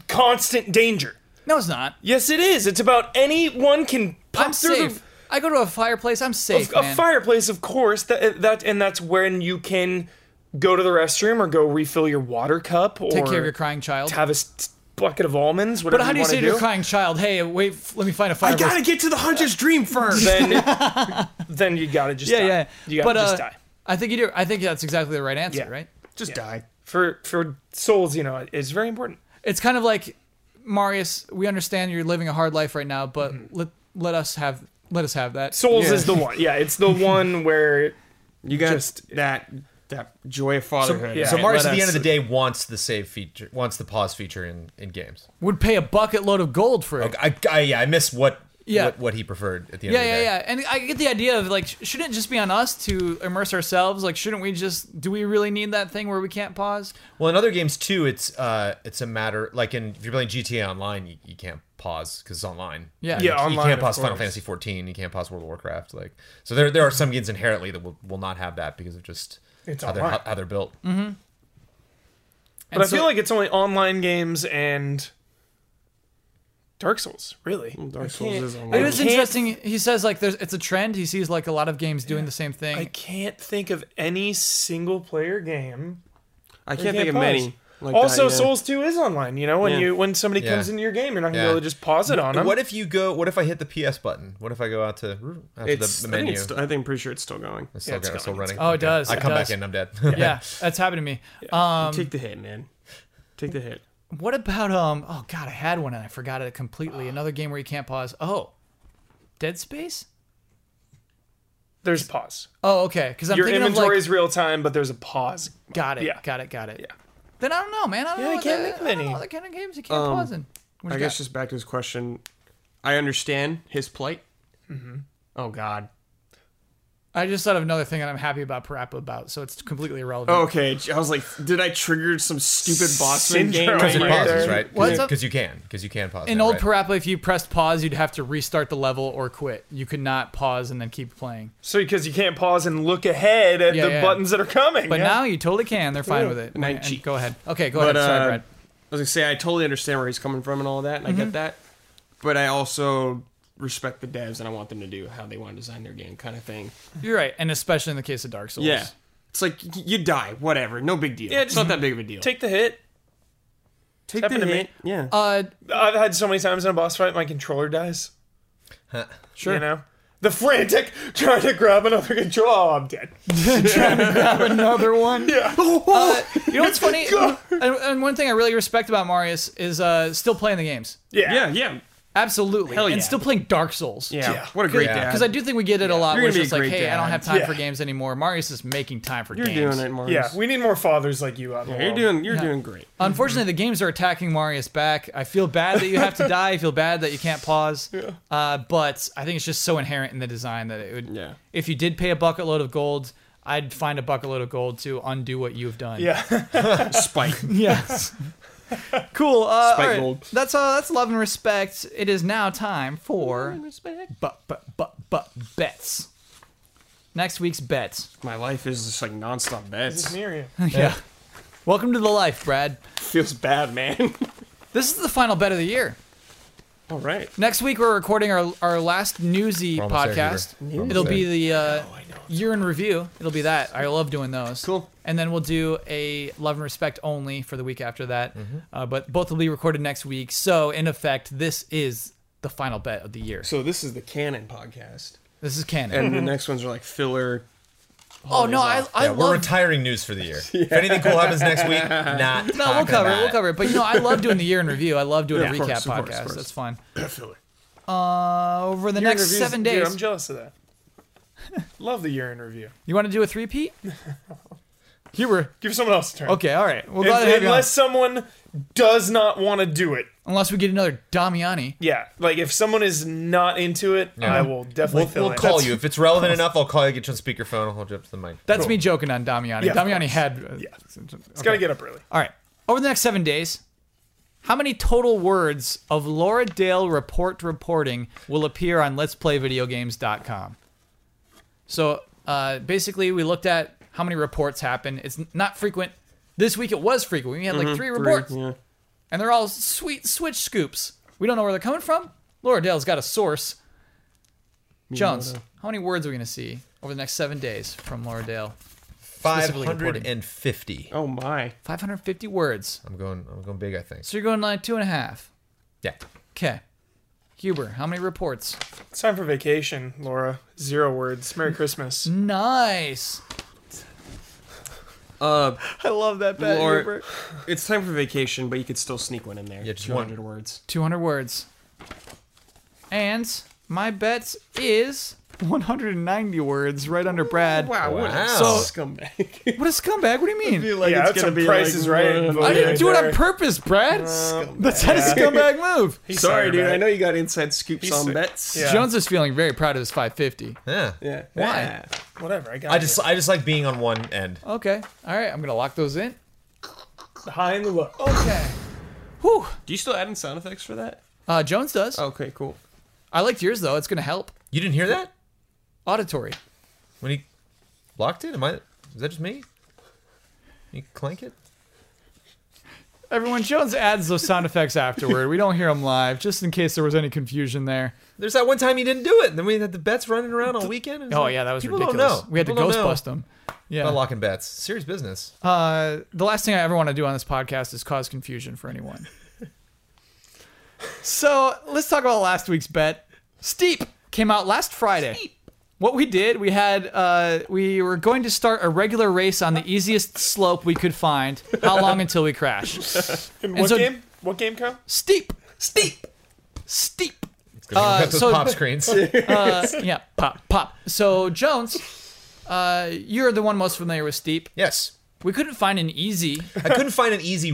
S3: constant danger.
S1: No, it's not.
S3: Yes, it is. It's about anyone can pop
S1: I'm
S3: through the-
S1: safe. I go to a fireplace. I'm safe.
S3: a
S1: man.
S3: fireplace, of course. That that and that's when you can go to the restroom or go refill your water cup or
S1: Take care of your crying child.
S3: have a s- bucket of almonds. Whatever
S1: But how do you
S3: wanna
S1: say to your crying child, "Hey, wait, f- let me find a fireplace"?
S2: get to the hunter's dream first.
S3: then then you gotta just
S1: yeah,
S3: die.
S1: yeah.
S3: You gotta
S1: but
S3: just
S1: uh,
S3: die.
S1: I think you do. I think that's exactly the right answer,
S3: Yeah.
S1: right?
S2: Just die.
S3: For for souls, you know, it's very important.
S1: It's kind of like Marius. We understand you're living a hard life right now, but
S3: Mm-hmm.
S1: let let us have let us have that.
S3: Souls is the one. Yeah, it's the one where
S2: You got
S3: Just-
S2: that that joy of fatherhood.
S3: yeah.
S4: So
S3: Right,
S4: Marius,
S2: let
S4: at the end of
S2: us-
S4: the day, wants the save feature, wants the pause feature in, in games.
S1: would pay a bucket load of gold for it.
S4: I, I yeah, I miss what
S1: Yeah.
S4: what, what he preferred at the end.
S1: Yeah,
S4: of the
S1: yeah,
S4: day.
S1: yeah. And I get the idea of like, sh- shouldn't it just be on us to immerse ourselves? Like, shouldn't we just? Do we really need that thing where we can't pause?
S4: Well, in other games too, it's uh, it's a matter like in if you're playing GTA Online, you, you can't pause because it's online.
S1: Yeah.
S4: And
S1: Yeah,
S4: you,
S3: online,
S4: You can't
S3: of
S4: pause Final
S3: course.
S4: Fantasy 14. You can't pause World of Warcraft. Like, so there there are some games inherently that will, will not have that because of just
S3: It's
S4: how they're
S3: online.
S4: how, how they're built.
S1: Mm-hmm.
S3: But I feel like it's only online games and Dark Souls, really.
S2: Dark Souls
S3: can't-
S2: is
S3: I
S1: It
S2: online.
S1: was
S3: can't-
S1: interesting. He says like there's it's a trend. He sees like a lot of games doing the same thing.
S3: I can't think of any single player game.
S2: I
S3: that
S2: can't think of
S3: pause.
S2: many. Like
S3: also,
S2: that, yeah.
S3: Souls Two is online. You know, when
S2: Yeah.
S3: you when somebody
S4: Yeah.
S3: comes into your game, you're not gonna be
S4: Yeah.
S3: able to just pause it on them.
S4: What if you go? What if I hit the PS button? What if I go out to out to the,
S2: It's,
S4: the
S2: I, think
S4: menu?
S2: it's st- I think I'm pretty sure it's still going.
S4: It's still,
S3: it's
S4: got- it's still
S3: going, it's
S4: running.
S1: Oh, it does,
S4: I
S1: it
S4: come
S1: does.
S4: back in. I'm dead.
S1: yeah, that's happened to me. Um,
S2: Take the hit, man. Take the hit.
S1: what about um? Oh God, I had one and I forgot it completely. Another game where you can't pause. Oh, Dead Space.
S3: there's pause.
S1: Oh, okay. Because I'm
S3: Your
S1: thinking
S3: inventory
S1: of
S3: is real time, but there's a pause.
S1: like, got it,
S3: yeah.
S1: got it, got it.
S3: Yeah.
S1: Then I don't know, man. I don't
S3: Yeah,
S1: know.
S3: I
S1: what
S3: can't
S1: the-
S3: think of
S1: I don't
S3: any.
S1: know Other kind of games you can't
S2: Um,
S1: pause in. What
S2: I
S1: you
S2: guess
S1: got?
S2: just back to his question. I understand his plight. Oh God.
S1: I just thought of another thing that I'm happy about Parappa about, so it's completely irrelevant.
S3: Oh,
S2: Okay, I was like, did I trigger some stupid Bossman game?
S3: Syndrome.
S2: Right
S4: Because it
S3: Right
S4: pauses,
S3: there.
S4: right?
S1: What's up?
S4: Because you can. Because you can pause.
S1: In
S4: now,
S1: old
S4: right?
S1: Parappa, if you pressed pause, you'd have to restart the level or quit. You could not pause and then keep playing.
S3: So because you can't pause and look ahead at
S1: Yeah,
S3: the
S1: yeah.
S3: buttons that are coming.
S1: But
S3: yeah.
S1: now you totally can. They're fine with it.
S2: Night
S1: And
S2: cheat.
S1: Go ahead. Okay, go
S2: But,
S1: ahead. Sorry,
S2: uh,
S1: Brad.
S2: I was gonna say I totally understand where he's coming from and all that, and I get that. But I also respect the devs, and I want them to do how they want to design their game, kind of thing.
S1: You're right, and especially in the case of Dark Souls.
S2: Yeah, it's like y- you die, whatever, no big deal.
S3: Yeah,
S2: it's not that big of a deal.
S3: take the hit.
S2: take
S3: happened to me.
S2: Yeah,
S1: Uh,
S3: I've had so many times in a boss fight, my controller dies.
S2: sure.
S3: You know, the frantic trying to grab another controller. Oh, I'm dead.
S1: another one. Yeah.
S2: Oh,
S1: Uh, you know what's funny? and, and one thing I really respect about Marius is uh, still playing the games.
S3: Yeah.
S2: Yeah, yeah,
S1: Absolutely.
S2: Hell
S1: And
S2: yeah.
S1: still playing Dark Souls.
S2: yeah,
S3: Yeah.
S2: What a great
S4: Yeah.
S2: dad.
S1: Because I do think we get it a lot
S2: You're
S1: where
S2: gonna
S1: it's
S2: be a
S1: just like,
S2: great
S1: hey, I don't
S2: dad.
S1: have time
S3: Yeah.
S1: for games anymore. Marius is making time for
S2: you're
S1: games.
S2: doing it, Marcus.
S3: Yeah, we need more fathers like you out in the
S2: you're
S3: world.
S2: doing. You're doing great.
S1: Unfortunately, the games are attacking Marius back. I feel bad that you have to die. I feel bad that you can't pause. Uh, but I think it's just so inherent in the design that it would.
S2: Yeah.
S1: If you did pay a bucket load of gold, I'd find a bucket load of gold to undo what you've done.
S3: Yeah,
S2: Spike.
S1: Yes. cool. Uh,
S2: Spike
S1: all right.
S2: gold.
S1: That's uh, that's love and respect. It is now time for but but but but bets. Next week's bets.
S2: My life is just like nonstop bets.
S3: Miriam.
S1: yeah. Welcome to the life, Brad.
S2: Feels bad, man.
S1: This is the final bet of the year.
S2: all right.
S1: Next week we're recording our, our last newsy
S4: We're almost there,
S1: podcast.
S4: Huber. We're almost
S1: It'll
S4: there.
S1: be the uh, year in review. It'll be that. I love doing those.
S2: Cool.
S1: And then we'll do a love and respect only for the week after that.
S4: Mm-hmm.
S1: Uh, but both will be recorded next week. So in effect, this is the final bet of the year.
S2: So this is the canon podcast,
S1: This is canon.
S2: and the next ones are like filler.
S1: oh no, I
S2: holidays
S1: I
S4: Yeah, we're
S1: love.
S4: retiring news for the year. If anything cool happens next week, not.
S1: No, we'll cover it. We'll cover it. But you know, I love doing the year in review. I love doing
S2: Yeah,
S1: a
S2: of
S1: recap
S2: course, of
S1: podcast.
S2: course, of course.
S1: That's fun.
S2: filler.
S1: Uh, over the
S3: Year in
S1: next
S3: reviews-
S1: seven
S3: dude,
S1: days,
S3: I'm jealous of that. Love the year in review.
S1: you want to do a three peat? Huber.
S3: Give someone else a turn.
S1: Okay, all right. We'll
S3: If-
S1: glad to have you on.
S3: unless someone does not want to do it.
S1: Unless we get another Damiani.
S3: Yeah, like if someone is not into it, I will definitely
S4: We'll,
S3: fill
S4: we'll
S3: in.
S4: call
S3: That's-
S4: you if it's relevant enough. I'll call you. Get you on speakerphone. I'll hold you up to the mic.
S1: That's me joking on Damiani.
S3: Yeah, of
S1: Damiani
S3: course.
S1: had. uh,
S3: Yeah. It's
S1: okay.
S3: gotta get up early.
S1: All right. Over the next seven days, how many total words of Laura Dale report reporting will appear on Let's Play Video Games.com? So uh, basically, we looked at how many reports happen. It's not frequent. This week it was frequent. We had like three reports,
S2: Yeah.
S1: and they're all sweet switch scoops. We don't know where they're coming from. Laura Dale's got a source. Jones, how many words are we going to see over the next seven days from Laura Dale?
S4: Five
S1: specifically
S4: hundred
S1: reporting.
S4: and fifty.
S2: Oh my.
S1: 550 words.
S4: I'm going. I'm going big. I think.
S1: So you're going like two and a half.
S4: Yeah.
S1: Okay. Huber, how many reports?
S3: It's time for vacation, Laura. Zero words. Merry Christmas.
S1: Nice.
S2: Uh,
S3: I love that
S2: bet, Laura- Hubert. it's time for vacation, but you could still sneak one in there.
S4: Yeah, just
S2: 200
S4: one.
S2: words.
S1: 200 words. And my bet is 190 words right under Brad.
S2: Wow, what a
S4: Wow.
S2: scumbag.
S1: What a scumbag. What do you mean?
S2: like
S3: yeah,
S2: it's
S3: that's
S2: gonna
S3: some
S2: be
S3: Price
S2: like,
S3: is Right
S2: uh,
S3: voting
S1: I didn't
S3: right
S1: do it
S3: there.
S1: on purpose, Brad. That's not a scumbag move.
S3: He's
S2: Sorry, dude.
S3: about
S2: I
S3: it.
S2: know you got inside scoops
S3: He's
S2: on
S3: sorry.
S2: bets.
S3: Yeah.
S1: Jones is feeling very proud of his 550.
S4: Yeah.
S2: Yeah.
S1: Why?
S2: Yeah.
S3: Whatever. I got.
S4: I just. I just like being on one end.
S1: Okay. All right. I'm going to lock those in.
S3: the high and the low.
S1: Okay. Whew.
S2: Do you still add in sound effects for that?
S1: Uh, Jones does.
S3: Oh.
S2: Okay, cool.
S1: I liked yours, though. It's going to help.
S4: You didn't hear that
S1: Auditory.
S4: when he locked it. Am I? Is that just me? You clank it?
S1: Everyone, Jones adds those sound effects afterward. We don't hear them live, just in case there was any confusion there.
S4: There's that one time you didn't do it, and then we had the bets running around all weekend. It was
S1: Oh
S4: like,
S1: yeah, that was
S4: people
S1: ridiculous.
S4: Don't know.
S1: We had
S4: People
S1: to
S4: don't
S1: ghost
S4: know
S1: bust them. Yeah.
S4: About locking bets, serious business.
S1: Uh, the last thing I ever want to do on this podcast is cause confusion for anyone. so let's talk about last week's bet. Steep came out last Friday. What we did, we had uh, we were going to start a regular race on the easiest slope we could find. How long until we crash?
S3: In what
S1: so-
S3: game? What game, Kyle?
S1: Steep, steep, steep.
S4: Uh, those
S1: so-
S4: pop screens.
S1: Uh, yeah, pop, pop. So Jones, uh, you're the one most familiar with steep.
S4: yes,
S1: We couldn't find an easy
S4: I couldn't find an easy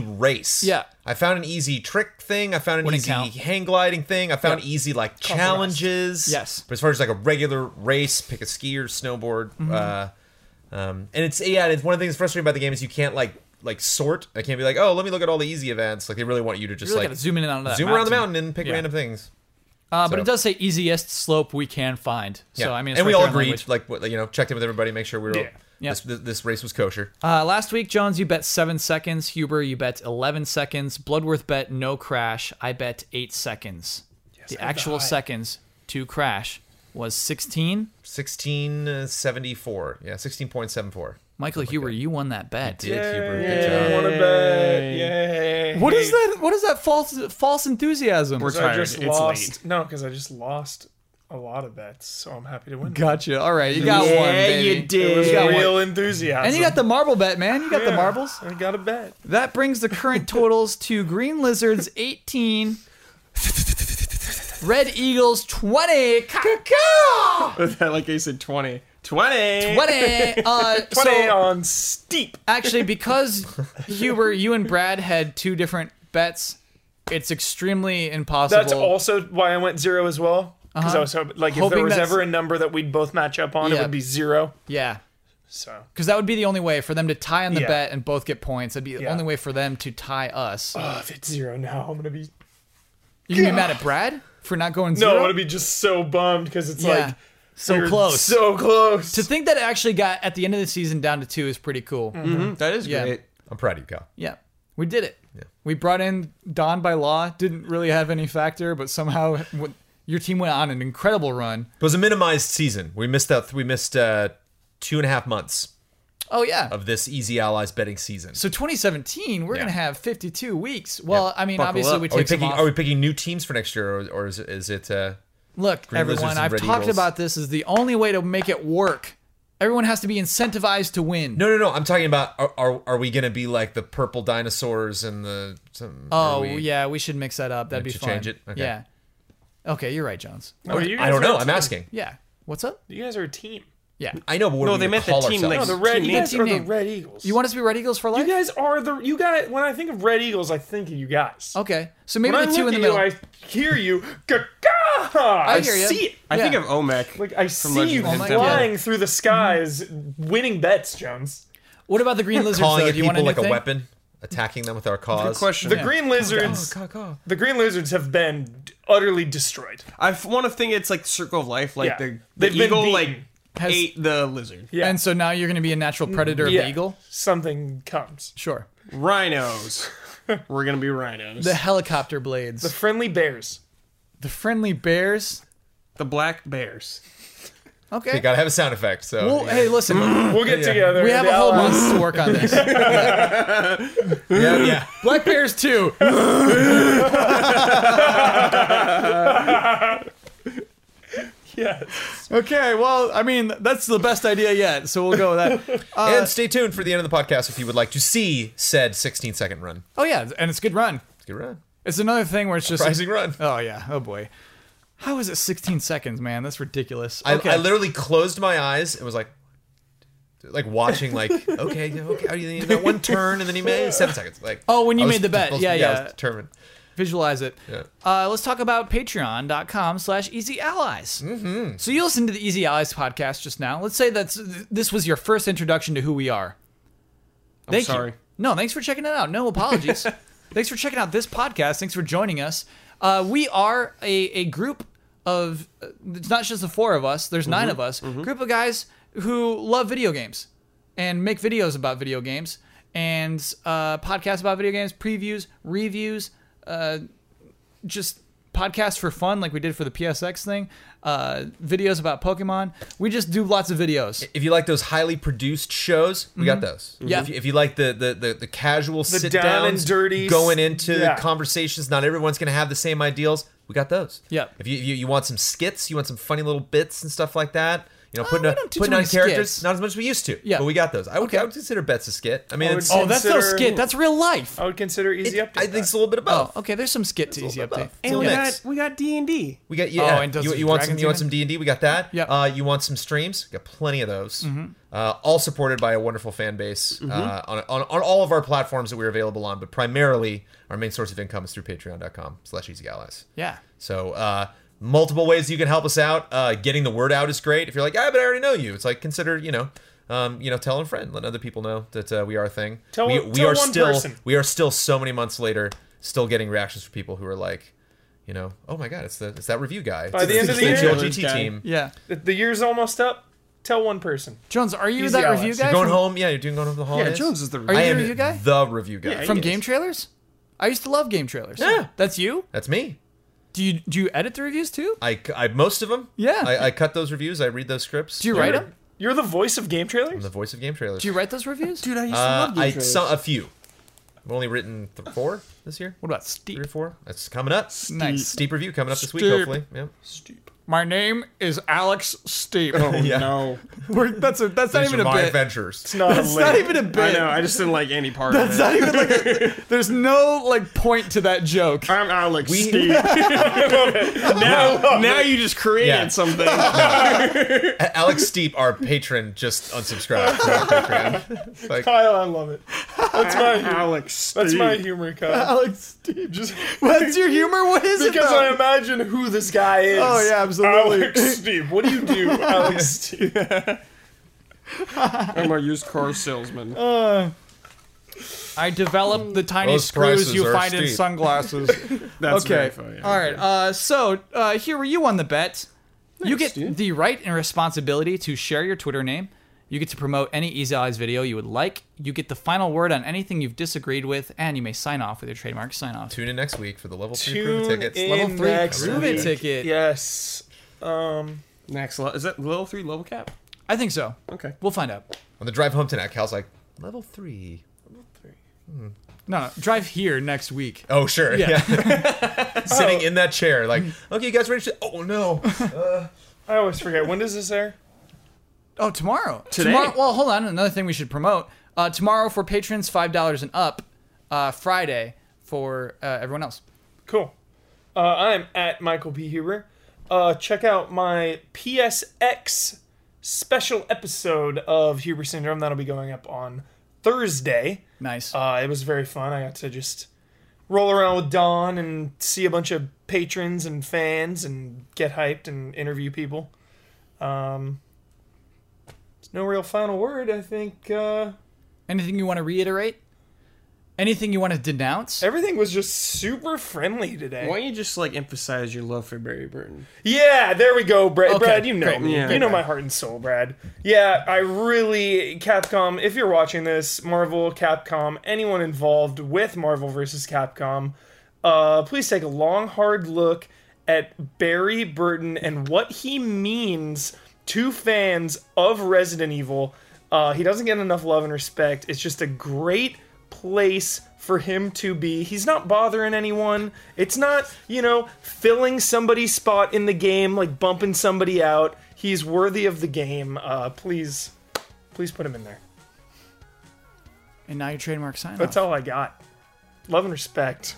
S4: race.
S1: Yeah.
S4: I found an easy trick thing. I found an
S1: Wouldn't
S4: easy
S1: count.
S4: hang gliding thing. I found easy like challenges.
S1: Yes.
S4: But as far as like a regular race, pick a ski or snowboard.
S1: Mm-hmm.
S4: Uh, um, and it's yeah, it's one of the things frustrating about the game is you can't like like sort. I can't be like, oh, let me look at all the easy events. Like they really want you to just
S1: really
S4: like
S1: gotta zoom in on that
S4: zoom around the
S1: mountain.
S4: mountain and pick
S1: Yeah.
S4: random things.
S1: Uh, but
S4: So-
S1: it does say easiest slope we can find. So I mean, it's
S4: and we
S1: right
S4: all
S1: there in
S4: agreed,
S1: language.
S4: like what- you know, checked in with everybody, make sure we were.
S3: Yeah.
S1: Yeah.
S4: This, this, this race was kosher.
S1: Uh, last week, Jones, you bet seven seconds. Huber, you bet eleven seconds. Bloodworth bet no crash. I bet eight seconds. the actual seconds to crash was sixteen.
S4: Sixteen seventy four. Yeah, sixteen point seven four.
S1: Michael Huber, you won that bet.
S4: Did Huber? Good
S3: I
S4: job.
S3: want to bet. Yay.
S1: What is that? What is that false false enthusiasm?
S2: We're
S3: I
S2: tired.
S3: just
S2: It's
S3: lost.
S2: late.
S3: No, because I just lost a lot of bets, so I'm happy to win.
S1: gotcha. All right, you got
S2: Yeah,
S1: one. baby.
S2: you did.
S1: You got one.
S3: Real enthusiasm.
S1: And you got the marble bet, man. You got the
S3: Yeah.
S1: marbles.
S3: I got a bet.
S1: That brings the current totals to Green Lizards 18, Red Eagles 20, Caca!
S2: like I said, 20. 20!
S1: 20. Uh,
S3: 20
S1: so
S3: on steep.
S1: actually, because Huber, you and Brad had two different bets, it's extremely impossible.
S3: That's also why I went zero as well. Because I was hoping, like, if
S1: Uh-huh. Hoping
S3: there was
S1: that's-
S3: ever a number that we'd both match up on,
S1: Yeah.
S3: it would be zero.
S1: Yeah,
S3: So
S1: because that would be the only way for them to tie on the
S3: Yeah.
S1: bet and both get points. That'd be the only way for them to tie us.
S3: oh, if it's zero now, I'm gonna be
S1: You can be mad at Brad for not going
S3: no,
S1: zero.
S3: I'm gonna be just so bummed because it's
S1: yeah.
S3: like
S1: so
S3: we're
S1: close.
S3: so close.
S1: to think that it actually got at the end of the season down to two is pretty cool.
S2: Mm, That is
S1: Yeah.
S2: great.
S4: I'm proud of you, Kyle.
S1: Yeah, we did it. We brought in Don by law. Didn't really have any factor, but somehow w- your team went on an incredible run.
S4: It was a minimized season. We missed out. We missed uh, two and a half months
S1: Oh yeah.
S4: of this Easy Allies betting season.
S1: so 2017, we're
S4: Uh, Yeah.
S1: gonna have 52 weeks. Well, I mean,
S2: Buckle
S1: obviously
S2: up.
S1: we
S4: are we
S1: take some
S4: picking?
S1: off.
S4: Are we picking new teams for next year, or, or is, it- is it? Uh,
S1: Look,
S4: Green Lizards
S1: everyone,
S4: and
S1: I've
S4: Red
S1: talked
S4: Eagles?
S1: about this is the only way to make it work. Everyone has to be incentivized to win.
S4: no, no, no. I'm talking about. Are, are, are we going to be like the purple dinosaurs and the? Some, are
S1: oh
S4: we-
S1: yeah, we should mix that up. That'd be
S4: should
S1: fun.
S4: change it? Okay.
S1: Yeah. Okay, you're right, Jones.
S3: No, you
S4: I
S3: guys are
S4: don't
S3: a
S4: know. I'm
S3: team.
S4: asking.
S1: Yeah. What's up?
S3: You guys are a team.
S1: Yeah.
S4: I know, but what
S2: No,
S4: are we
S2: they
S4: gonna
S2: meant the
S4: call
S2: team
S4: ourselves?
S2: like-
S3: No, the Red
S1: Team
S3: Eagles
S1: name.
S3: are the
S1: Team name.
S3: Red Eagles.
S1: You want us to be Red Eagles for
S3: You
S1: life?
S3: guys are the you guys. When I think of Red Eagles, I think of you guys.
S1: okay. So maybe
S3: When I
S1: the
S3: look
S1: Oh, two in
S3: at
S1: the middle.
S3: you, I hear you. Ka-ka! I,
S1: hear ya.
S3: see it.
S2: I
S1: Yeah.
S2: think of OMEC.
S3: Like I see
S2: Legend
S3: you
S2: of Zelda.
S3: flying through
S1: Mm-hmm.
S3: the skies, winning bets, Jones.
S1: What about the green lizards?
S4: calling
S1: though?
S4: at
S1: Do you want
S4: people like
S1: anything?
S4: a weapon, attacking them with our cause.
S2: Good question.
S3: The Green Lizards. The Green Lizards have been utterly destroyed.
S2: I want to think it's like Circle of Life, like
S3: Yeah.
S2: the, the
S3: They've been
S2: eagle
S3: beaten.
S2: like
S1: Has-
S2: ate the lizard.
S3: Yeah. Mm,
S1: And so now you're going to be a natural predator of
S3: Yeah.
S1: the eagle?
S3: Something comes.
S1: Sure.
S2: Rhinos. We're gonna be rhinos.
S1: The
S2: The,
S1: helicopter blades.
S3: The
S1: The,
S3: friendly bears.
S1: friendly bears.
S2: black bears.
S1: Okay.
S4: They gotta have a sound effect. So
S1: well, hey, listen.
S3: We'll get together.
S1: we have
S3: the
S1: a whole
S3: allies-
S1: month to work on this.
S4: yeah, yeah.
S1: Black bears too.
S3: Yes.
S1: Okay, well, I mean, that's the best idea yet, so we'll go with that.
S4: and stay tuned for the end of the podcast if you would like to see said 16 second run.
S1: Oh yeah, and it's a good run.
S4: It's a good run.
S1: It's another thing where it's just
S4: Surprising run.
S1: Oh yeah. Oh boy. How is it 16 seconds, man? That's ridiculous.
S4: I,
S1: Okay.
S4: I literally closed my eyes and was like, like watching, like, okay, yeah, okay, how do you think that one turn and then he made seven seconds? Like,
S1: Oh, when you
S4: I was-
S1: made the bet.
S4: I was-
S1: Yeah,
S4: I was
S1: yeah.
S4: determined.
S1: visualize it.
S4: Yeah.
S1: Uh, let's talk about patreon.com slash easy allies. Mm-hmm. So you listened to the Easy Allies podcast just now. Let's say that's this was your first introduction to who we are. Thank
S2: sorry.
S1: You. No, thanks for checking it out. No apologies. thanks for checking out this podcast. Thanks for joining us. Uh, we are a, a group of, uh, it's not just the four of us, there's nine of us, group of guys who love video games. and make videos about video games and uh, podcasts about video games, previews, reviews, uh, just podcasts for fun like we did for the PSX thing, uh, videos about Pokemon. We just do lots of videos.
S4: If you like those highly produced shows, we got those.
S1: Mm-hmm. Yeah.
S4: If you, if you like the the the, the casual sit
S3: down
S4: downs,
S3: and dirty,
S4: going into
S3: yeah.
S4: conversations, not everyone's going to have the same ideals. We got those.
S1: Yeah.
S4: If you, you you want some skits, you want some funny little bits and stuff like that. You know, putting
S1: Oh, we
S4: on-
S1: don't do too
S4: putting on
S1: many
S4: characters,
S1: skits.
S4: not as much as we used to.
S1: Yeah.
S4: But we got those. I would I would consider Bets a skit. I mean,
S3: I would
S4: it's,
S3: say
S1: Oh, that's no
S3: Consider-
S1: skit. That's real life.
S3: I would consider easy
S4: it-
S3: update.
S4: I think it's
S3: that.
S4: a little bit of both.
S1: Oh, okay. There's some skit to easy
S4: about
S1: update.
S4: that.
S2: And
S4: Little
S2: we
S4: mix.
S2: got we got D and D.
S4: We got yeah.
S1: Oh, and does
S4: you,
S1: some
S4: you want some?
S1: dragons
S4: You want
S1: in
S4: some D and D? We got that.
S1: Yep.
S4: Uh, you want some streams? Got plenty of those.
S1: Mm-hmm.
S4: Uh, all supported by a wonderful fan base uh, on, on on all of our platforms that we're available on, but primarily our main source of income is through Patreon.com/slash Easy Allies.
S1: Yeah.
S4: So uh, multiple ways you can help us out. Uh, getting the word out is great. If you're like, ah, but I already know you, it's like consider you know. Um, you know, tell a friend, let other people know that uh, we are a thing.
S3: Tell-
S4: we,
S3: tell
S4: we are
S3: one
S4: still,
S3: person.
S4: we are still so many months later, still getting reactions from people who are like, you know, oh my god, it's the it's that review guy.
S3: By
S4: It's
S3: the end of the
S4: it's
S3: year-
S4: GLGT
S5: Guy.
S4: team.
S1: Yeah.
S3: The- the year's almost up. Tell one person.
S1: Jones, are you
S3: Easy
S1: that
S3: Alex.
S1: review
S3: You're
S1: guy?
S4: You're going
S1: from,
S4: home. Yeah, you're doing going home to the holidays.
S5: Yeah, Jones is the
S1: Are
S4: I
S1: you
S4: am
S1: the review guy?
S4: The review guy.
S3: Yeah,
S1: From
S3: He
S1: game
S3: is.
S1: trailers? I used to love game trailers.
S4: Yeah.
S1: That's you?
S4: That's me.
S1: Do you do you edit the reviews too?
S4: I, c- I- most of them.
S1: Yeah.
S4: I, I cut those reviews. I read those scripts.
S1: Do you write
S4: You're-
S1: them?
S3: You're the voice of game
S4: I'm
S3: trailers.
S4: the voice of game trailers.
S1: Do you write those reviews?
S2: Dude, I used to
S4: Uh,
S2: love game
S4: I
S2: trailers.
S4: some a few. I've only written th- four this year.
S1: What about
S4: Three or
S1: Steve?
S4: four. That's coming up.
S1: Nice.
S4: Steep review coming up this week.
S5: Steep.
S4: Hopefully. Yeah.
S1: My name is Alex Steep.
S5: Oh
S4: Yeah.
S5: no!
S1: We're- that's a, that's not
S4: These
S1: even
S4: are
S1: a
S4: my
S1: bit.
S4: adventures.
S3: It's not a
S1: That's not
S3: link.
S1: even a
S5: I
S1: bit.
S5: know. I just didn't like any part
S1: It's
S5: of it.
S1: not even like a, there's no like point to that joke.
S5: I'm Alex.
S4: We-
S5: Steve. now, now you just created
S4: Yeah.
S5: something.
S4: A- Alex Steep, our patron, just unsubscribed. from our Patreon. It's like,
S3: Kyle, I love it. That's my
S5: Alex. Steve.
S3: that's my humor, Kyle.
S1: Alex Steep.
S3: Just
S1: What's your humor? What is it?
S3: because
S1: though?
S3: I imagine who this guy is.
S1: Oh, yeah, absolutely.
S3: Alex Steve. What do you do, Alex Steve?
S5: I'm a used car salesman.
S1: I developed the tiny
S4: Those
S1: screws
S4: prices
S1: you
S4: are
S1: find in
S4: steep.
S1: sunglasses.
S5: That's very
S1: okay.
S5: funny.
S1: All right. Uh, so uh, here were you on the bet. you get
S5: dude.
S1: the right and responsibility to share your Twitter name. You get to promote any Easy Allies video you would like. You get the final word on anything you've disagreed with, and you may sign off with your trademark sign off.
S4: Tune in next week for the level three
S3: Tune
S4: proven tickets.
S3: in
S4: Level three.
S3: next
S4: proven
S1: Prove it
S3: week.
S1: ticket.
S3: Yes. Um.
S5: Next level is that level three level cap?
S1: I think so.
S5: Okay.
S1: We'll find out.
S4: On the drive home tonight, Cal's like level three.
S1: No, no. Drive here next week.
S4: Oh sure.
S1: Yeah.
S4: Yeah. Sitting in that chair, like, okay, you guys ready? To- oh no.
S3: I always forget. When does this air?
S1: Oh, tomorrow.
S5: Today.
S1: Tomorrow, well, hold on. Another thing we should promote. Uh, tomorrow for patrons, five dollars and up. Uh, Friday for uh, everyone else.
S3: Cool. Uh, I'm at Michael P. Huber. Uh, check out my PSX special episode of Huber Syndrome. That'll be going up on Thursday.
S1: Nice.
S3: Uh, it was very fun. I got to just roll around with Don and see a bunch of patrons and fans and get hyped and interview people. Um, it's no real final word. I think uh,
S1: Anything you want to reiterate? Anything you want to denounce?
S3: everything was just super friendly today.
S5: Why don't you just like emphasize your love for Barry Burton?
S3: Yeah, there we go, Brad.
S1: Okay,
S3: Brad, you know
S1: great.
S3: me.
S5: Yeah.
S3: you know my heart and soul, Brad. Yeah, I really Capcom. If you're watching this, Marvel, Capcom, anyone involved with Marvel versus Capcom, uh, please take a long, hard look at Barry Burton and what he means to fans of Resident Evil. Uh, he doesn't get enough love and respect. It's just a great place for him to be. He's not bothering anyone. It's not, you know, filling somebody's spot in the game, like bumping somebody out. He's worthy of the game. Uh, please, please put him in there.
S1: and now your trademark sign.
S3: That's all I got. Love and respect.